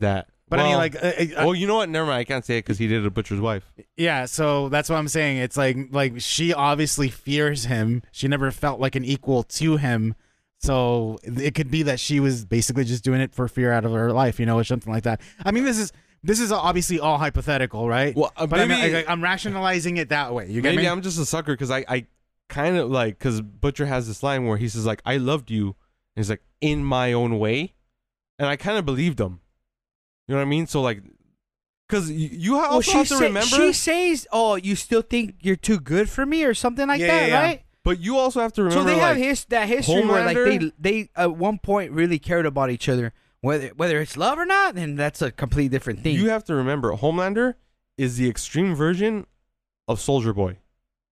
S3: that.
S2: But I mean,
S3: Well,
S2: like, uh, uh,
S3: well, you know what? Never mind. I can't say it because he did it to Butcher's wife.
S2: yeah. So that's what I'm saying. It's like, like she obviously fears him. She never felt like an equal to him. So it could be that she was basically just doing it for fear out of her life, you know, or something like that. I mean, this is this is obviously all hypothetical, right?
S3: Well, uh,
S2: but I mean,
S3: maybe-
S2: I, am rationalizing it that way. You get
S3: Maybe
S2: me?
S3: I'm just a sucker because I, I kind of like because Butcher has this line where he says like I loved you, and he's like in my own way, and I kind of believed him. You know what I mean? So like, because you, you also
S1: well,
S3: have to
S1: say-
S3: remember,
S1: she says, "Oh, you still think you're too good for me or something like
S2: Yeah,
S1: that,
S2: yeah, yeah.
S1: right?"
S3: but you also have to remember.
S1: so they have
S3: like,
S1: his that history where like they
S3: Homelander-
S1: they at one point really cared about each other, whether whether it's love or not, then that's a completely different thing.
S3: You have to remember, Homelander is the extreme version of Soldier Boy.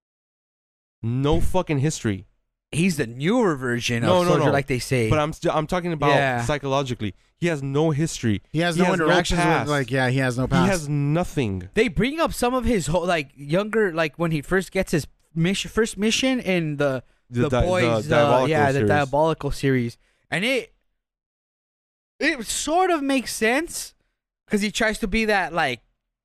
S3: No fucking history.
S1: He's the newer version
S3: No,
S1: of
S3: no,
S1: Soldier,
S3: no.
S1: like they say.
S3: But I'm still I'm talking about
S1: Yeah.
S3: psychologically. He has no history.
S2: He has
S3: He
S2: no
S3: has no
S2: interactions
S3: past.
S2: with like yeah, he has no past.
S3: He has nothing.
S1: they bring up some of his whole like younger like when he first gets his mission first mission in the
S3: The
S1: the,
S3: di- the
S1: boys uh,
S3: Diabolical
S1: yeah the
S3: series.
S1: diabolical series and it it sort of makes sense because he tries to be that like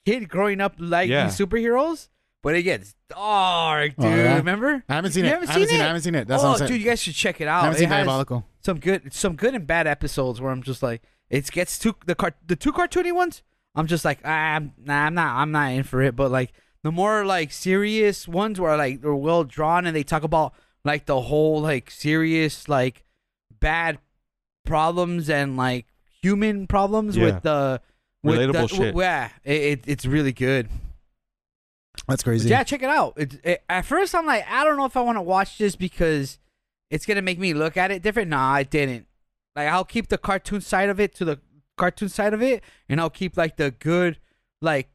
S1: kid growing up like
S3: Yeah.
S1: these superheroes but it gets dark
S2: Oh,
S1: dude
S2: yeah?
S1: remember
S2: I haven't seen
S1: You
S2: it.
S1: haven't
S2: I
S1: seen
S2: haven't seen it.
S1: it?
S2: I haven't seen it. That's
S1: oh
S2: what I'm saying.
S1: dude you guys should check it
S2: I
S1: out
S2: haven't
S1: it
S2: seen
S1: has
S2: Diabolical.
S1: some good some good and bad episodes where I'm just like it gets too the car the two cartoony ones I'm just like ah, I'm nah I'm not I'm not in for it but like the more like serious ones where like they're well drawn and they talk about like the whole like serious like bad problems and like human problems
S3: Yeah.
S1: with the with
S3: Relatable
S1: the,
S3: shit.
S1: yeah it, it, it's really good
S2: That's
S1: but
S2: crazy.
S1: Yeah, check it out. It, it, at first, I'm like, I don't know if I want to watch this because it's gonna make me look at it different. Nah, I didn't. Like, I'll keep the cartoon side of it to the cartoon side of it, and I'll keep like the good, like,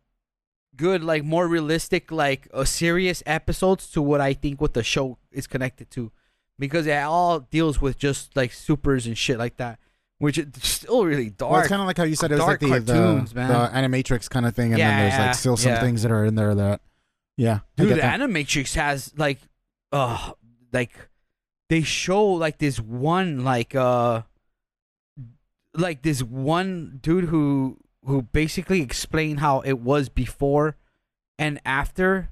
S1: good, like more realistic, like uh, serious episodes to what I think what the show is connected to, because it all deals with just like supers and shit like that, which is still really dark.
S2: Well, it's kind of like how you said it was
S1: dark
S2: like the,
S1: cartoons,
S2: the,
S1: man.
S2: the animatrix kind of thing, and then there's
S1: Yeah,
S2: like still some
S1: yeah.
S2: things that are in there that, yeah, I
S1: Dude,
S2: get that.
S1: Animatrix has like, uh, like they show like this one like uh, like this one dude who who basically explained how it was before and after,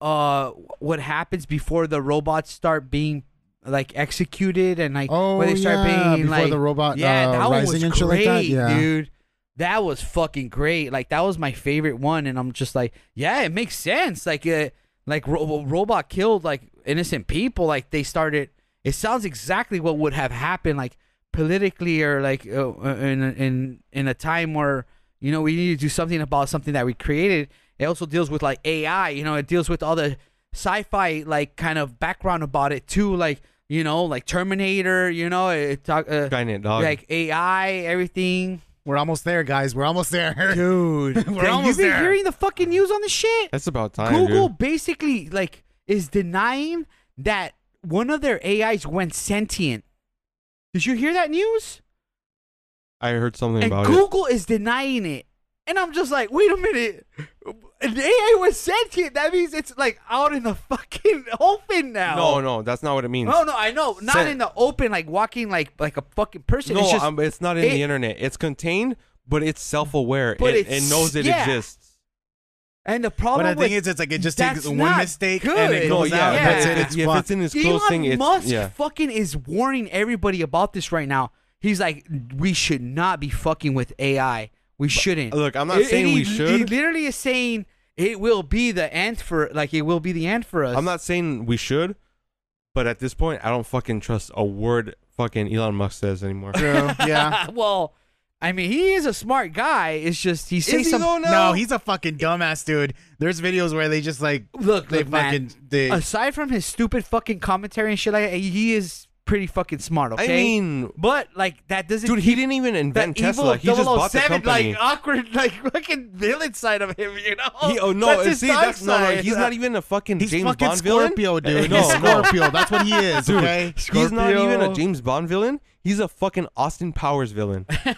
S1: uh, what happens before the robots start being like executed and like
S2: oh
S1: when they start
S2: yeah,
S1: being
S2: before
S1: like
S2: the robot,
S1: yeah,
S2: uh,
S1: that one
S2: rising
S1: was
S2: and
S1: great,
S2: shit like that. Yeah,
S1: dude. That was fucking great. Like that was my favorite one, and I'm just like, yeah, it makes sense. Like, uh, like ro- robot killed like innocent people. Like they started. It sounds exactly what would have happened, like politically or like uh, in in in a time where you know we need to do something about something that we created. It also deals with like AI. You know, it deals with all the sci-fi like kind of background about it too. Like you know, like Terminator. You know, it talk. Uh,
S3: Skynet dog.
S1: like AI, everything.
S2: we're almost there, guys. We're almost there.
S1: Dude,
S2: We're
S1: Damn,
S2: almost
S1: you've been
S2: there.
S1: hearing the fucking news on the shit.
S3: That's about time.
S1: Google
S3: dude.
S1: basically like is denying that one of their AIs went sentient. Did you hear that news?
S3: I heard something
S1: And
S3: about it.
S1: Google is denying it. And I'm just like, wait a minute. An AI was sentient. That means it's like out in the fucking open now.
S3: No, no, that's not what it means.
S1: Oh, No, no, I know. Not
S3: Sen-
S1: in the open, like walking like like a fucking person.
S3: No,
S1: it's
S3: um,
S1: just
S3: it's, not in
S1: it-
S3: the internet. It's contained, but it's self-aware.
S1: But
S3: it,
S1: it's-
S3: it knows it
S1: yeah.
S3: exists.
S1: and the
S2: But
S1: problem
S2: the
S1: with
S2: thing is, it's like it just takes
S1: that's
S2: one
S1: not
S2: mistake
S1: good.
S2: and it
S1: No,
S2: goes
S1: yeah,
S2: out.
S1: yeah.
S2: That's it.
S3: If
S2: It's
S3: if
S2: fucked.
S3: it's in his
S1: Elon
S3: close thing, it's
S1: Musk
S3: yeah.
S1: fucking is warning everybody about this right now. He's like, we should not be fucking with AI. We shouldn't.
S3: Look, I'm not
S1: And
S3: saying
S1: he, He
S3: we should.
S1: literally is saying it will be the end for like it will be the end for us.
S3: I'm not saying we should, but at this point, I don't fucking trust a word fucking Elon Musk says anymore.
S2: True. Yeah.
S1: well, I mean, he is a smart guy. It's just he says
S3: he
S1: some.
S3: though
S2: No, he's a fucking dumbass, dude. There's videos where they just like
S1: Look,
S2: they
S1: look, man.
S2: fucking they,
S1: Aside from his stupid fucking commentary and shit like that, he is pretty fucking smart. Okay,
S3: I mean,
S1: but like that doesn't
S3: dude, he didn't even invent
S1: that evil
S3: Tesla. He just bought the
S1: 007,
S3: company.
S1: like awkward, like fucking villain side of him, you know?
S3: He- oh no!
S1: his
S3: see,
S1: dark
S3: that's no, no.
S1: side.
S3: He's not even a fucking
S2: he's
S3: James
S2: fucking
S3: Bond villain.
S2: Scorpio, dude.
S3: No,
S2: he's
S3: no.
S2: Scorpio. That's what he is.
S3: Dude,
S2: Okay.
S3: He's not even a
S1: Scorpio.
S3: James Bond villain. He's a fucking Austin Powers villain. e-,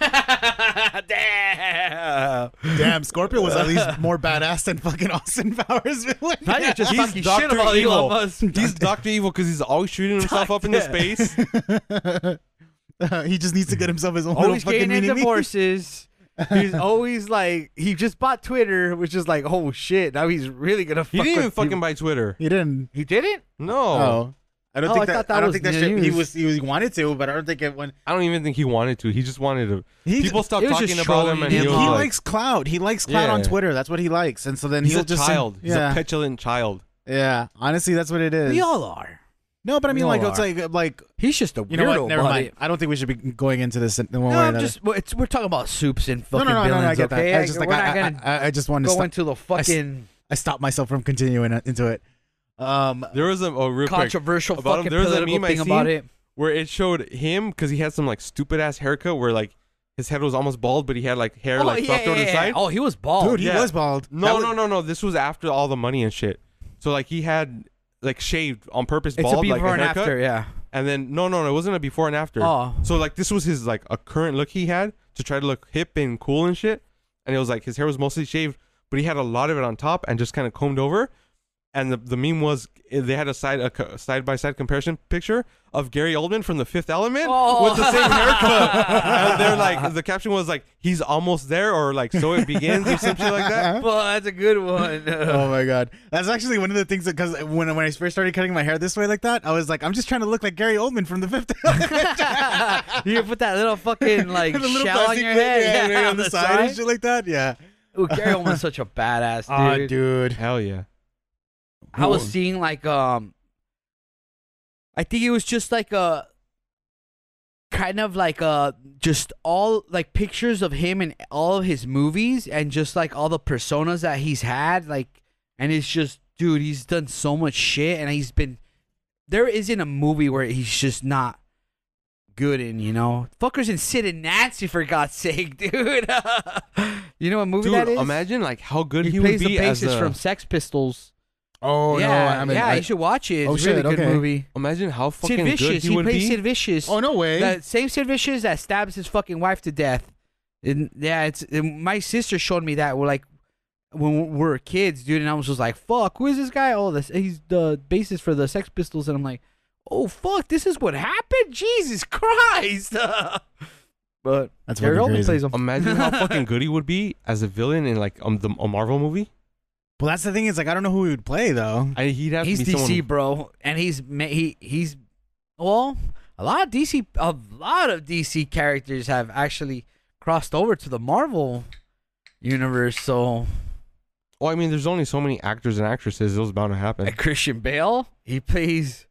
S1: Damn.
S2: Damn, Scorpio was at least more badass than fucking Austin Powers villain.
S1: Now you're just talking shit
S3: He's Dr.
S1: about
S3: Evil.
S1: Elon Musk.
S3: He's Doctor Evil because he's always shooting himself up into space.
S2: uh, he just needs to get himself his own
S1: always
S2: little
S1: getting
S2: fucking mini
S1: into
S2: me.
S1: divorces. He's always like he just bought Twitter, which is like, oh shit! Now he's really gonna. Fuck
S3: He didn't even
S1: with
S3: fucking
S1: people.
S3: buy Twitter.
S2: He didn't.
S1: He didn't.
S3: No,
S2: Oh. I don't
S1: Oh,
S2: think
S1: I
S2: that,
S1: thought that
S2: I don't
S1: was
S2: think that shit, he
S1: news.
S2: was he was he wanted to, but I don't think it went
S3: I don't even think he wanted to. He just wanted to.
S2: He-
S3: People stopped
S1: it was just
S3: talking about
S1: trolling
S3: him, and
S2: he,
S1: him.
S3: he,
S2: he
S3: was like,
S2: likes clout. He likes clout on
S3: Yeah.
S2: Twitter. That's what he likes. And so then
S3: he's
S2: he'll
S3: a
S2: just
S3: child.
S2: Send,
S3: He's
S2: yeah.
S3: a petulant child.
S2: Yeah, honestly, that's what it is.
S1: We all are.
S2: no, but I
S1: we
S2: mean, like,
S1: all
S2: it's
S1: are.
S2: like, uh, like
S1: He's just a weirdo.
S2: you know what? Never
S1: buddy.
S2: mind. I don't think we should be going into this in in one
S1: No,
S2: way or
S1: I'm
S2: another.
S1: just well, it's, we're talking about soups and
S2: no,
S1: fucking
S2: no, no, no,
S1: villains.
S2: no, I get
S1: okay,
S2: that. I just
S1: we're
S2: like
S1: not
S2: I,
S1: gonna
S2: I, I, I just wanted to
S1: go
S2: stop.
S1: into the
S2: s-
S1: fucking
S2: I stopped myself from continuing into it. Um,
S3: There was a oh, real quick
S1: controversial
S3: About him,
S1: fucking
S3: there was a
S1: political
S3: meme I
S1: thing about
S3: seen.
S1: it.
S3: where it showed him because he had some like stupid ass haircut where like his head was almost bald, but he had like hair
S1: Oh
S3: like
S1: yeah,
S3: fluffed
S1: yeah,
S3: over the
S1: yeah.
S3: side.
S1: Oh, he was bald.
S2: dude, he
S3: yeah.
S2: was bald.
S3: No,
S2: That was-
S3: no, no, no. This was after all the money and shit. So like he had like shaved on purpose,
S1: it's
S3: bald,
S1: a
S3: like
S1: before
S3: a
S1: and
S3: haircut,
S1: after. Yeah.
S3: and then no, no, no. It wasn't a before and after.
S1: Oh.
S3: So like this was his like a current look he had to try to look hip and cool and shit. And it was like his hair was mostly shaved, but he had a lot of it on top and just kind of combed over. And the, the meme was eh, they had a side a co- side by side comparison picture of Gary Oldman from The Fifth Element
S1: Oh.
S3: with the same haircut. and they're like the caption was like he's almost there or like so it begins or something like that.
S1: Well, that's a good one.
S2: Oh my god, that's actually one of the things that because when when I first started cutting my hair this way like that, I was like, I'm just trying to look like Gary Oldman from the Fifth.
S1: you put that little fucking like
S2: The little
S1: shell on
S2: plastic
S1: your
S2: thing,
S1: head
S2: yeah,
S1: yeah,
S2: right on the, side, and shit like that. Yeah.
S1: Ooh, Gary Oldman's such a badass
S2: Ah,
S1: dude.
S2: dude.
S3: Hell yeah.
S1: I was seeing like um, I think it was just like a kind of like uh just all like pictures of him in all of his movies and just like all the personas that he's had like and it's just dude he's done so much shit and he's been there isn't a movie where he's just not good in you know fuckers in Sid and Nancy for God's sake dude you know what movie
S3: Dude,
S1: that is
S3: imagine like how good
S1: he,
S3: he,
S1: plays
S3: would be
S1: the bassist
S3: as a,
S1: from Sex Pistols
S2: Oh
S1: yeah,
S2: no, I mean,
S1: yeah,
S2: I-
S1: you should watch it. It's
S2: Oh,
S1: a really
S2: shit,
S1: good
S2: okay.
S1: movie.
S3: Imagine how fucking
S1: Sid
S3: good
S1: Vicious,
S3: he,
S1: he,
S3: would
S1: plays
S3: be.
S1: Sid Vicious.
S2: Oh no way.
S1: the same Sid Vicious that stabs his fucking wife to death. And yeah, it's and my sister showed me that. We're like when we were kids, dude, and I was just like, "Fuck, who is this guy?" Oh, this he's the bassist for the Sex Pistols, and I'm like, "Oh fuck, this is what happened." Jesus Christ. but
S2: That's
S1: Gary
S2: fucking
S1: Oldman
S2: crazy.
S1: plays him.
S3: Imagine how fucking good he would be as a villain in like um, the, a Marvel movie.
S2: well, that's the thing is like I don't know who he would play though.
S3: I, he'd have
S1: he's
S3: to
S1: DC,
S3: be someone.
S1: bro, and he's ma- he he's well, a lot of DC, a lot of DC characters have actually crossed over to the Marvel universe. So
S3: Oh, I mean, there's only so many actors and actresses. It was bound to happen.
S1: like Christian Bale, he plays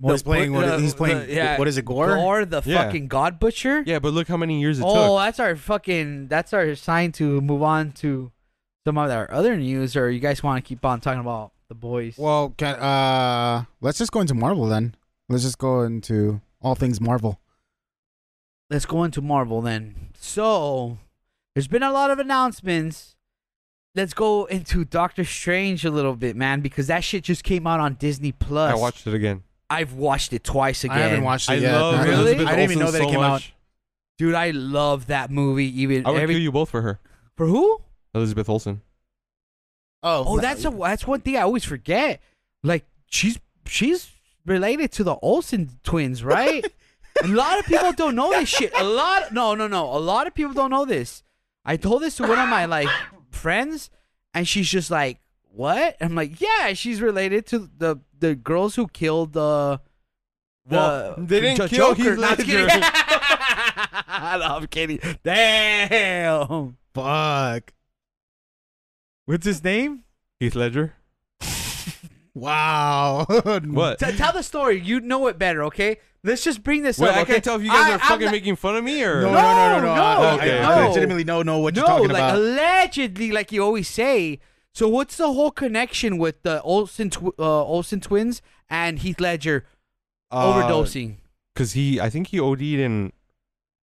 S2: Well, he's
S1: the-
S2: playing what
S1: the-
S2: he's playing.
S1: the- yeah,
S2: what is it? Gore.
S1: Gore, the
S3: Yeah.
S1: fucking God Butcher.
S3: Yeah, but look how many years it
S1: oh,
S3: took.
S1: that's our fucking that's our sign to move on to some of our other news, or you guys want to keep on talking about the boys?
S2: Well, can, uh, let's just go into Marvel then. Let's just go into all things Marvel.
S1: let's go into Marvel then. So, there's been a lot of announcements. Let's go into Doctor Strange a little bit, man, because that shit just came out on Disney Plus.
S3: I watched it again.
S1: I've watched it twice again.
S2: I haven't watched it
S3: I
S2: yet.
S3: love
S1: Really?
S3: Elizabeth
S2: I didn't even know
S3: Olsen
S2: that
S3: so
S2: it came out.
S3: much.
S1: Dude, I love that movie. Even
S3: I would
S1: every
S3: kill you both for her,
S1: for who?
S3: Elizabeth Olsen.
S1: Oh, that's a that's one thing I always forget. Like she's she's related to the Olsen twins, right? a lot of people don't know this shit. A lot no no no. A lot of people don't know this. I told this to one of my like friends, and she's just like, "What?" I'm like, "Yeah, she's related to the the girls who killed the." the
S3: Well, they didn't
S1: the
S3: kill
S1: Joker."
S3: Heath
S1: No, I'm just kidding.
S3: Ledger.
S1: No, I'm kidding. Damn.
S2: fuck.
S1: What's his name?
S3: Heath Ledger.
S2: Wow.
S3: What?
S1: T- tell the story. You know it better, okay? Let's just bring this
S3: Wait,
S1: up.
S3: I
S1: okay?
S3: can't tell if you guys
S1: I-
S3: are
S1: I'm
S3: fucking
S1: not-
S3: making fun of me or.
S2: No, no, no, no, no.
S1: No,
S2: I- I,
S3: okay,
S2: I
S3: okay.
S2: legitimately don't know what
S1: No,
S2: you're talking
S1: like
S2: about.
S1: allegedly, like you always say. So what's the whole connection with the Olsen tw- uh, Olsen twins and Heath Ledger
S3: Uh,
S1: overdosing?
S3: Because he, I think he OD'd in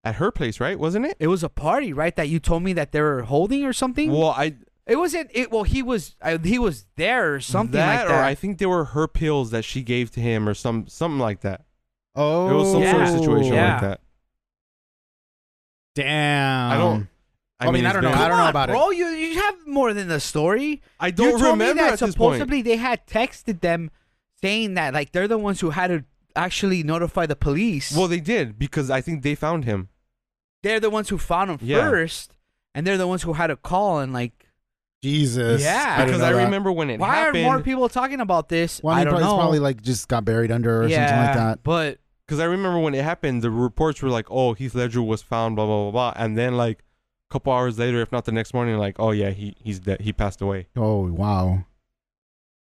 S3: at her place, right? Wasn't it?
S1: It was a party, right? That you told me that they were holding or something.
S3: Well, I
S1: it wasn't. It well, he was uh, he was there or something like
S3: or
S1: that.
S3: I think they were her pills that she gave to him or some something like that.
S2: oh,
S3: It was some sort of
S1: Yeah.
S3: situation
S1: Yeah.
S3: like that.
S2: Damn.
S3: I don't. I,
S2: I mean, I
S3: it's
S2: don't know.
S3: been-
S2: I
S1: Come
S2: don't know
S1: on,
S2: about it.
S1: bro. You you have more than the story.
S3: I
S1: you
S3: don't
S1: told
S3: remember
S1: me that
S3: at this point.
S1: supposedly they had texted them saying that like they're the ones who had to actually notify the police.
S3: Well, they did because I think they found him.
S1: they're the ones who found them
S3: Yeah.
S1: first, and they're the ones who had to call and like.
S2: Jesus.
S1: Yeah.
S2: I didn't
S3: Because
S2: know
S3: I,
S2: that.
S3: remember when it
S1: Why
S3: happened.
S1: are more people talking about this?
S2: Well, I mean,
S1: I don't
S2: probably,
S1: know.
S2: it's probably like just got buried under or
S1: yeah,
S2: something like that.
S1: But
S3: Because I remember when it happened, the reports were like, "Oh, Heath Ledger was found," blah blah blah blah, and then like a couple "Oh, hours later, if not the next morning, like, "Oh yeah, he he's dead. He passed away."
S2: Oh wow.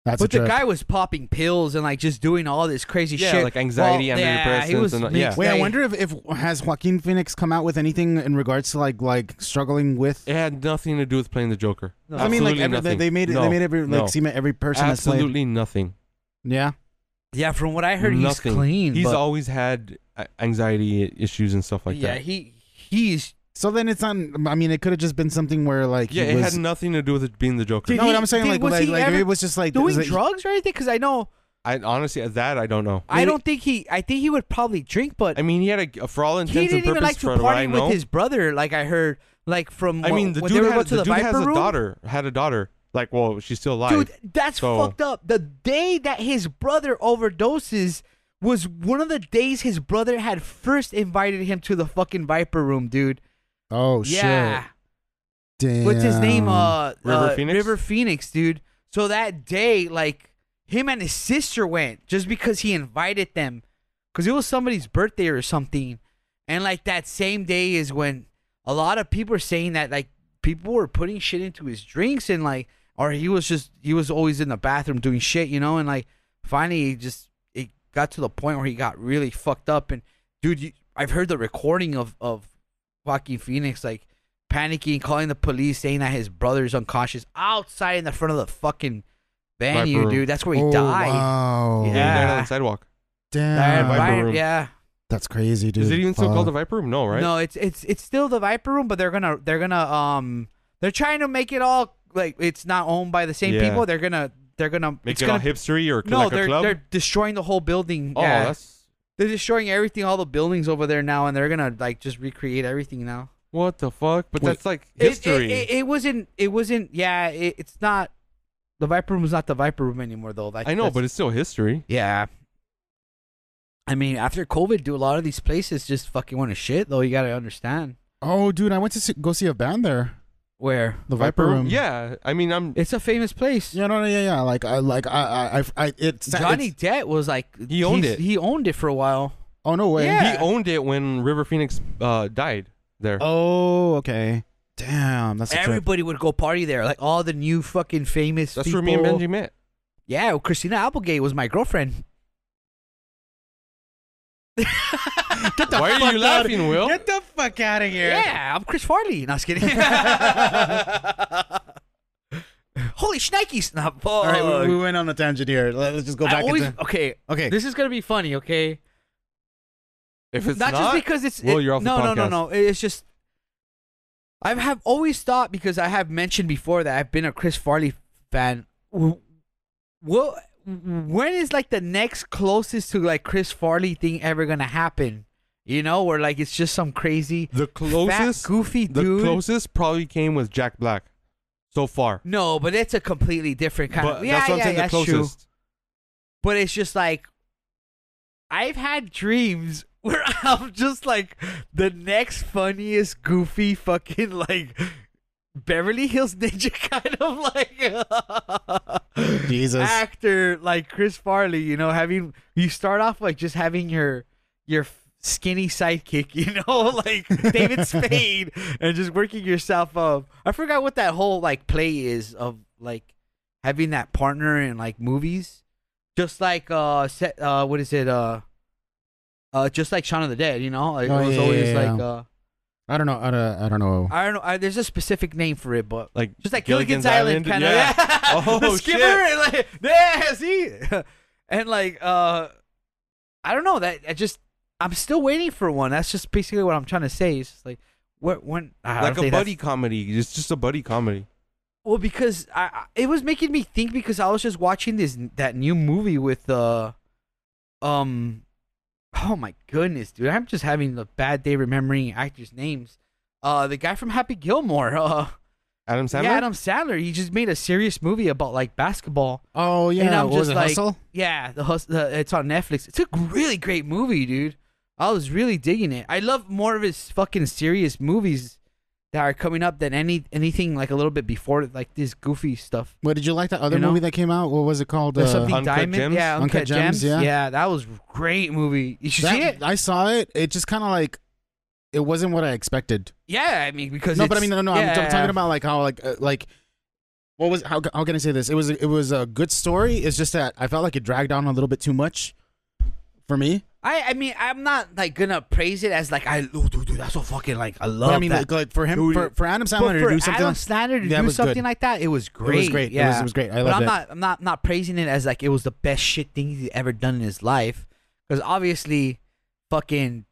S2: That's
S1: but
S2: a
S1: the
S2: trip.
S1: guy was popping pills and like just doing all this crazy
S3: Yeah,
S1: shit,
S3: like anxiety,
S1: yeah, he
S3: antidepressants,
S1: was
S3: and, uh,
S1: mixed.
S3: yeah.
S2: Wait, I
S1: They-
S2: wonder if, if has Joaquin Phoenix come out with anything in regards to like like struggling with.
S3: It had nothing to do with playing the Joker.
S1: No.
S2: I mean, like
S3: Absolutely
S2: every, they-
S3: nothing.
S2: they made it.
S3: No,
S2: They made every like
S3: no.
S2: seem every person that's played.
S3: Absolutely nothing.
S2: Yeah,
S1: Yeah, from what I heard,
S3: Nothing.
S1: he's clean.
S3: He's
S1: but-
S3: always had a- anxiety issues and stuff like
S1: yeah,
S3: that.
S1: he he's
S2: So then it's not. I mean, it could have just been something where like
S3: yeah,
S2: he
S3: it
S2: was,
S3: had nothing to do with it being the Joker.
S1: Did
S2: no,
S1: he-
S2: what I'm saying
S1: did-
S2: like
S1: was
S2: like,
S1: he
S2: like maybe
S1: ever
S2: it was just like
S1: doing
S2: was it-
S1: drugs or anything. Because I know
S3: I honestly uh, that I don't know.
S1: I
S2: Maybe-
S1: don't think he. I think he would probably drink, but
S3: I mean, he had a for all intents
S1: he didn't
S3: and purposes
S1: even like to
S3: for what I
S1: party
S3: know.
S1: with his brother. Like I heard, like from
S3: I
S1: when-
S3: mean, the
S1: when
S3: dude,
S1: they were
S3: had,
S1: going to
S3: the
S1: the,
S3: dude
S1: Viper
S3: has a
S1: room.
S3: daughter. Had a daughter. Like, well, she's still alive.
S1: Dude, that's
S3: So-
S1: fucked up. The day that his brother overdoses was one of the days his brother had first invited him to the fucking Viper room, dude.
S2: Oh
S1: yeah.
S2: shit! Damn.
S1: What's his name? Uh,
S3: River
S1: uh,
S3: Phoenix?
S1: River Phoenix, dude. So that day, like him and his sister went just because he invited them, because it was somebody's birthday or something. And like that same day is when a lot of people are saying that like people were putting shit into his drinks and like, or he was just he was always in the bathroom doing shit, you know. And like finally, he just it got to the point where he got really fucked up. And dude, you, I've heard the recording of of Joaquin Phoenix like panicking, calling the police, saying that his brother's unconscious outside in the front of the fucking venue,
S3: Viper.
S1: dude. That's where he
S2: oh,
S1: died.
S2: Wow.
S3: yeah, he died on
S1: yeah.
S3: the sidewck.
S1: Died
S2: Damn.
S3: Viper
S1: right-
S3: room.
S1: yeah.
S2: That's crazy, dude.
S3: Is it even still called the
S2: Fuck.
S3: Viper Room? No, right?
S1: No, it's it's it's still the Viper Room, but they're gonna they're gonna um they're trying to make it all like it's not owned by the same
S3: Yeah.
S1: people. They're gonna they're gonna
S3: Make
S1: it's
S3: it
S1: gonna
S3: all hipstery or
S1: no,
S3: like
S1: they're
S3: a club.
S1: they're destroying the whole building.
S3: oh,
S1: yeah.
S3: that's
S1: they're destroying everything, all the buildings over there now, and they're gonna like just recreate everything now.
S3: what the fuck. But
S2: Wait.
S3: that's like
S1: It- it-
S3: history.
S1: It, it, wasn't. It wasn't. Yeah. It, it's not. The Viper Room is not the Viper Room anymore, though. That-
S3: I know,
S1: that's-
S3: but it's still history.
S1: yeah. I mean, after COVID, do a lot of these places just fucking want to shit? Though you gotta understand
S2: Oh, dude, I went to see, go see a band there.
S1: where
S2: The Viper Room.
S3: Yeah, I mean, I'm.
S1: it's a famous place.
S2: Yeah, no, no, yeah, yeah. Like, I, like, I, I, I I- it's
S1: Johnny
S2: it's-
S1: Depp was like
S3: He owned
S1: he's-
S3: it.
S1: He owned it for a while.
S2: Oh no way.
S1: Yeah.
S3: He owned it when River Phoenix uh, died there.
S2: Oh, okay. Damn, that's a trip.
S1: Everybody would go party there, like all the new fucking famous.
S3: that's
S1: people.
S3: where me and Benji met.
S1: Yeah, well, Christina Applegate was my girlfriend. Get
S3: Why are you laughing, Will?
S2: Get the fuck out of here.
S1: Yeah, I'm Chris Farley. No, I was kidding. Holy shnikes! No,
S2: All right, we, we
S1: fuck.
S2: went on a tangent here. Let- Let's just go
S1: I
S2: back
S1: always-
S2: into.
S1: okay,
S2: Okay.
S1: this is gonna be funny. Okay,
S3: If it's
S1: not,
S3: not,
S1: just because it's
S3: Will,
S1: it-
S3: you're off the
S1: no, no, no,
S3: podcast.
S1: no. It's just I have always thought because I have mentioned before that I've been a Chris Farley fan. W- What when is like the next closest to like Chris Farley thing ever gonna happen? You know, where like it's just some crazy
S3: the closest,
S1: fat, goofy
S3: the
S1: dude.
S3: closest probably came with Jack Black, so far.
S1: no, but it's a completely different kind
S3: but
S1: of. Yeah,
S3: that's what I'm
S1: yeah,
S3: saying.
S1: that's
S3: the
S1: true.
S3: closest.
S1: but it's just like I've had dreams where I'm just like the next funniest, goofy, fucking like Beverly Hills Ninja kind of like
S2: Jesus.
S1: actor, like Chris Farley. You know, having you start off like just having your your skinny sidekick, you know, like David Spade, and just working yourself up. I forgot what that whole like play is of like having that partner in like movies just like uh, set, uh what is it uh uh just like Shaun of the Dead, you know, like,
S2: Oh,
S1: it was
S2: yeah,
S1: always
S2: yeah,
S1: like
S2: yeah.
S1: uh
S2: I don't know. I don't, I don't know.
S1: I don't know, I, there's a specific name for it, but
S3: Like
S1: just like Gilligan's, Island, kind of yeah.
S3: Oh,
S1: the skipper
S3: shit.
S1: and like yeah, see, and like uh I don't know that I just I'm still waiting for one. That's just basically what I'm trying to say. It's just like what when I don't
S3: like
S1: think
S3: a
S1: that's-
S3: buddy comedy. It's just a buddy comedy.
S1: Well, because I, I it was making me think because I was just watching this that new movie with uh um oh my goodness, dude, I'm just having a bad day remembering actors' names. Uh, the guy from Happy Gilmore, uh,
S3: Adam Sandler.
S1: yeah, Adam Sandler. He just made a serious movie about like basketball.
S2: Oh yeah.
S1: and I'm
S2: what was
S1: just
S2: it,
S1: like,
S2: Hustle?
S1: yeah, the, hus- the it's on Netflix. It's a really great movie, dude. I was really digging it. I love more of his fucking serious movies that are coming up than any anything like a little bit before like this goofy stuff.
S2: What did you like that other
S1: You know?
S2: movie that came out? What was it called?
S1: There's
S2: Uh,
S1: something
S3: Uncut
S1: diamond,
S3: Gems?
S1: yeah,
S2: Uncut
S1: uncut,
S2: Gems,
S1: gems,
S2: yeah.
S1: yeah. that was great movie. You should
S2: that-
S1: see it.
S2: I saw it. It just kind of like it wasn't what I expected.
S1: Yeah, I mean because
S2: No, but I
S1: it's-
S2: mean, no, no. I'm, I'm
S1: yeah.
S2: talking about like how like uh, like what was how, how can I say this? It was it was a good story. It's just that I felt like it dragged on a little bit too much for me.
S1: I I mean I'm not like gonna praise it as like I oh, dude, dude that's so fucking like I love
S2: But I mean,
S1: that.
S2: like, like for him,
S1: Dude,
S2: for, for Adam
S1: but
S2: Sandler
S1: for
S2: to do something,
S1: Adam Sandler to
S2: that
S1: do
S2: was
S1: something
S2: good.
S1: like that, it was great.
S2: great. It was-
S1: Yeah.
S2: it was great. I
S1: but
S2: loved
S1: I'm
S2: it.
S1: not, I'm not, not praising it as like it was the best shit thing he's ever done in his life, because obviously, fucking.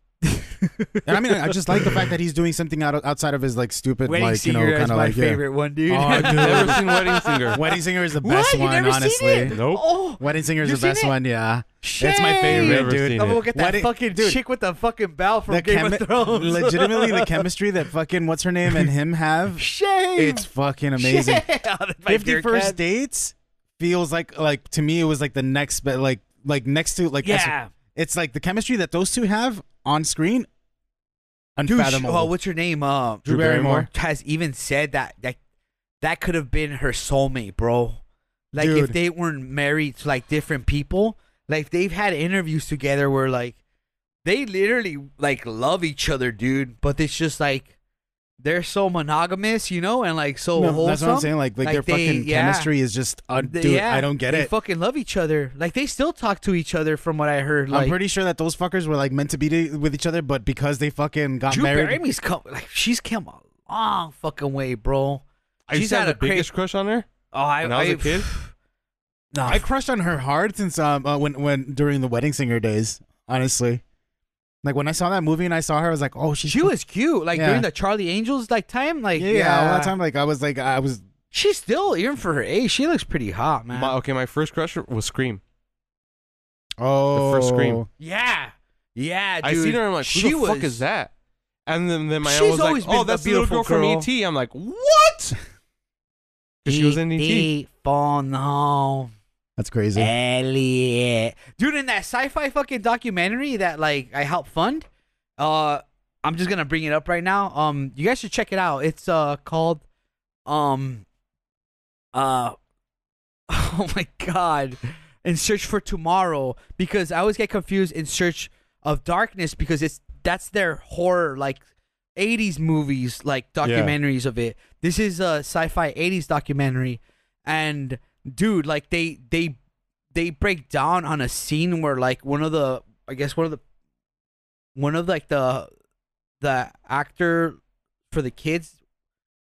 S2: and I mean, I just like the fact that he's doing something out, outside of his like stupid,
S1: Wedding
S2: like you
S1: Singer
S2: know,
S1: is
S2: kind of
S1: my
S2: like yeah.
S1: favorite one, dude.
S2: Oh, dude.
S3: Never seen Wedding Singer.
S2: Wedding Singer is the
S1: What?
S2: best
S1: You
S2: one,
S1: never seen
S2: honestly.
S1: it? Oh,
S2: Wedding Singer is
S1: You've
S2: the
S1: seen
S2: best
S1: it?
S2: one, yeah.
S1: shit.
S2: It's my favorite,
S3: Never
S2: dude.
S3: seen
S1: I'm
S3: it.
S1: gonna look at that
S2: Wedding-
S1: fucking
S2: dude.
S1: chick with the fucking bell from
S2: The
S1: Game
S2: chemi-
S1: of Thrones.
S2: legitimately, the chemistry that fucking what's her name and him have,
S1: shame.
S2: it's fucking amazing.
S1: Shame. That's my
S2: Fifty
S1: beer
S2: First
S1: can.
S2: Dates feels like like to me it was like the next, but like like next to like that's-
S1: Yeah.
S2: it's like the chemistry that those two have on screen.
S1: Dude, sh-
S2: Unfathomable.
S1: oh, what's her name? Uh,
S2: Drew Barrymore.
S1: has even said that that that could have been her soulmate, bro. Like if
S2: Dude.
S1: they weren't married to like different people, like they've had interviews together where like they literally like love each other, dude. But it's just like they're so monogamous, you know, and like so
S2: No,
S1: wholesome.
S2: that's what I'm saying. Like, like, their
S1: they-
S2: fucking
S1: yeah.
S2: chemistry is just, uh,
S1: They-
S2: dude.
S1: yeah,
S2: I don't get
S1: they
S2: it.
S1: fucking love each other. Like they still talk to each other, from what I heard. Like
S2: I'm pretty sure that those fuckers were like meant to be to, with each other, but because they fucking got
S1: Drew
S2: married,
S1: Barrymore's come like she's come a long fucking way, bro.
S3: I used
S1: She's
S3: to have
S1: had
S3: the
S1: a cra-
S3: biggest crush on her
S1: Oh, I,
S3: when I was
S1: I-
S3: a kid.
S1: Nah,
S2: I crushed on her hard since um uh, when when during the wedding singer days. Honestly, like when I saw that movie and I saw her, I was like, oh, she's
S1: she was cute. Like
S2: Yeah.
S1: during the Charlie Angels like time, like
S2: yeah,
S1: yeah,
S2: yeah. All that time, like I was like, I was
S1: She's still even for her age. She looks pretty hot, man.
S3: My, okay, my first crush was Scream.
S2: oh
S3: first scream.
S1: yeah, yeah. Dude.
S3: I seen her. I'm like, who
S1: she
S3: the
S1: was,
S3: fuck is that? And then, then my
S1: She's
S3: aunt was
S1: always
S3: like,
S1: been
S3: oh,
S1: a
S3: that's the little girl,
S1: beautiful
S3: from
S1: girl.
S3: ET. I'm like, what? Because she was in E ET.
S1: Deep oh, on home,
S2: That's crazy.
S1: Elliot. Dude, in that sci-fi fucking documentary that like I helped fund, uh, I'm just gonna bring it up right now. Um, you guys should check it out. It's uh called, um, uh, oh my god, in search for tomorrow because I always get confused in search of darkness because it's that's their horror like 80s movies like documentaries of it. This is a sci-fi 80s documentary, and dude, like they they they break down on a scene where like one of the I guess one of the one of like the the actor for the kids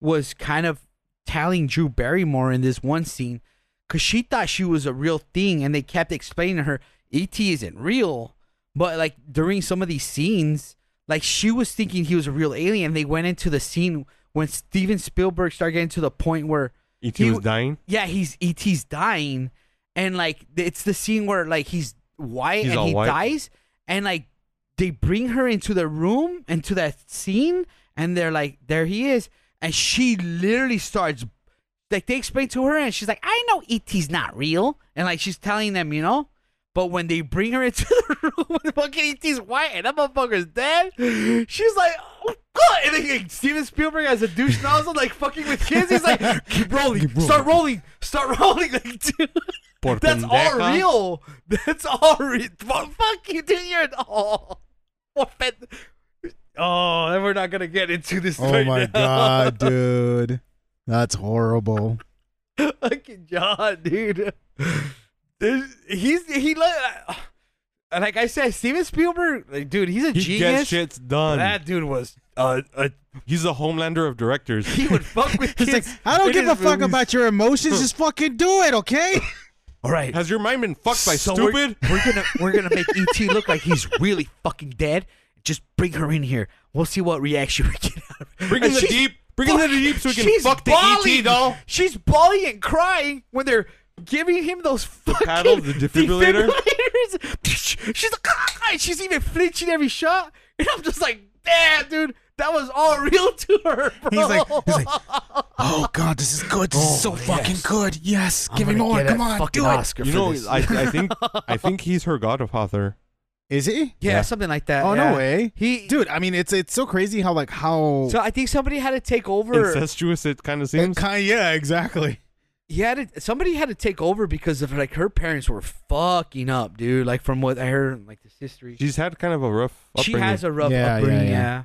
S1: was kind of telling Drew Barrymore in this one scene because she thought she was a real thing and they kept explaining to her ET isn't real. But like during some of these scenes, like she was thinking he was a real alien. They went into the scene when Steven Spielberg started getting to the point where
S3: ET
S1: He
S3: E was
S1: w-
S3: dying.
S1: yeah, he's ET's dying, and like it's the scene where like he's white
S3: He's
S1: and
S3: all
S1: he
S3: white.
S1: dies, and like they bring her into the room into that scene, and they're like, there he is, and she literally starts like they explain to her, and she's like, I know ET's not real, and like she's telling them, you know. But when they bring her into the room, the fucking ET's white and that motherfucker's dead. She's like, oh, God. And then like, Steven Spielberg as a douche nozzle, like fucking with kids. He's like, keep rolling,
S2: Keep rolling.
S1: start rolling, start rolling. Like, dude,
S3: Por
S1: that's all
S3: pendeja.
S1: real. That's all real. Fuck you, dude. You're an oh. Por pen- Oh, and we're not gonna get into this.
S2: Oh
S1: right
S2: my
S1: now.
S2: god, dude, that's horrible.
S1: fucking John, dude. There's- he's he like, like I said, Steven Spielberg, like, dude, he's a
S3: He
S1: genius.
S3: gets shit's done.
S1: That dude was uh, uh
S3: He's the homelander of directors.
S1: he would fuck with
S2: It's
S1: kids.
S2: like, I don't
S1: in
S2: give a
S1: his
S2: fuck
S1: movies.
S2: about your emotions. Just fucking do it, okay?
S1: All right,
S3: Has your mind been fucked by
S1: so we're-
S3: stupid?
S1: We're, gonna we're gonna make ET look like he's really fucking dead. Just bring her in here. We'll see what reaction we get out of her.
S3: Bring in
S1: And
S3: the
S1: she's
S3: deep. Bring in the
S1: fuck-
S3: deep so we can
S1: she's
S3: fuck the E
S1: bawling.
S3: ET doll.
S1: She's bawling and crying when they're giving him those fucking
S3: paddle, the defibrillator?
S1: defibrillators. She's like, "Ah," and she's even flinching every shot, and I'm just like, damn, dude, that was all real to her, bro.
S2: He's like, he's like, oh god, this is good. This is so fucking good. Yes,
S1: I'm
S2: give me
S1: gonna
S2: more.
S1: get
S2: Come
S1: a
S2: on,
S1: fucking
S2: do it.
S1: Oscar
S3: You
S1: for
S3: know,
S1: this.
S3: I, I think I think he's her godfather.
S2: Is he?
S1: yeah,
S3: yeah.
S1: something like that.
S2: Oh
S1: yeah.
S2: no way,
S1: He
S2: dude. I mean, it's it's so crazy how like how.
S1: So I think somebody had to take over.
S3: Incestuous, Oh. it kind of
S2: it
S3: seems.
S2: kind yeah, exactly.
S1: He had to, somebody had to take over because of like her parents were fucking up, dude. Like from what I heard, like this history.
S3: She's had kind of a rough
S1: She
S3: upbringing.
S1: has a rough
S2: Yeah, yeah,
S1: upbringing. Yeah,
S2: yeah.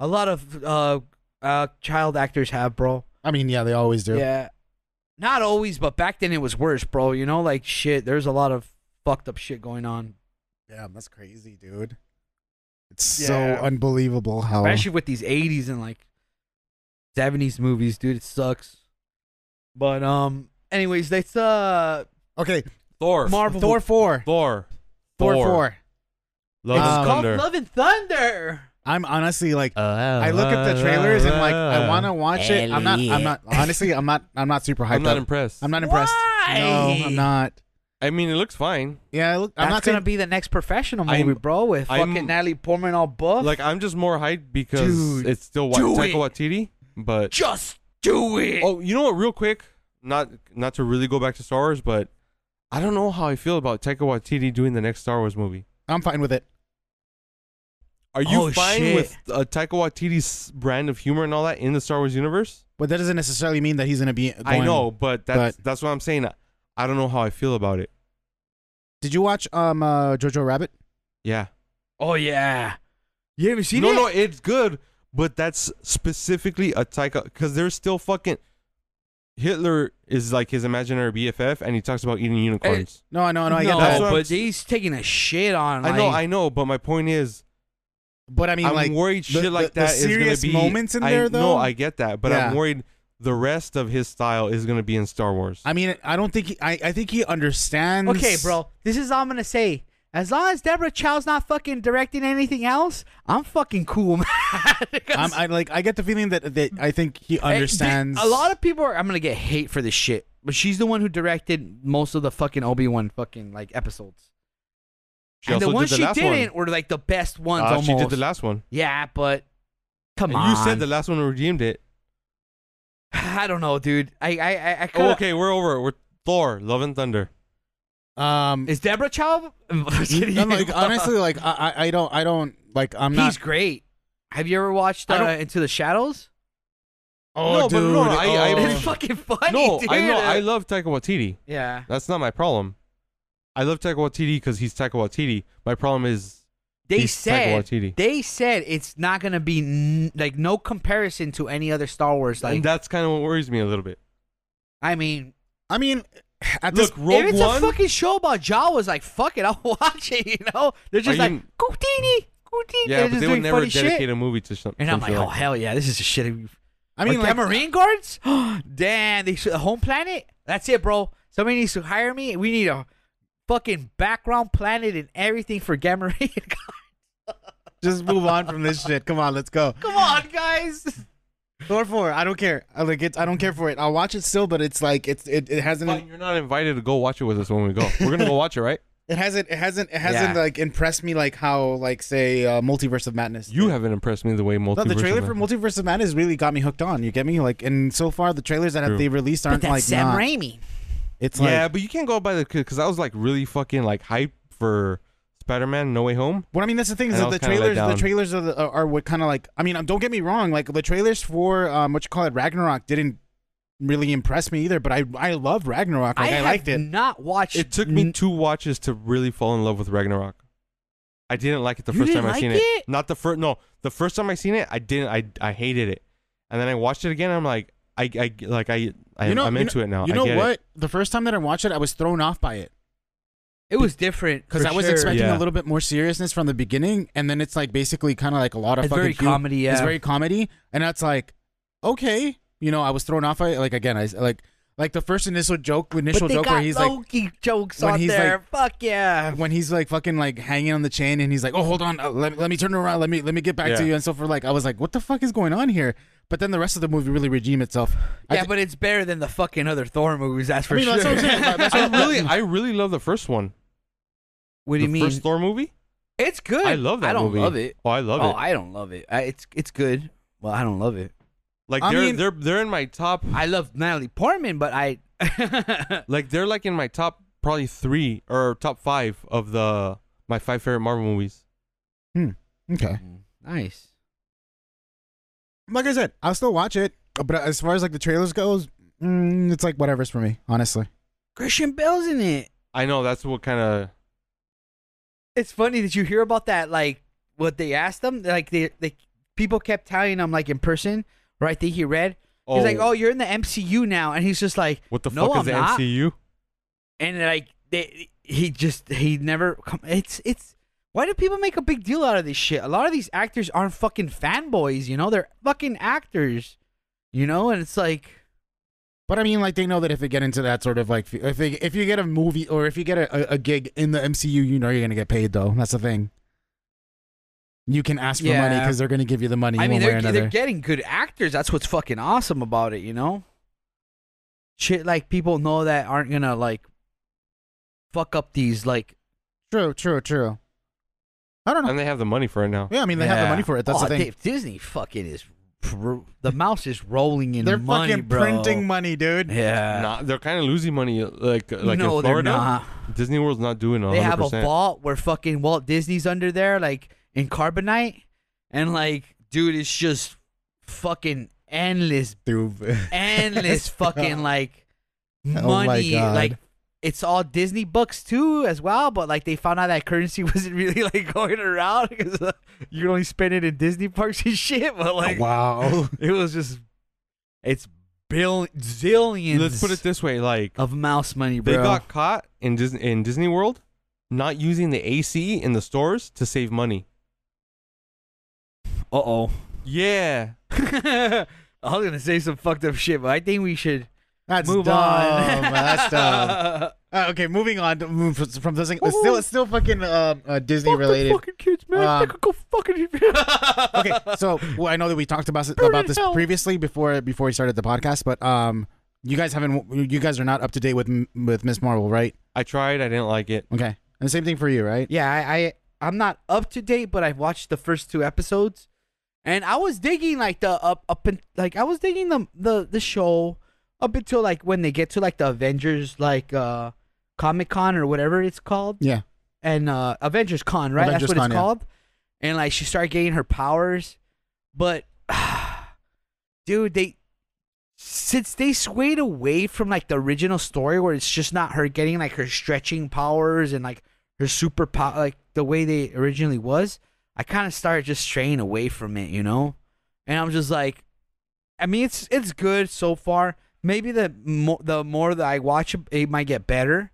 S1: a lot of uh, uh, child actors have, bro.
S2: I mean, yeah, they always do.
S1: Yeah, Not always, but back then it was worse, bro. You know, like shit. There's a lot of fucked up shit going on,
S2: Damn, that's crazy, dude. It's
S1: Yeah.
S2: so unbelievable how
S1: especially with these '80s and like '70s movies, dude. It sucks. But um, anyways, that's uh
S2: Okay,
S3: Thor.
S1: Marvel.
S2: Thor 4.
S3: Thor.
S2: Thor 4.
S3: Love
S2: It's called
S3: and
S1: Called
S3: Thunder.
S1: Love and Thunder.
S2: I'm honestly like I look at the trailers and like
S3: uh,
S2: I want to watch it. I'm not. I'm not. Honestly, I'm not. I'm not super hyped.
S3: I'm not
S2: up.
S3: impressed.
S2: I'm not impressed.
S1: Why?
S2: No, I'm not.
S3: I mean, it looks fine.
S2: Yeah, I look,
S1: That's
S2: I'm not
S1: gonna
S2: saying-
S1: be the next professional movie,
S3: I'm-
S1: bro. With
S3: I'm-
S1: fucking Natalie Portman all buff.
S3: Like I'm just more hyped because
S1: Dude,
S3: it's still Wa-
S1: do
S3: Taika
S1: it.
S3: Waititi. But
S1: just do it.
S3: oh, you know what? Real quick, not not to really go back to Star Wars, but I don't know how I feel about Taika Waititi doing the next Star Wars movie.
S2: I'm fine with it.
S3: Are you
S1: Oh,
S3: fine
S1: shit.
S3: with uh, Taika Waititi's brand of humor and all that in the Star Wars universe?
S2: But that doesn't necessarily mean that he's gonna be. Going.
S3: I know, but that's that's what I'm saying. I don't know how I feel about it.
S2: Did you watch um uh, Jojo Rabbit?
S3: Yeah.
S1: Oh yeah. You haven't seen
S3: no,
S1: it?
S3: no, it's good, but that's specifically a Taika because there's still fucking Hitler is like his imaginary BFF, and he talks about eating unicorns.
S2: No, I know, I know, I get
S1: Oh, no,
S3: That's
S2: that.
S3: what I'm-
S1: but he's taking a shit on.
S3: I know,
S1: like-
S3: I know, but my point is,
S2: But Eh, I mean,
S3: I'm
S2: like,
S3: worried
S2: the-
S3: shit
S2: the-
S3: like
S2: the
S3: that is
S2: serious
S3: gonna be
S2: moments in
S3: I-
S2: there,
S3: No,
S2: though?
S3: I get that, but I'm
S2: Yeah.
S3: worried the rest of his style is gonna be in Star Wars.
S2: I mean, I don't think he, I. I think he understands.
S1: Okay, bro. This is all I'm gonna say. As long as Deborah Chow's not fucking directing anything else, I'm fucking cool, man.
S2: I'm, I like. I get the feeling that that I think he
S1: Hey,
S2: understands.
S1: th- a lot of people are. I'm gonna get hate for this shit, but she's the one who directed most of the fucking Obi Wan fucking like episodes.
S3: she
S1: and
S3: also
S1: the ones
S3: did the
S1: she
S3: last
S1: didn't
S3: one.
S1: were like the best ones.
S3: Uh,
S1: almost.
S3: she did the last one.
S1: Yeah, but come
S3: And
S1: on.
S3: you said the last one redeemed it.
S1: I don't know, dude. I I I, I could.
S3: Oh, okay, we're over. it. We're Thor, Love and Thunder.
S2: um.
S1: Is Deborah Chow? I'm just kidding.
S2: I'm like, honestly, like I, I I don't, I don't like. I'm
S1: he's
S2: not.
S1: great. Have you ever watched
S2: I
S1: uh,
S2: don't-
S1: Into the Shadows?
S2: Oh,
S3: No, but no,
S2: dude,
S3: I- I-
S2: oh.
S1: It's fucking funny,
S3: no,
S1: dude.
S3: I know. I love Taika Waititi.
S1: yeah.
S3: That's not my problem. I love Taika Waititi because he's Taika Waititi. My problem is
S1: They
S3: he's Taika
S1: said
S3: Waititi.
S1: they said it's not gonna be n- like no comparison to any other Star Wars. Like
S3: and that's kind of what worries me a little bit.
S1: I mean,
S2: I mean, at
S3: Look,
S2: this,
S3: Rogue
S1: if it's
S3: One.
S1: a fucking show about Jawas, like fuck it, I'll watch it. You know, they're just
S3: Are
S1: like
S3: you-
S1: Koutini, Koutini.
S3: yeah,
S1: they're
S3: but
S1: just
S3: they
S1: doing
S3: would never
S1: funny
S3: dedicate
S1: shit.
S3: a movie to something.
S1: And I'm like, oh hell yeah, this is a shit.
S2: I mean,
S1: Are
S2: like,
S1: there Marine guards? Damn, they should, home planet. That's it, bro. Somebody needs to hire me. We need a fucking background planet and everything for Gamma Ray.
S2: just move on from this shit. Come on, let's go.
S1: Come on, guys.
S2: Thor four. I don't care. I like it. I don't care for it. I'll watch it still, but it's like it's it, it
S3: Fine,
S2: hasn't
S3: you're not invited to go watch it with us when we go. We're gonna go watch it, right?
S2: it hasn't it hasn't it hasn't
S1: Yeah.
S2: like impressed me like how like say uh, multiverse of madness.
S3: You
S2: did.
S3: haven't impressed me the way multiverse.
S2: No, the trailer for
S3: Man-
S2: multiverse of madness really got me hooked on. You get me? Like, and so far the trailers that
S3: True.
S2: they released
S1: But
S2: aren't
S1: that's
S2: like
S1: Sam
S2: nah.
S1: Raimi.
S2: It's like
S3: yeah, but you can't go by the because I was like really fucking like hype for Spider-Man No Way Home.
S2: Well, I mean, that's the thing is
S3: And I
S2: that the
S3: was kinda let
S2: trailers, the
S3: down.
S2: trailers are, the, are, are what kind of like. I mean, um, don't get me wrong. Like the trailers for um, what you call it, Ragnarok, didn't really impress me either. But I, I love Ragnarok. Like, I,
S1: have
S2: liked it.
S1: not watched.
S3: It took me
S1: n-
S3: two watches to really fall in love with Ragnarok. I didn't like it the
S1: You
S3: first
S1: didn't
S3: time I seen
S1: like
S3: it.
S1: it?
S3: Not the first. No, the first time I seen it, I didn't. I I hated it, and then I watched it again. I'm like, I I like I, I
S2: you know,
S3: I'm
S2: you
S3: into
S2: know,
S3: it now.
S2: You
S3: I
S2: know
S3: get
S2: what?
S3: It.
S2: The first time that I watched it, I was thrown off by it
S1: It was different
S2: because
S1: for
S2: I was
S1: sure.
S2: expecting
S3: Yeah.
S2: a little bit more seriousness from the beginning, and then it's like basically kind of like a lot of
S1: It's
S2: fucking
S1: very
S2: hu-
S1: comedy, yeah.
S2: It's very comedy, and that's like okay. You know, I was thrown off by it. Like again, I like like the first initial joke,
S1: But
S2: initial
S1: they
S2: joke
S1: got
S2: where he's like.
S1: Loki jokes
S2: when
S1: on
S2: he's
S1: there. Fuck yeah.
S2: when he's like fucking like hanging on the chain and he's like, oh hold on, uh, let, let me turn around, let me let me get back
S3: Yeah.
S2: to you and so forth. Like I was like, what the fuck is going on here? But then the rest of the movie really redeemed itself. I
S1: Yeah,
S2: thi-
S1: but it's better than the fucking other Thor movies. That's for
S2: I mean,
S1: sure.
S2: that's what I'm saying. That- that's
S3: I
S2: what-
S3: really I really love the first one.
S1: what do
S3: the
S1: you mean?
S3: First Thor movie.
S1: It's good.
S3: I love that.
S1: I don't
S3: movie.
S1: love it.
S3: Oh, I love
S1: oh,
S3: it.
S1: I don't love it. I, it's it's good. Well, I don't love it.
S3: like
S2: I
S3: they're
S2: mean-
S3: they're they're in my top.
S1: I love Natalie Portman, but I
S3: Like they're like in my top probably three or top five of the my five favorite Marvel movies.
S2: okay.
S1: nice.
S2: Like I said, I'll still watch it, but as far as like the trailers goes, mm, it's like whatever's for me, honestly.
S1: Christian Bale's in it.
S3: I know that's what kind of
S1: It's funny that you hear about that. Like what they asked them, like they they people kept telling them like in person, right? That he read He's like, "Oh, you're in the MCU now," and he's just like,
S3: what the
S1: no,
S3: fuck
S1: I'm
S3: is the
S1: not.
S3: MCU?
S1: and like they, he just he never. Come, it's it's. Why do people make a big deal out of this shit? A lot of these actors aren't fucking fanboys, you know. They're fucking actors, you know. And it's like,
S2: But I mean, like they know that if they get into that sort of like, if they, if you get a movie or if you get a, a gig in the MCU, you know you're gonna get paid though. That's the thing. You can ask for money
S1: Yeah.
S2: because they're gonna give you the money
S1: I mean,
S2: one way or
S1: they're
S2: another.
S1: they're getting good actors. That's what's fucking awesome about it, you know. Shit, like people know that aren't gonna like fuck up these like.
S2: true, true, true. I don't know.
S3: And they have the money for it now.
S2: Yeah, I mean they have the
S1: Yeah.
S2: money for it. That's
S1: Aw,
S2: the thing.
S1: Oh, Dave, Disney fucking is. pro- The mouse is rolling in money, bro.
S2: money, dude.
S1: Yeah.
S3: Nah, they're kind of losing money. uh, Like like
S1: no,
S3: in
S1: they're
S3: Florida,
S1: not.
S3: Disney World's not doing. 100%.
S1: They have a vault where fucking Walt Disney's under there, like in carbonite, and like, dude, it's just fucking endless,
S2: Through
S1: endless
S3: Oh
S1: fucking like
S2: my
S1: money,
S2: God.
S1: like. It's all Disney books too, as well. But like, they found out that currency wasn't really like going around because uh, you can only spend it in Disney parks and shit.
S3: Oh,
S1: But like,
S2: wow.
S1: it was just, it's bill zillions
S3: Let's put it this way: like
S1: of mouse money,
S3: they
S1: Oh, bro.
S3: got caught in Disney in Disney World not using the AC in the stores to save money.
S1: uh oh.
S3: Yeah,
S1: I was gonna say some fucked up shit, but I think we should
S2: That's
S1: move
S2: dumb.
S1: on.
S2: That's dumb. Uh, okay, moving on to, move from- from this thing. It's still, it's still fucking um, uh, Disney
S1: Fuck
S2: related.
S1: the fucking kids, man.
S2: Um,
S1: they could go fucking.
S2: okay, so well, I know that we talked about
S1: Burn
S2: about
S1: in
S2: this
S1: hell.
S2: previously before before we started the podcast, but um, you guys haven't, you guys are not up to date with M- with Miss Marvel, right?
S3: I tried. I didn't like it.
S2: Okay, and the same thing for you, right?
S1: Yeah, I, I I'm not up to date, but I've watched the first two episodes, and I was digging like the up up and like I was digging the the the show up until like when they get to like the Avengers like uh Comic Con or whatever it's called.
S2: Yeah.
S1: and uh Avengers Con, right?
S2: Avengers
S1: That's what
S2: Con,
S1: it's
S2: yeah.
S1: called. And like she started getting her powers, but dude, they since they swayed away from like the original story where it's just not her getting like her stretching powers and like her super power like the way they originally was, I kind of started just straying away from it, you know? And I'm just like I mean, it's it's good so far. Maybe the mo- the more that I watch it, it might get better.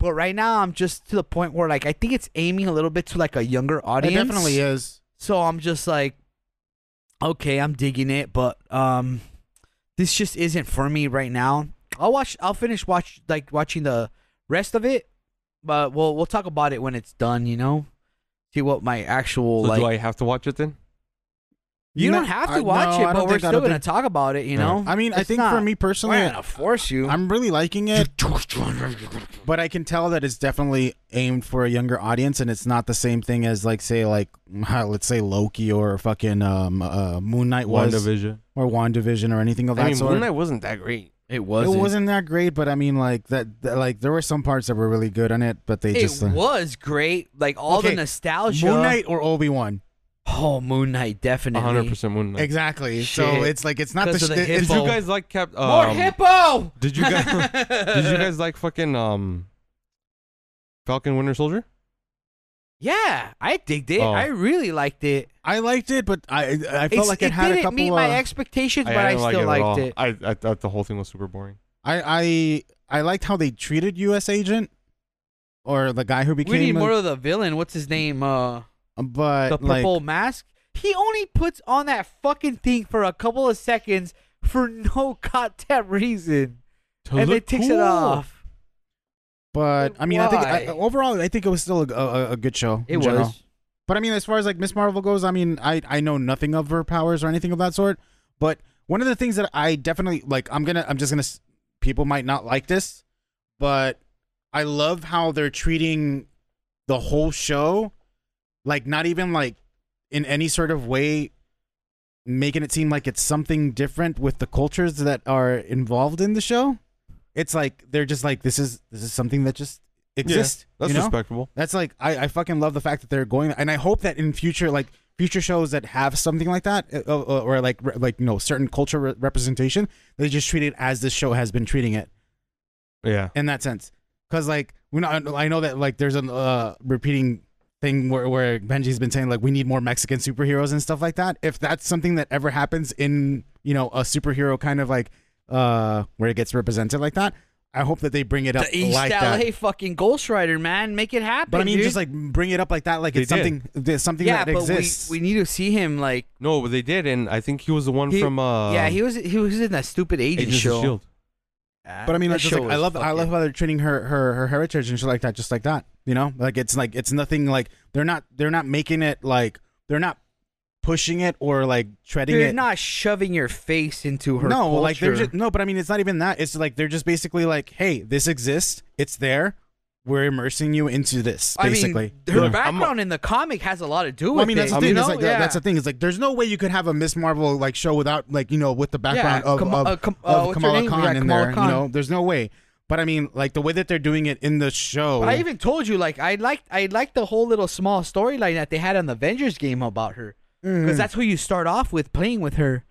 S1: But right now, I'm just to the point where like I think it's aiming a little bit to like a younger
S2: It
S1: audience.
S2: definitely is.
S1: So I'm just like, okay, I'm digging it, but um, this just isn't for me right now. I'll watch. I'll finish watch like watching the rest of it, but we'll we'll talk about it when it's done. You know, see what my actual
S3: So
S1: like.
S3: do I have to watch it then?
S1: you
S2: No,
S1: don't have
S2: I-
S1: to watch
S2: no, I
S1: it,
S2: don't
S1: but we're
S2: think- I
S1: still
S2: don't
S1: gonna
S2: think-
S1: talk about it. You
S3: Yeah.
S1: know,
S2: I mean, I
S1: It's
S2: think
S1: not-
S2: for me
S1: we're
S2: personally,
S1: not gonna force you.
S2: I'm really liking it, but I can tell that it's definitely aimed for a younger audience, and it's not the same thing as like say like let's say Loki or fucking um, uh, Moon Knight was
S3: WandaVision.
S2: or Wandavision or anything of that
S3: I mean,
S2: sort.
S3: Moon Knight wasn't that great.
S1: it
S2: it
S1: wasn't.
S2: wasn't that great, but I mean, like that, that- like there were some parts that were really good on it, but they
S1: It
S2: just uh,
S1: was great. Like all
S2: Okay,
S1: the nostalgia.
S2: Moon Knight or Obi Wan.
S1: Oh, Moon Knight, definitely.
S3: 100% Moon Knight.
S2: Exactly. So
S1: Shit.
S2: it's like it's not the,
S1: 'Cause of the
S2: shit- it's-
S3: Did you
S1: Hippo.
S3: guys like Cap? Um,
S1: More hippo.
S3: Did you guys? did you guys like fucking um, Falcon Winter Soldier?
S1: Yeah, I digged it.
S3: Oh.
S1: I really liked it.
S2: I liked it, but I I felt
S1: It's-
S2: like it, had
S1: didn't
S2: a couple.
S1: meet my
S2: uh,
S1: expectations, but I,
S3: didn't
S1: still
S3: like
S1: liked
S3: at
S1: it.
S3: all. I, I thought the whole thing was super boring.
S2: I I I liked how they treated U.S. Agent or the guy who became.
S1: We need
S2: a-
S1: more of the villain. What's his name? Uh,
S2: but
S1: the purple
S2: like,
S1: mask. He only puts on that fucking thing for a couple of seconds for no goddamn reason,
S3: To
S1: and then
S3: look
S1: takes
S3: cool.
S1: it off.
S2: but I mean, I think I,
S1: Why?
S2: overall, I think it was still a, a, a good show.
S1: It
S2: in general.
S1: was.
S2: But I mean, as far as like Miss Marvel goes, I mean, I I know nothing of her powers or anything of that sort. But one of the things that I definitely like, I'm gonna, I'm just gonna. s- People might not like this, but I love how they're treating the whole show, like not even like in any sort of way, making it seem like it's something different with the cultures that are involved in the show. It's like they're just like this is this is something that just exists.
S3: That's
S2: you know?
S3: respectable.
S2: That's like I, I fucking love the fact that they're going, and I hope that in future, like future shows that have something like that, uh, uh, or like re- like you know certain culture re- representation, they just treat it as this show has been treating it
S3: Yeah.
S2: in that sense. Because like we know, I know that like there's a uh, repeating thing where where Benji's been saying like we need more Mexican superheroes and stuff like that. If that's something that ever happens in you know a superhero kind of like uh where it gets represented like that. I hope that they bring it up
S1: The East
S2: like
S1: LA
S2: that.
S1: fucking Ghost Rider, man, make it happen.
S2: But I mean,
S1: dude.
S2: just like bring it up like that, like
S3: They
S2: it's
S3: did.
S2: something, there's something
S1: yeah,
S2: that
S1: but
S2: exists.
S1: we we need to see him like
S3: No, but they did, and I think he was the one
S1: He-
S3: from uh,
S1: yeah
S2: Um,
S1: he was he was in that stupid Agent
S3: Agents of
S1: show.
S3: Shield.
S1: Yeah,
S2: But I mean,
S1: that
S2: like, just,
S1: show
S2: like, I
S1: was
S2: love, I
S1: fucking-
S2: love how they're treating her, her, her heritage and shit like that, just like that. You know, like it's like it's nothing like they're not, they're not making it like they're not pushing it or like treading
S1: You're
S2: it.
S1: not shoving your face into her.
S2: no,
S1: culture.
S2: like they're just no. But I mean, it's not even that. It's like they're just basically like, hey, this exists. It's there. We're immersing you into this, basically.
S1: I mean, her
S3: Yeah.
S1: background in the comic has a lot to do with
S2: Well, I mean,
S1: it.
S2: that's the
S1: you
S2: thing.
S1: know?
S2: It's like,
S1: yeah.
S2: that- That's the thing. It's like there's no way you could have a Miss Marvel like show without like you know with the background
S1: Yeah,
S2: of,
S1: Kam-
S2: of,
S1: uh, Kam- uh,
S2: of
S1: what's her
S2: Kamala
S1: name?
S2: Khan
S1: Yeah,
S2: in
S1: Kamala
S2: there.
S1: Khan.
S2: You know, there's no way. But I mean, like the way that they're doing it in the show.
S1: But I even told you, like, I liked, I liked the whole little small storyline that they had on the Avengers game about her, because
S3: Mm.
S2: Mhm.
S1: that's who you start off with playing with her,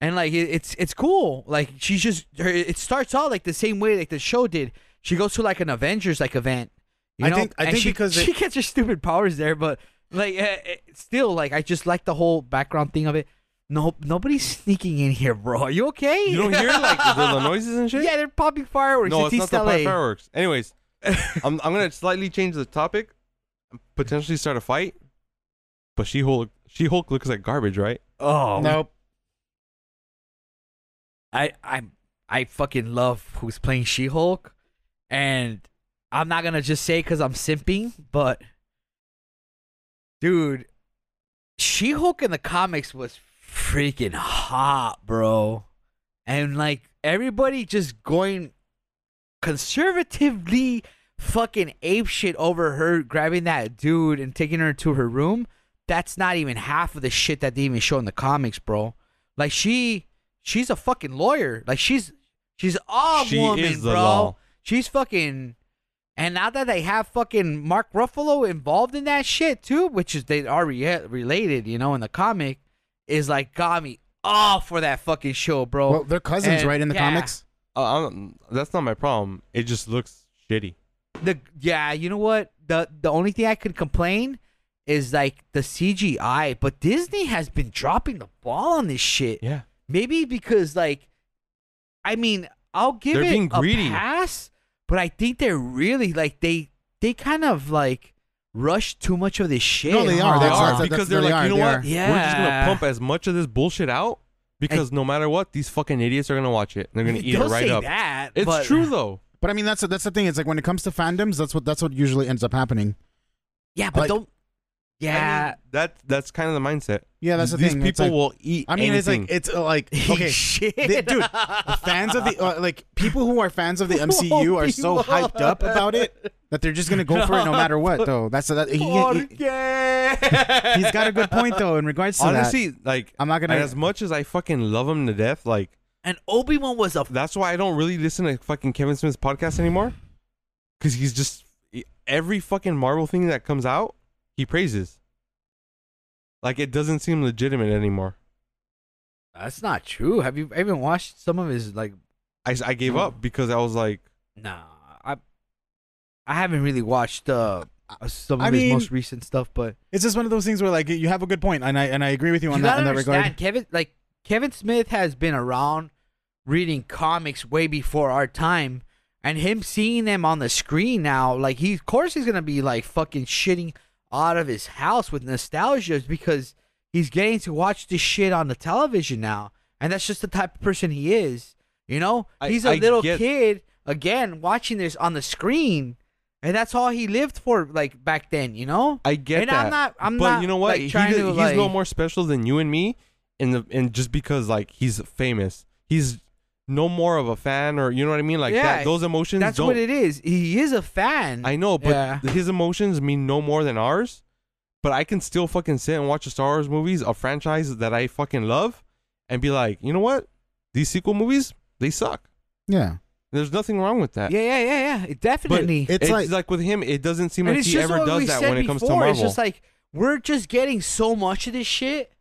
S1: and like it, it's it's cool. Like she's just, her, it starts out like the same way like the show did. She goes to like an Avengers like event, you
S2: I
S1: know.
S2: think- I
S1: and
S2: think
S1: she,
S2: because it-
S1: she gets her stupid powers there, but like uh, it- still, like I just like the whole background thing of it. No, nobody's sneaking in here, bro. Are you okay?
S3: E You don't hear like the, the noises and shit.
S1: yeah, they're popping fireworks.
S3: no,
S1: it's
S3: it's,
S1: East
S3: not the
S1: LA.
S3: fire fireworks. Anyways, I'm I'm gonna slightly change the topic, potentially start a fight. But she Hulk, she Hulk looks like garbage, right?
S1: Oh
S2: nope.
S1: I I I fucking love who's playing She Hulk, and I'm not gonna just say because I'm simping, but dude, She Hulk in the comics was freaking hot, bro, and like everybody just going conservatively fucking ape shit over her grabbing that dude and taking her to her room. That's not even half of the shit that they even show in the comics, bro. Like she she's a fucking lawyer. Like she's she's a
S3: She
S1: woman,
S3: is the
S1: bro.
S3: law.
S1: She's fucking and now that they have fucking Mark Ruffalo involved in that shit too, which is they are re- related, you know, in the comic, is like got me off for that fucking show, bro.
S2: Well, they're cousins,
S1: and-
S2: right? In the
S1: yeah.
S2: comics.
S3: Uh, I'm, that's not my problem. It just looks shitty.
S1: The yeah, you know what? The the only thing I could complain is like the CGI, but Disney has been dropping the ball on this shit.
S3: Yeah.
S1: Maybe because like, I mean, I'll give
S3: They're
S1: it
S3: being greedy.
S1: a pass, but I think they're really like they they kind of like rush too much of this shit.
S2: No, they
S1: huh?
S2: are.
S3: They
S2: That's,
S3: are,
S2: that's,
S3: because
S2: that's,
S3: they're
S2: they
S3: like,
S2: are,
S3: you know
S2: they
S3: what?
S2: are.
S1: Yeah.
S3: We're just gonna pump as much of this bullshit out because no matter what, these fucking idiots are gonna watch it. and They're gonna eat
S1: Don't
S3: it right
S1: say
S3: up.
S1: That,
S3: It's
S1: but-
S3: true though.
S2: But I mean, that's that's the thing. It's like when it comes to fandoms, that's what that's what usually ends up happening.
S1: Yeah, but
S2: Like-
S1: don't.
S3: I mean,
S1: Yeah,
S3: that that's kind of the mindset.
S2: Yeah, that's the
S3: These
S2: thing. It's
S3: people
S2: like-
S3: will eat.
S2: I mean,
S3: anything.
S2: it's like it's uh, like okay,
S1: shit,
S2: They- dude, fans of the uh, like people who are fans of the MCU
S1: Won't
S2: are
S1: be
S2: so hyped up about it that they're just gonna go for it no matter what. Though that's that he, he, has got a good point though in regards to that.
S3: honestly like
S2: I'm not gonna-
S3: and as much as I fucking love him to death. Like
S1: and Obi Wan was a
S3: that's why I don't really listen to fucking Kevin Smith's podcast anymore because he's just e, every fucking Marvel thing that comes out he praises. Like it doesn't seem legitimate anymore.
S1: That's not true. Have you even watched some of his like?
S3: I, s- I gave
S2: Hmm.
S3: up because I was like,
S1: Nah, I I haven't really watched uh some of
S2: I
S1: his
S2: mean-
S1: most recent stuff, but
S2: It's just one of those things where like you have a good point, and I and I agree with you
S1: you
S2: on
S1: gotta
S2: that in that
S1: understand,
S2: regard.
S1: Kevin. Like Kevin Smith has been around reading comics way before our time, and him seeing them on the screen now, like he, of course, he's gonna be like fucking shitting out of his house with nostalgia because he's getting to watch this shit on the television now, and that's just the type of person he is. You know,
S3: I-
S1: he's a
S3: I
S1: little
S3: get-
S1: kid again watching this on the screen. And that's all he lived for, like back then, you know.
S3: I get
S1: and
S3: that.
S1: I'm not. I'm
S3: but
S1: not.
S3: you know what?
S1: like,
S3: he
S1: trying
S3: does-
S1: to,
S3: he's
S1: like,
S3: no more special than you and me, in the and just because like he's famous, he's no more of a fan or you know what I mean. Like
S1: Yeah,
S3: that, those emotions.
S1: That's
S3: don't,
S1: what it is. He is a fan.
S3: I know, but
S1: Yeah.
S3: th- his emotions mean no more than ours. But I can still fucking sit and watch the Star Wars movies, a franchise that I fucking love, and be like, you know what? These sequel movies, they suck.
S2: Yeah,
S3: There's nothing wrong with that.
S1: yeah, yeah, yeah, yeah. It
S3: But
S1: definitely.
S3: it's, like,
S2: like-
S3: with him, it doesn't seem
S1: and
S3: like
S1: it's
S3: he
S1: just
S3: ever
S1: what we
S3: does that
S1: said
S3: when it comes to
S1: before.
S3: Marvel.
S1: It's just like we're just getting so much of this shit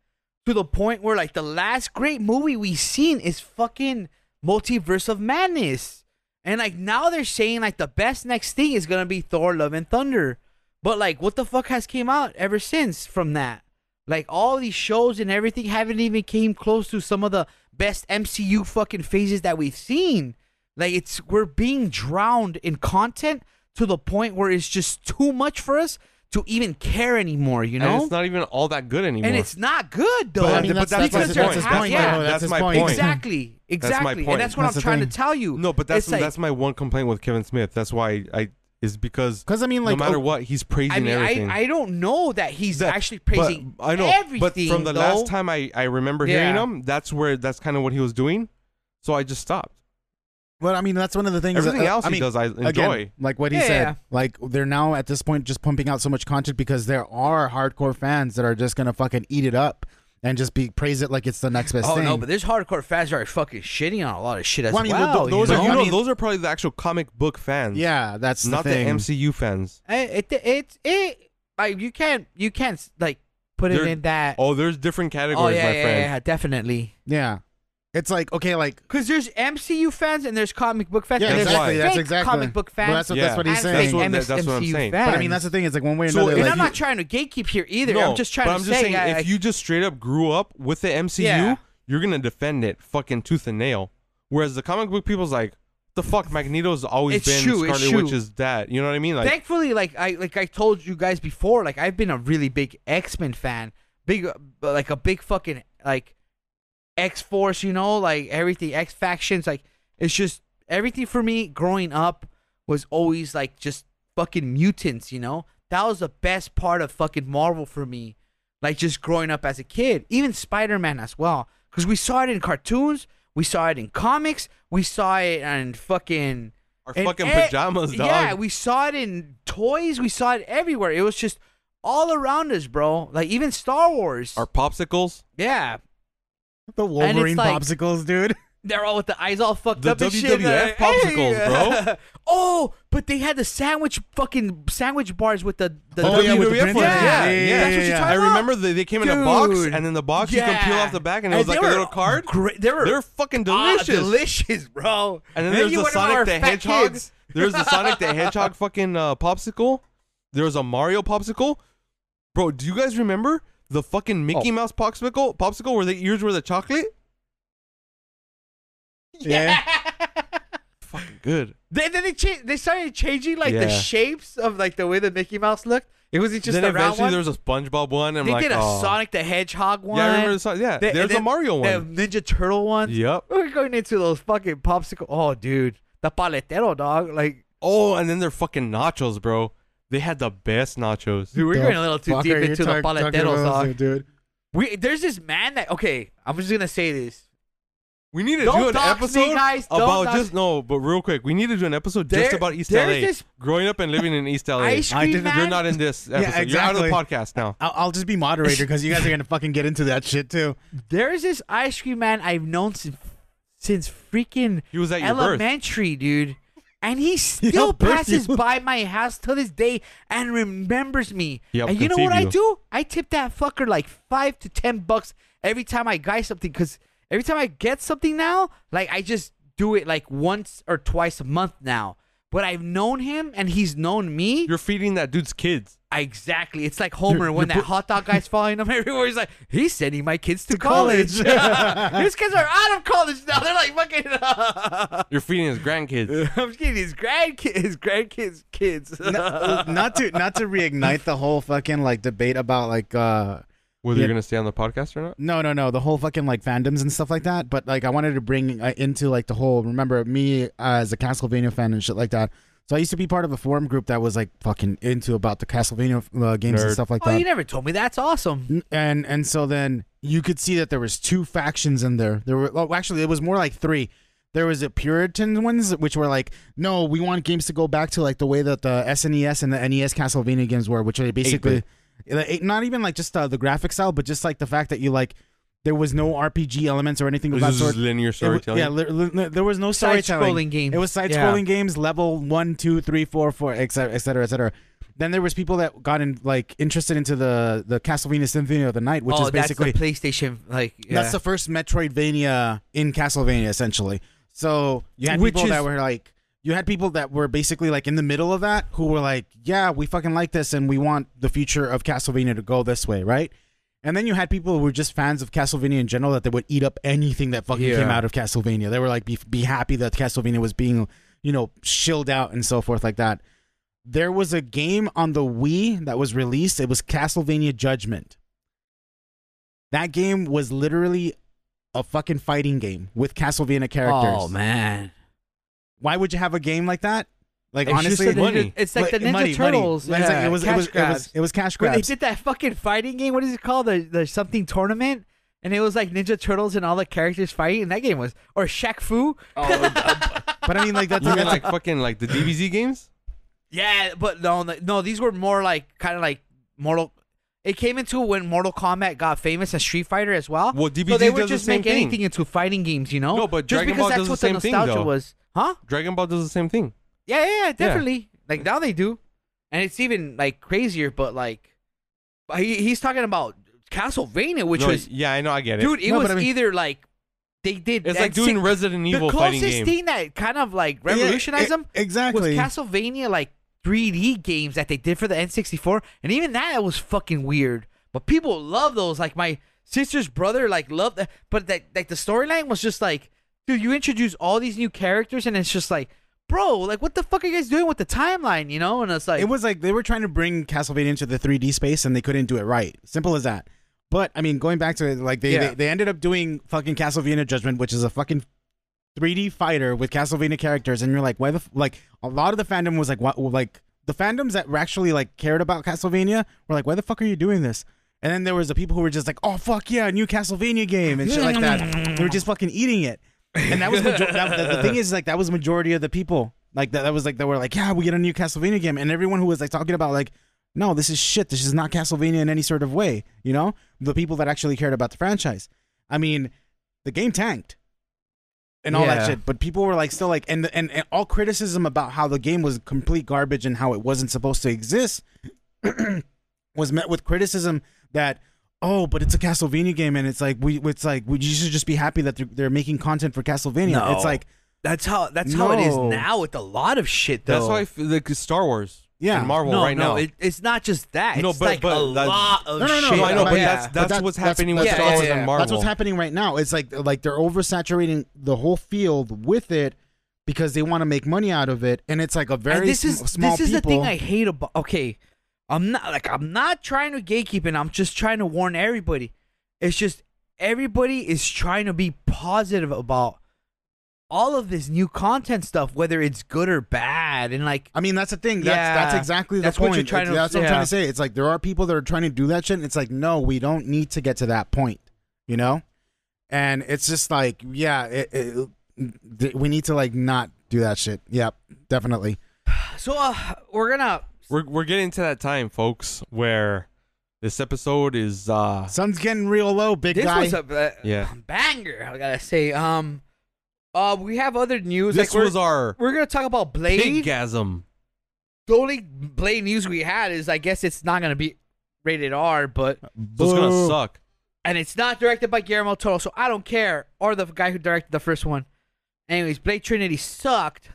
S1: to the point where like the last great movie we seen is fucking Multiverse of Madness, and like now they're saying like the best next thing is gonna be Thor: Love and Thunder, but like what the fuck has came out ever since from that? Like all these shows and everything haven't even came close to some of the best MCU fucking phases that we've seen. Like it's we're being drowned in content to the point where it's just too much for us to even care anymore. You know,
S3: and it's not even all that good anymore.
S1: and it's not good though.
S3: But
S2: I mean,
S3: but
S2: that's, that's,
S3: that's my
S2: that's, that's his point.
S3: point. That's
S1: my-
S2: Michael,
S3: that's
S2: his
S3: my
S2: point.
S3: point.
S1: Exactly, exactly,
S3: point.
S1: and that's what
S2: That's
S1: I'm
S2: the
S1: trying
S2: thing.
S1: to tell you.
S3: no, but that's
S1: It's like-
S3: that's my one complaint with Kevin Smith. That's why I is because
S2: Because I mean, like,
S3: no matter
S2: oh,
S3: what, he's praising
S1: I mean,
S3: everything.
S1: I, I don't know that he's
S3: That-
S1: actually
S3: but
S1: praising
S3: I know,
S1: everything.
S3: but from the
S1: though.
S3: last time I I remember hearing
S1: Yeah.
S3: him, that's where that's kind of what he was doing. So I just stopped.
S2: But I mean, that's one of the things.
S3: Everything
S2: that, uh,
S3: else
S2: I
S3: he
S2: mean,
S3: does, I
S2: again,
S3: enjoy.
S2: like what he
S1: Yeah, yeah.
S2: said. Like they're now at this point just pumping out so much content because there are hardcore fans that are just gonna fucking eat it up and just be praise it like it's the next best
S1: Oh
S2: thing.
S1: no, but there's hardcore fans that are fucking shitting on a lot of shit as
S2: Well,
S1: well.
S2: I mean, th- th-
S1: you
S3: those
S1: know?
S3: are you
S2: I
S3: know,
S2: mean-
S3: those are probably the actual comic book fans.
S2: yeah, that's
S3: not the,
S2: the, thing.
S3: MCU fans.
S1: I- it it it like you can't you can't like put
S3: They're-
S1: it in that.
S3: Oh, there's different
S1: oh
S3: categories,
S1: yeah,
S3: my
S1: yeah,
S3: friend.
S1: yeah, definitely.
S2: Yeah, it's like okay, like
S1: Because there's MCU fans and there's comic book fans.
S2: yeah,
S1: and
S3: that's
S1: there's
S2: exactly.
S1: fake
S2: That's exactly
S1: comic book
S2: Well,
S1: fans.
S2: that's, what,
S3: Yeah.
S2: that's what he's
S1: and
S2: saying.
S3: That's what-
S1: fake MS,
S3: that's what I'm
S1: MCU
S3: saying. But
S1: Fans.
S2: but I mean, that's the thing. It's like one way or
S3: So
S2: another.
S1: and
S2: like,
S1: I'm not trying to gatekeep here either. I'm just trying
S3: but
S1: to
S3: I'm
S1: say,
S3: just saying,
S1: I- I-
S3: if you just straight up grew up with the MCU,
S1: Yeah.
S3: you're gonna defend it fucking tooth and nail. Whereas the comic book people's like, the fuck, Magneto's always
S1: It's
S3: been
S1: true, it's
S3: Scarlet
S1: true.
S3: Witch's dad. You know what I mean? Like,
S1: thankfully, like I like I told you guys before, like I've been a really big X Men fan, big uh, like a big fucking like X Force, you know, like everything X factions, like it's just everything for me growing up was always like just fucking mutants, you know. That was the best part of fucking Marvel for me, like just growing up as a kid, even Spider Man as well, because we saw it in cartoons, we saw it in comics, we saw it in fucking
S3: our
S1: and
S3: fucking
S1: e-
S3: pajamas, dog.
S1: Yeah, we saw it in toys. We saw it everywhere. It was just all around us, bro. Like even Star Wars.
S3: our popsicles.
S1: yeah,
S2: the Wolverine
S1: like-
S2: popsicles, dude.
S1: they're all with the eyes all fucked
S3: The
S1: up. and shit,
S3: WWF
S1: like,
S3: popsicles,
S1: hey.
S3: bro.
S1: oh, but they had the sandwich fucking sandwich bars with the the.
S2: Oh,
S1: the-
S2: yeah, with the
S3: WWF
S2: print
S3: ones.
S2: on it.
S3: yeah,
S2: Yeah, yeah,
S3: That's
S1: yeah,
S3: what you're
S1: yeah.
S3: talking
S1: I
S3: I
S1: remember
S3: remember they, they came in a box,
S1: Dude.
S3: and then the box you can peel
S1: Yeah.
S3: off the back, and it was
S1: they
S3: like a
S1: were
S3: little card.
S1: Great. They were
S3: They're fucking
S1: ah,
S3: delicious.
S1: delicious, bro.
S3: And then
S1: Maybe
S3: there's
S1: you
S3: the
S1: wouldn't want
S3: Sonic
S1: our
S3: the
S1: fat
S3: Hedgehog.
S1: kids.
S3: There's the Sonic the Hedgehog fucking uh, popsicle. There was a Mario popsicle. Bro, do you guys remember the fucking Mickey
S1: Oh.
S3: Mouse popsicle? Popsicle where the ears were the chocolate.
S2: Yeah.
S3: Fucking good.
S1: Then, then they cha- they started changing like the
S3: Yeah.
S1: shapes of like the way the Mickey Mouse looked. It wasn't just
S3: then
S1: the round
S3: eventually
S1: one.
S3: there was a SpongeBob one. And I'm
S1: they
S3: like,
S1: did a
S3: "Aw."
S1: Sonic the Hedgehog one.
S3: Yeah, I remember the Sonic. Yeah,
S1: They-
S3: there's
S1: and
S3: a
S1: then
S3: Mario one.
S1: The Ninja Turtle one.
S3: Yep.
S1: We're going into those fucking popsicle. Oh, dude, the paletero dog. Like,
S3: Oh, and then their fucking nachos, bro. They had the best nachos.
S1: dude, we're
S2: The
S1: going a little too
S2: fuck
S1: deep
S2: are you
S1: into the
S2: talk- talking
S1: paletero
S2: about,
S1: dog.
S2: dude.
S1: We there's this man that okay. I'm just gonna say this.
S3: We need to
S1: Don't
S3: do an
S1: dox me,
S3: episode
S1: guys. Don't
S3: about
S1: dox-
S3: just no, but real quick, we need to do an episode just
S1: There-
S3: about East LA.
S1: there's this-
S3: growing up and living in East LA.
S1: Ice
S2: I
S1: cream
S2: didn't-
S1: man.
S3: You're not in this episode. You're
S2: exactly.
S3: out of the podcast now.
S2: I'll, I'll just be moderator because you guys are gonna fucking get into that shit too.
S1: There's this ice cream man I've known since since freaking
S3: He was at your birth.
S1: elementary, dude. And he still
S2: birth
S1: passes
S2: you.
S1: by my house till this day and remembers me.
S3: He
S1: and you know what I
S3: outconceived
S1: do? I tip that fucker like five to ten bucks every time I buy something. Cause every time I get something now, like I just do it like once or twice a month now. But I've known him and he's known me.
S3: You're feeding that dude's kids.
S1: exactly. It's like Homer
S2: You're-
S1: when
S2: you're
S1: that
S2: pu-
S1: hot dog guy's following him everywhere. He's like, he's sending my kids to, college. These kids are out of college now. They're like fucking.
S3: You're feeding his grandkids.
S1: I'm just kidding. His grandkids, his grandkids, kids.
S2: not, not to not to reignite the whole fucking like debate about like uh
S3: Whether you're
S2: Yeah.
S3: gonna stay on the podcast or not.
S2: no no no the whole fucking like fandoms and stuff like that but like i wanted to bring uh, into like the whole remember me uh, as a castlevania fan and shit like that so i used to be part of a forum group that was like fucking into about the castlevania uh, games
S3: Nerd.
S2: and stuff like
S1: oh,
S2: that
S1: you never told me. That's awesome.
S2: N- and and so then you could see that there was two factions in there. There were well, actually it was more like three. There was the Puritan ones, which were like, no, we want games to go back to like the way that the SNES and the NES Castlevania games were, which are basically like, it- not even like just uh, the graphic style, but just like the fact that you like there was no RPG elements or anything of
S3: This
S2: that
S3: is
S2: sort.
S3: just linear
S2: It wa-
S3: storytelling.
S2: yeah, li- li- li- there was no storytelling.
S1: Side-scrolling games.
S2: It was side scrolling games, level one, two, three, four, four, et cetera, et cetera, et cetera. Then there was people that got in like interested into the the Castlevania Symphony of the Night, which
S1: oh,
S2: is basically
S1: that's the PlayStation. Like yeah.
S2: that's the first Metroidvania in Castlevania, essentially. So you had
S1: Which
S2: people that
S1: is-
S2: were like, you had people that were basically like in the middle of that who were like, yeah, we fucking like this and we want the future of Castlevania to go this way, right? And then you had people who were just fans of Castlevania in general that they would eat up anything that fucking came
S1: Yeah.
S2: out of Castlevania. They were like, be, be happy that Castlevania was being, you know, shilled out and so forth like that. There was a game on the Wii that was released. It was Castlevania Judgment. That game was literally a fucking fighting game with Castlevania characters.
S1: Oh man,
S2: Why would you have a game like that? Like
S1: It's just
S2: honestly,
S1: a Ninja-
S3: money.
S1: it's like the Ninja
S2: money, money.
S1: Turtles.
S2: It's like-
S1: yeah,
S2: it was it
S1: cash
S2: was, it was
S1: grabs.
S2: it was cash
S1: Where they
S2: grabs.
S1: did that fucking fighting game. What is it called? The the something tournament. And it was like Ninja Turtles and all the characters fighting. And that game was or Shaq Fu.
S2: Oh, But I mean, like that's,
S3: You
S2: that's
S3: mean
S2: a
S3: like fucking like the DBZ games?
S1: Yeah, but no, like, no. These were more like kind of like Mortal. It came into when Mortal Kombat got famous and Street Fighter as well.
S3: Well,
S1: so
S3: DBZ
S1: they would
S3: does the
S1: just
S3: same
S1: make
S3: thing.
S1: anything into fighting games, you know?
S3: No, but
S1: just
S3: Dragon
S1: because
S3: Ball
S1: that's
S3: does the
S1: what
S3: same
S1: the
S3: thing,
S1: nostalgia
S3: though.
S1: was, huh?
S3: Dragon Ball does the same thing.
S1: Yeah, yeah, yeah, definitely. Like now they do, and it's even like crazier. But like, but he, he's talking about Castlevania, which
S3: No,
S1: was
S3: yeah, I know, I get it.
S1: dude. It
S2: No, but
S1: was
S2: I mean-
S1: either like they did.
S3: it's
S1: that
S3: like doing
S1: sick-
S3: Resident Evil
S1: the
S3: fighting
S1: closest
S3: game.
S1: thing that kind of like
S2: Yeah,
S1: revolutionized
S2: e-
S1: them
S2: Exactly.
S1: was Castlevania like 3D games that they did for the N64, and even that was fucking weird. But people love those. Like my sister's brother, like loved that. But that like the storyline was just like, dude, you introduce all these new characters, and it's just like, bro, like what the fuck are you guys doing with the timeline? You know? And it's like,
S2: it was like they were trying to bring Castlevania into the 3D space and they couldn't do it right. Simple as that. But I mean, going back to it, like they,
S1: Yeah.
S2: they they ended up doing fucking Castlevania Judgment, which is a fucking 3D fighter with Castlevania characters, and you're like, why the f-? like a lot of the fandom was like, what like the fandoms that were actually like cared about Castlevania were like, why the fuck are you doing this? And then there was the people who were just like, oh fuck yeah, new Castlevania game and shit like that. They were just fucking eating it, and that was major- that, the, the thing is like that was majority of the people like that. That was like they were like, yeah, we get a new Castlevania game, and everyone who was like talking about like. No, this is shit. This is not Castlevania in any sort of way. You know, the people that actually cared about the franchise. I mean, the game tanked and all that
S1: Yeah.
S2: shit. But people were like, still like, and, and and all criticism about how the game was complete garbage and how it wasn't supposed to exist was met with criticism that oh, but it's a Castlevania game, and it's like we, it's like we, you should just be happy that they're, they're making content for Castlevania.
S1: No.
S2: It's like
S1: that's how that's how it is
S2: No.
S1: now with a lot of shit. Though
S3: That's why I feel like Star Wars
S2: Yeah.
S3: and Marvel
S1: no,
S3: right
S1: no,
S3: now.
S1: it, it's not just that.
S3: No,
S1: it's
S3: but-
S1: like
S3: but
S1: a
S3: that's-
S1: lot of
S2: No, no, no,
S1: shit.
S3: no, I know,
S2: but
S3: but
S2: yeah.
S3: that's
S2: But
S3: that's
S2: that-
S3: what's
S2: that's-
S3: happening with
S1: that's-
S3: Star Wars
S1: yeah,
S3: and
S1: yeah.
S3: Marvel.
S2: That's what's happening right now. It's like like they're oversaturating the whole field with it because they want to make money out of it, and it's like a very
S1: and this
S2: sm-
S1: is
S2: small
S1: this is
S2: people.
S1: the thing I hate about. Okay, I'm not like I'm not trying to gatekeep, and I'm just trying to warn everybody. It's just everybody is trying to be positive about all of this new content stuff, whether it's good or bad, and like
S2: I mean, that's the thing. That's, that's
S1: Yeah.
S2: exactly the
S1: That's what
S2: point.
S1: you're trying to-
S2: that's what I'm
S1: yeah.
S2: trying to say. It's like there are people that are trying to do that shit. And it's like, no, we don't need to get to that point, you know? And it's just like, yeah, it, it, th- we need to like not do that shit. Yep, definitely.
S1: so. Uh, we're gonna
S3: We're we're getting to that time, folks, where this episode is uh
S2: Sun's getting real low, big
S1: this
S2: guy.
S1: was a uh,
S3: yeah.
S1: banger. I gotta say, um, uh, we have other news.
S3: This
S1: like we're,
S3: was our
S1: we're gonna talk about Blade.
S3: pigasm.
S1: The only Blade news we had is I guess it's not gonna be rated R, but
S3: So it's gonna
S2: Boo.
S3: suck.
S1: and it's not directed by Guillermo del Toro, so I don't care. Or the guy who directed the first one. Anyways, Blade Trinity sucked,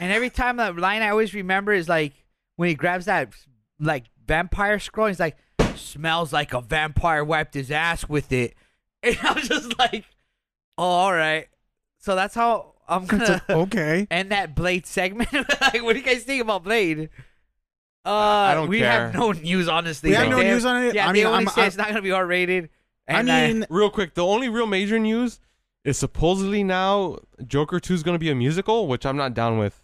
S1: and every time that line I always remember is like when he grabs that like vampire scroll, he's like, "Smells like a vampire wiped his ass with it," and I'm just like, "Oh, all right." So that's how I'm
S2: It's
S1: gonna
S2: like, okay.
S1: end that Blade segment. like, what do you guys think about Blade? Uh,
S3: I don't
S1: we have
S3: care.
S1: no news, honestly.
S2: We
S1: Like,
S2: have no
S1: they
S2: news on it?
S1: Yeah,
S2: I
S1: they
S2: mean,
S1: only
S2: I'm-
S1: say
S2: I'm-
S1: it's not gonna be R rated.
S2: I
S1: and, uh,
S2: mean,
S3: Real quick, the only real major news is supposedly now Joker 2 is going to be a musical, which I'm not down with.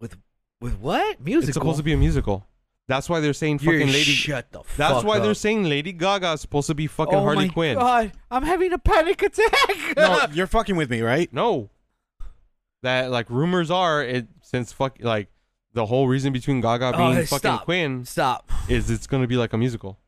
S1: With what music?
S3: It's supposed to be a musical. That's why they're saying fucking Lady
S1: Shut the fuck
S3: That's why
S1: up.
S3: they're saying Lady Gaga is supposed to be fucking
S1: oh
S3: Harley
S1: my
S3: Quinn.
S1: God, I'm having a panic attack.
S2: no, you're fucking with me, right?
S3: No. That like rumors are it since fuck like the whole reason between Gaga
S1: Oh,
S3: being
S1: hey,
S3: fucking
S1: stop.
S3: Quinn
S1: Stop.
S3: is it's going to be like a musical.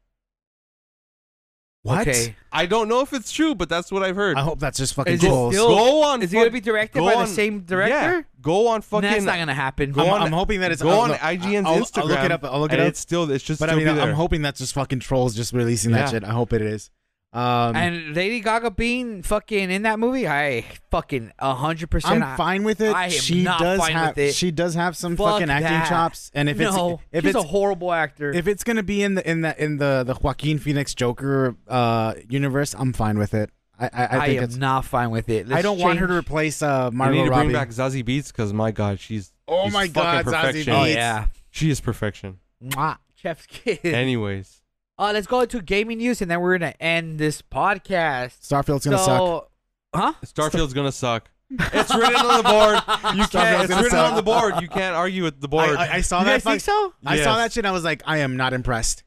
S2: What?
S1: Okay.
S3: I don't know if it's true, but that's what I've heard.
S2: I hope that's just fucking
S1: Is it
S2: cool.
S1: still-
S3: go on.
S1: Is it gonna
S3: fuck-
S1: be directed
S3: go
S1: by
S3: on-
S1: the same
S3: Yeah,
S1: director?
S3: go on fucking.
S1: That's not gonna happen.
S3: go
S2: I'm,
S3: on-
S2: I'm hoping that it's
S3: go
S2: I'll-
S3: on
S2: I'll-
S3: IGN's
S2: I'll,
S3: Instagram.
S2: I'll look it up. I'll look it
S3: and
S2: up.
S3: It's still. It's just.
S2: But I
S3: still
S2: mean,
S3: be there.
S2: I'm hoping that's just fucking trolls just releasing that
S3: Yeah.
S2: shit. I hope it is. Um,
S1: and Lady Gaga being fucking in that movie, I fucking hundred percent.
S2: I'm fine with it.
S1: I am
S2: she
S1: not
S2: does
S1: fine
S2: have
S1: with it.
S2: she does have some
S1: Fuck
S2: fucking acting
S1: that.
S2: chops, and if
S1: no,
S2: it's if
S1: she's
S2: it's
S1: a horrible actor.
S2: if it's gonna be in the in the in the the Joaquin Phoenix Joker uh universe, I'm fine with it. I I,
S1: I,
S2: I think
S1: am
S2: it's.
S1: not fine with it.
S2: I don't want her to
S1: Let's change-
S2: replace uh
S3: I
S2: Margot
S3: need to
S2: Robbie.
S3: bring back Zazie Beats because my God, she's
S2: oh
S3: she's
S2: my God,
S3: fucking
S2: Zazie
S3: perfection.
S1: Oh
S2: Beetz.
S1: yeah,
S3: she is perfection.
S1: Mwah. chef's kiss.
S3: Anyways,
S1: Uh, let's go into gaming news, and then we're gonna end this podcast.
S2: Starfield's gonna
S1: so,
S2: suck.
S1: huh?
S3: Starfield's gonna suck. It's written on the board. You
S2: Starfield's
S3: can't. It's
S2: gonna
S3: written
S2: suck.
S3: on the board. You can't argue with the
S2: I,
S3: board.
S2: I, I saw
S1: You
S2: that.
S1: guys think
S2: fuck-
S1: so?
S2: I saw
S3: Yes.
S2: that shit. I was like, I am not impressed.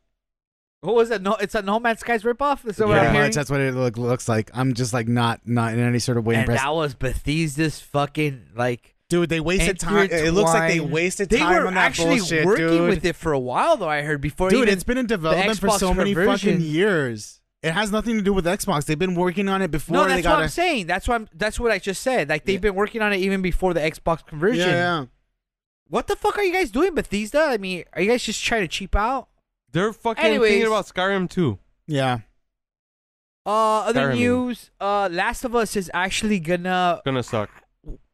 S1: What was that? No, it's a No Man's Sky's ripoff. That's what I'm
S3: Yeah.
S2: Pretty
S1: hearing.
S2: much, that's what it look, looks like. I'm just like not not in any sort of way
S1: and
S2: impressed.
S1: that was Bethesda's fucking like.
S2: Dude, they wasted time.
S1: intertwined-
S2: It looks like they wasted
S1: They
S2: time
S1: were
S2: on that
S1: actually
S2: bullshit,
S1: working
S2: dude.
S1: with it for a while, though. I heard before.
S2: Dude,
S1: even-
S2: it's been in development for
S1: Xbox
S2: so many
S1: conversion.
S2: fucking years. It has nothing to do with Xbox. They've been working on it before
S1: no.
S2: they
S1: That's
S2: got
S1: what I'm saying. That's what I'm. That's what I just said. Like they've
S2: Yeah.
S1: been working on it even before the Xbox
S2: a,
S1: conversion.
S2: yeah, yeah.
S1: What the fuck are you guys doing, Bethesda? I mean, are you guys just trying to cheap out?
S3: They're fucking
S1: Anyways.
S3: thinking about Skyrim too.
S2: Yeah.
S1: Uh, other
S3: Jeremy.
S1: news. Uh, Last of Us is actually gonna
S3: Gonna suck.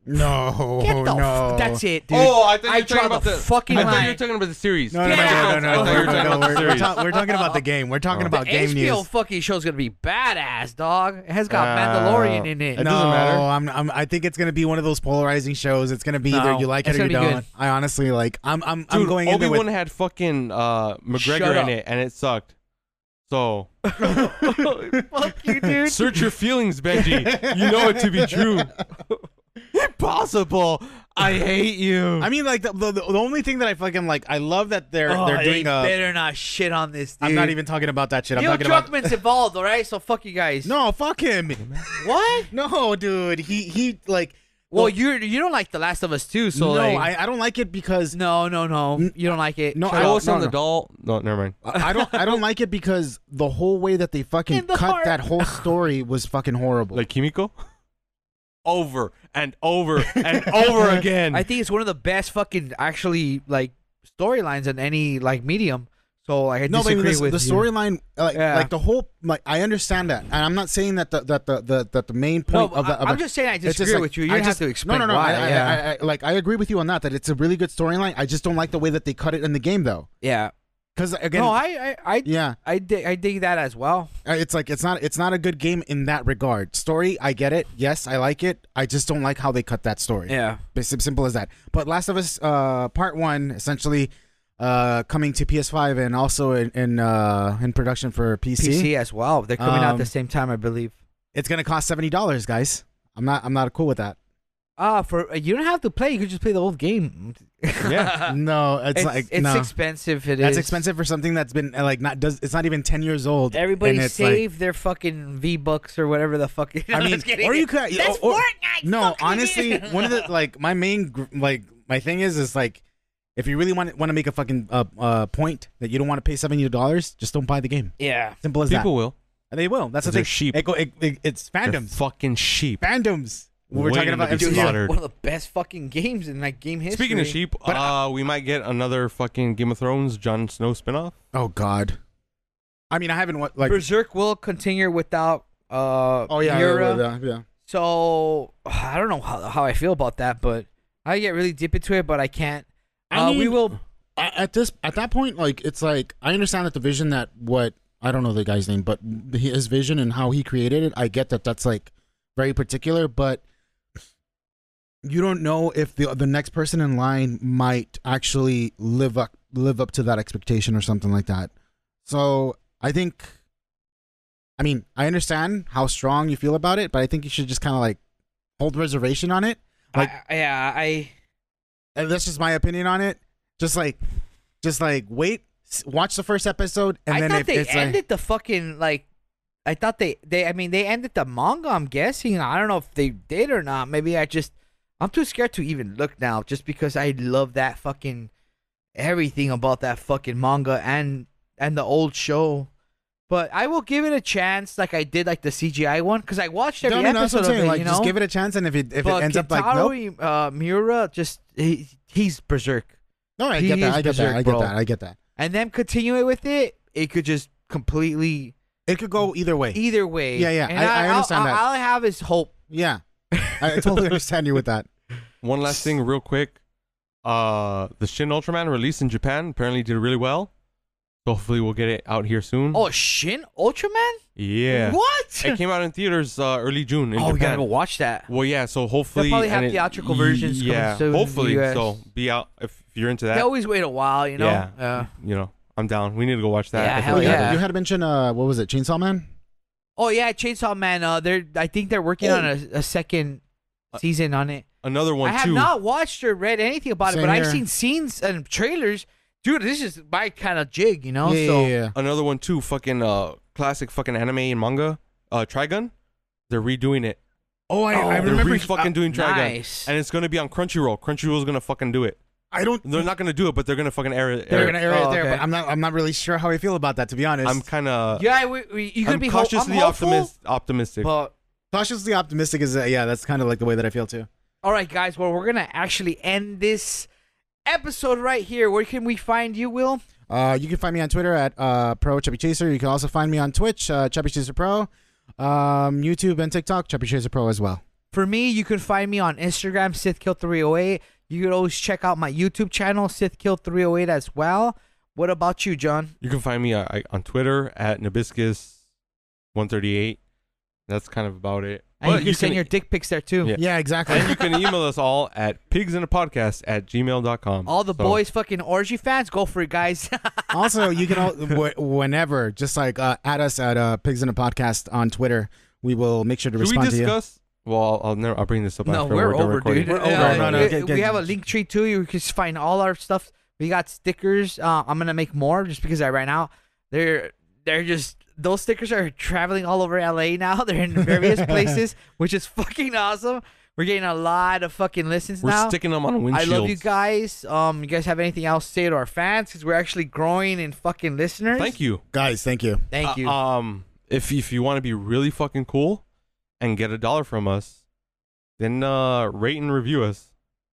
S2: No.
S1: get the.
S2: Oh, no.
S1: F- that's it, dude.
S3: Oh, I thought you
S1: I
S3: were talking
S1: draw
S3: about
S1: the
S3: the
S1: fucking
S3: I thought you
S1: line.
S3: were talking about the series.
S2: No, no,
S1: Get
S2: no, no,
S1: out.
S2: no, no,
S3: I thought you
S2: no,
S3: were talking
S2: no, no.
S3: about the
S2: We're, we're,
S3: series.
S2: ta- we're talking about the game. We're talking
S3: Oh.
S2: about
S1: the
S2: game
S1: HBO
S2: news.
S1: fucking show is gonna be badass, dog. It has got
S3: Uh,
S1: Mandalorian in it.
S3: It
S2: no,
S3: doesn't matter.
S2: I'm, I'm, I think it's gonna be one of those polarizing shows. It's gonna be either
S1: No,
S2: you like
S1: it's
S2: it or you
S1: gonna be
S2: don't.
S1: good.
S2: I honestly like. I'm, I'm, I'm
S3: Dude,
S2: going
S3: Obi
S2: into
S3: Wan
S2: it.
S3: had fucking uh,
S1: Shut
S3: McGregor
S1: up.
S3: in it, and it sucked. So
S1: Fuck you, dude.
S3: search your feelings, Benji. You know it to be true. Impossible. I hate you.
S2: I mean, like the, the, the only thing that I fucking like. I love that they're
S1: Oh,
S2: they're
S1: they
S2: doing a.
S1: better not shit on this. Dude.
S2: I'm not even talking about that shit. I'm
S1: Neil
S2: talking about.
S1: Druckmann's involved, all right. So fuck you guys.
S2: No, fuck him.
S1: What?
S2: No, dude. He he like
S1: Well, you you don't like The Last of Us too, so
S2: no,
S1: like,
S2: I, I don't like it because
S1: no, no, no, you don't like it.
S2: No,
S1: Shut
S3: I
S1: up.
S2: don't-
S3: was on
S2: no.
S3: the doll. No, never mind.
S2: I don't I don't like it because the whole way that they fucking
S1: In the
S2: cut
S1: heart.
S2: that whole story was fucking horrible.
S3: Like Kimiko. Over and over and over again.
S1: I think it's one of the best fucking actually like storylines in any like medium. So I
S2: no, but I
S1: disagree
S2: mean, the,
S1: with
S2: the
S1: you.
S2: storyline, like,
S1: Yeah.
S2: like the whole, like I understand that, and I'm not saying that the that the the, that the main
S1: No,
S2: point of the.
S1: I,
S2: Of
S1: I'm
S2: the-
S1: just saying I
S2: it's
S1: disagree
S2: just like,
S1: with you. You
S2: I
S1: have
S2: just,
S1: to explain
S2: No, no, no.
S1: why.
S2: I, I-
S1: yeah,
S2: I, I, like I agree with you on that. That it's a really good storyline. I just don't like the way that they cut it in the game, though.
S1: yeah.
S2: Because again,
S1: no, I, I, I,
S2: yeah,
S1: I, dig, I dig that as well.
S2: Uh, it's like it's not it's not a good game in that regard. Story, I get it. Yes, I like it. I just don't like how they cut that story.
S1: Yeah.
S2: It's as simple as that. But Last of Us uh, Part One, essentially, uh, coming to PS5 and also in in, uh, in production for PC.
S1: PC as well. They're coming out at the
S2: Um,
S1: same time, I believe.
S2: It's gonna cost seventy dollars, guys. I'm not I'm not cool with that.
S1: Ah, for you don't have to play. You could just play the whole game.
S3: Yeah.
S2: No, it's,
S1: Uh, it's
S2: like
S1: it's
S2: no.
S1: expensive. It
S2: That's
S1: is.
S2: expensive for something that's been uh, like not does it's not even ten years old. and
S1: Everybody
S2: it's like-
S1: save their fucking V bucks or whatever the fuck. No,
S2: I mean,
S1: just kidding.
S2: or you could-
S1: That's
S2: or- or-
S1: Fortnite.
S2: No,
S1: fuck you,
S2: honestly,
S1: dude.
S2: one of the like my main gr- like my thing is is like if you really want want to make a fucking uh, uh point that you don't want to pay seventy dollars, just don't buy the game.
S1: yeah.
S2: Simple as
S3: People will.
S2: that. And they will. That's the
S3: They're
S2: thing.
S3: sheep.
S2: It go, it, it- it's
S3: They're
S2: fandoms.
S3: fucking sheep.
S2: fandoms. We're
S3: Waiting
S2: talking
S3: to
S2: about
S3: be
S1: Dude, it's
S2: MCU.
S3: slaughtered.
S1: one of the best fucking games in like game history.
S3: Speaking of sheep,
S2: But
S3: uh, we might get another fucking Game of Thrones Jon Snow spinoff.
S2: Oh God. I mean, I haven't wa- like.
S1: Berserk will continue without uh
S2: oh yeah,
S1: Miura.
S2: yeah, yeah, yeah.
S1: So I don't know how, how I feel about that, but I get really deep into it, but I can't.
S2: I
S1: uh, we
S2: mean-
S1: will.
S2: A- At this, at that point, like it's like I understand that the vision that what I don't know the guy's name, but his vision and how he created it. I get that that's like very particular, but you don't know if the the next person in line might actually live up live up to that expectation or something like that. So I think, I mean, I understand how strong you feel about it, but I think you should just kind of like hold reservation on it. Like-
S1: I, yeah, I.
S2: And that's just my opinion on it. Just like, just like wait, s- watch the first episode, and
S1: I
S2: then
S1: thought
S2: if
S1: they
S2: it's
S1: ended
S2: like,
S1: the fucking like. I thought they they. I mean, they ended the manga. I'm guessing. I don't know if they did or not. Maybe I just. I'm too scared to even look now, just because I love that fucking everything about that fucking manga and and the old show. But I will give it a chance, like I did, like the CGI one, because I watched every
S2: no, no, no, that's
S1: episode
S2: what I'm
S1: of
S2: saying.
S1: it.
S2: like,
S1: you know?
S2: just give it a chance, and if it if
S1: but
S2: it ends up like nope,
S1: Kentaro, uh, Miura just he, he's berserk,
S2: no, I
S1: he
S2: get
S1: is
S2: that, I get that,
S1: berserk,
S2: I
S1: bro.
S2: get that, I get that.
S1: and then continue it with it. It could just completely
S2: It could go either way.
S1: Either way,
S2: Yeah, yeah,
S1: and
S2: I- I
S1: I'll-
S2: understand
S1: I'll-
S2: that.
S1: All I have is hope.
S2: yeah, I, I totally understand you with that.
S3: One last thing, real quick. Uh, the Shin Ultraman released in Japan apparently did really well. So hopefully we'll get it out here soon.
S1: Oh, Shin Ultraman?
S3: yeah.
S1: What?
S3: It came out in theaters uh, early June in
S1: oh, we gotta
S3: Japan.
S1: go watch that.
S3: well, yeah. So hopefully
S1: They'll probably
S3: and
S1: have
S3: it-
S1: theatrical versions coming
S3: Yeah,
S1: soon in the
S3: hopefully.
S1: US.
S3: So be out if you're into that.
S1: They always wait a while, you know.
S3: Yeah.
S1: Uh,
S3: you know, I'm down. We need to go watch that.
S1: Yeah,
S3: That's
S1: hell
S3: what we
S2: you,
S3: gotta
S1: yeah.
S2: had, you had mentioned uh, what was it, Chainsaw Man?
S1: oh yeah, Chainsaw Man. Uh, they're I think they're
S2: Oh.
S1: working on a, a second
S2: Uh,
S1: season on it.
S3: do. Another one
S1: I have
S3: too.
S1: not watched or read anything about it,
S2: Same
S1: but I've
S2: here.
S1: seen scenes and trailers. Dude, this is my kind of jig, you know.
S2: yeah,
S1: so
S2: yeah, yeah.
S3: Another one too. Fucking uh, classic fucking anime and manga. Uh, Trigun. They're redoing it.
S2: Oh, I, I
S1: Oh.
S3: They're
S2: remember. uh,
S3: re fucking doing Trigun.
S1: nice.
S3: And it's gonna be on Crunchyroll. Crunchyroll's gonna fucking do it.
S2: I don't.
S3: They're not gonna do it, but they're gonna fucking air it.
S2: They're
S3: air
S2: gonna
S3: it.
S2: air it
S1: Oh,
S2: there,
S1: okay.
S2: but I'm not. I'm not really sure how I feel about that, to be honest.
S3: I'm kind of.
S1: yeah, we, we, you could
S3: I'm
S1: be ho- I'm
S3: cautiously
S1: hopeful,
S3: optimis- optimistic.
S1: But
S2: cautiously optimistic. Is that, yeah, that's kind of like the way that I feel too.
S1: all right, guys. Well, we're gonna actually end this episode right here. Where can we find you, Will?
S2: Uh, you can find me on Twitter at uh, Pro Chubby Chaser. You can also find me on Twitch, uh, Chubby Chaser Pro, um, YouTube and TikTok, Chubby Chaser Pro as well.
S1: For me, you can find me on Instagram, SithKill308. You can always check out my YouTube channel, SithKill308 as well. What about you, John?
S3: You can find me uh, I, on Twitter at Nabiscus138. That's kind of about it.
S1: And
S3: But
S1: you can send your dick pics there too.
S3: Yeah.
S2: Yeah, exactly.
S3: and you can email us all at pigsinapodcast at gmail.com.
S1: All the
S3: So,
S1: boys, fucking orgy fans, go for it, guys.
S2: also, you can all, wh- whenever just like uh, at us at uh, Pigs in a Podcast on Twitter. We will make sure to
S3: Should we
S2: respond to you.
S3: discuss? Well, I'll, I'll, never, I'll bring this up
S1: no,
S3: after
S1: we're,
S3: we're done
S1: over,
S3: recording.
S1: dude.
S2: We're over.
S1: Yeah,
S2: No, no,
S1: we,
S2: get-
S1: we
S2: get-
S1: have a link tree too. You can just find all our stuff. We got stickers. Uh, I'm gonna make more just because I ran out. They're they're just those stickers are traveling all over LA now. They're in various places, which is fucking awesome. We're getting a lot of fucking listens
S3: We're
S1: now.
S3: sticking them on
S1: I
S3: windshields.
S1: love you guys. Um, you guys have anything else to say to our fans? Because we're actually growing in fucking listeners.
S3: Thank you.
S2: Guys, thank you.
S1: Thank you.
S3: Uh, um, if if you want to be really fucking cool and get a dollar from us, then uh, rate and review us.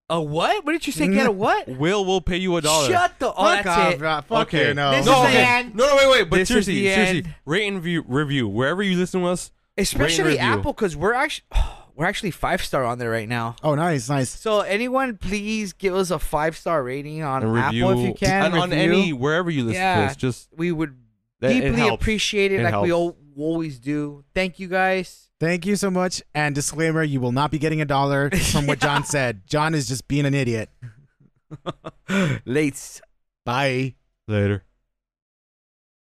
S1: a what? What did you say? Get a what?
S3: Will will pay you a dollar.
S1: Shut the. Oh,
S2: Fuck
S1: that's
S2: off,
S1: it.
S2: bro. Fuck
S3: Okay.
S2: you, no.
S1: This is
S3: no,
S1: the
S3: okay.
S1: end.
S3: No, no, wait, wait. But
S1: This is
S3: seriously,
S1: the
S3: seriously,
S1: end.
S3: rate and view, review wherever you listen to us.
S1: Especially
S3: review.
S1: Apple, because we're actually we're actually five star on there right now.
S2: Oh, nice, nice.
S1: So anyone, please give us a five star rating on
S3: and
S1: Apple
S3: review
S1: if you can.
S3: and on
S1: review.
S3: any wherever you listen
S1: Yeah.
S3: to us. Just
S1: we would
S3: That- it
S1: deeply
S3: helps.
S1: appreciate it,
S3: It
S1: like we all,
S3: helps.
S1: always do. Thank you guys.
S2: Thank you so much. And disclaimer: you will not be getting a dollar from what John said. John is just being an idiot.
S1: Lates.
S2: Bye.
S3: later.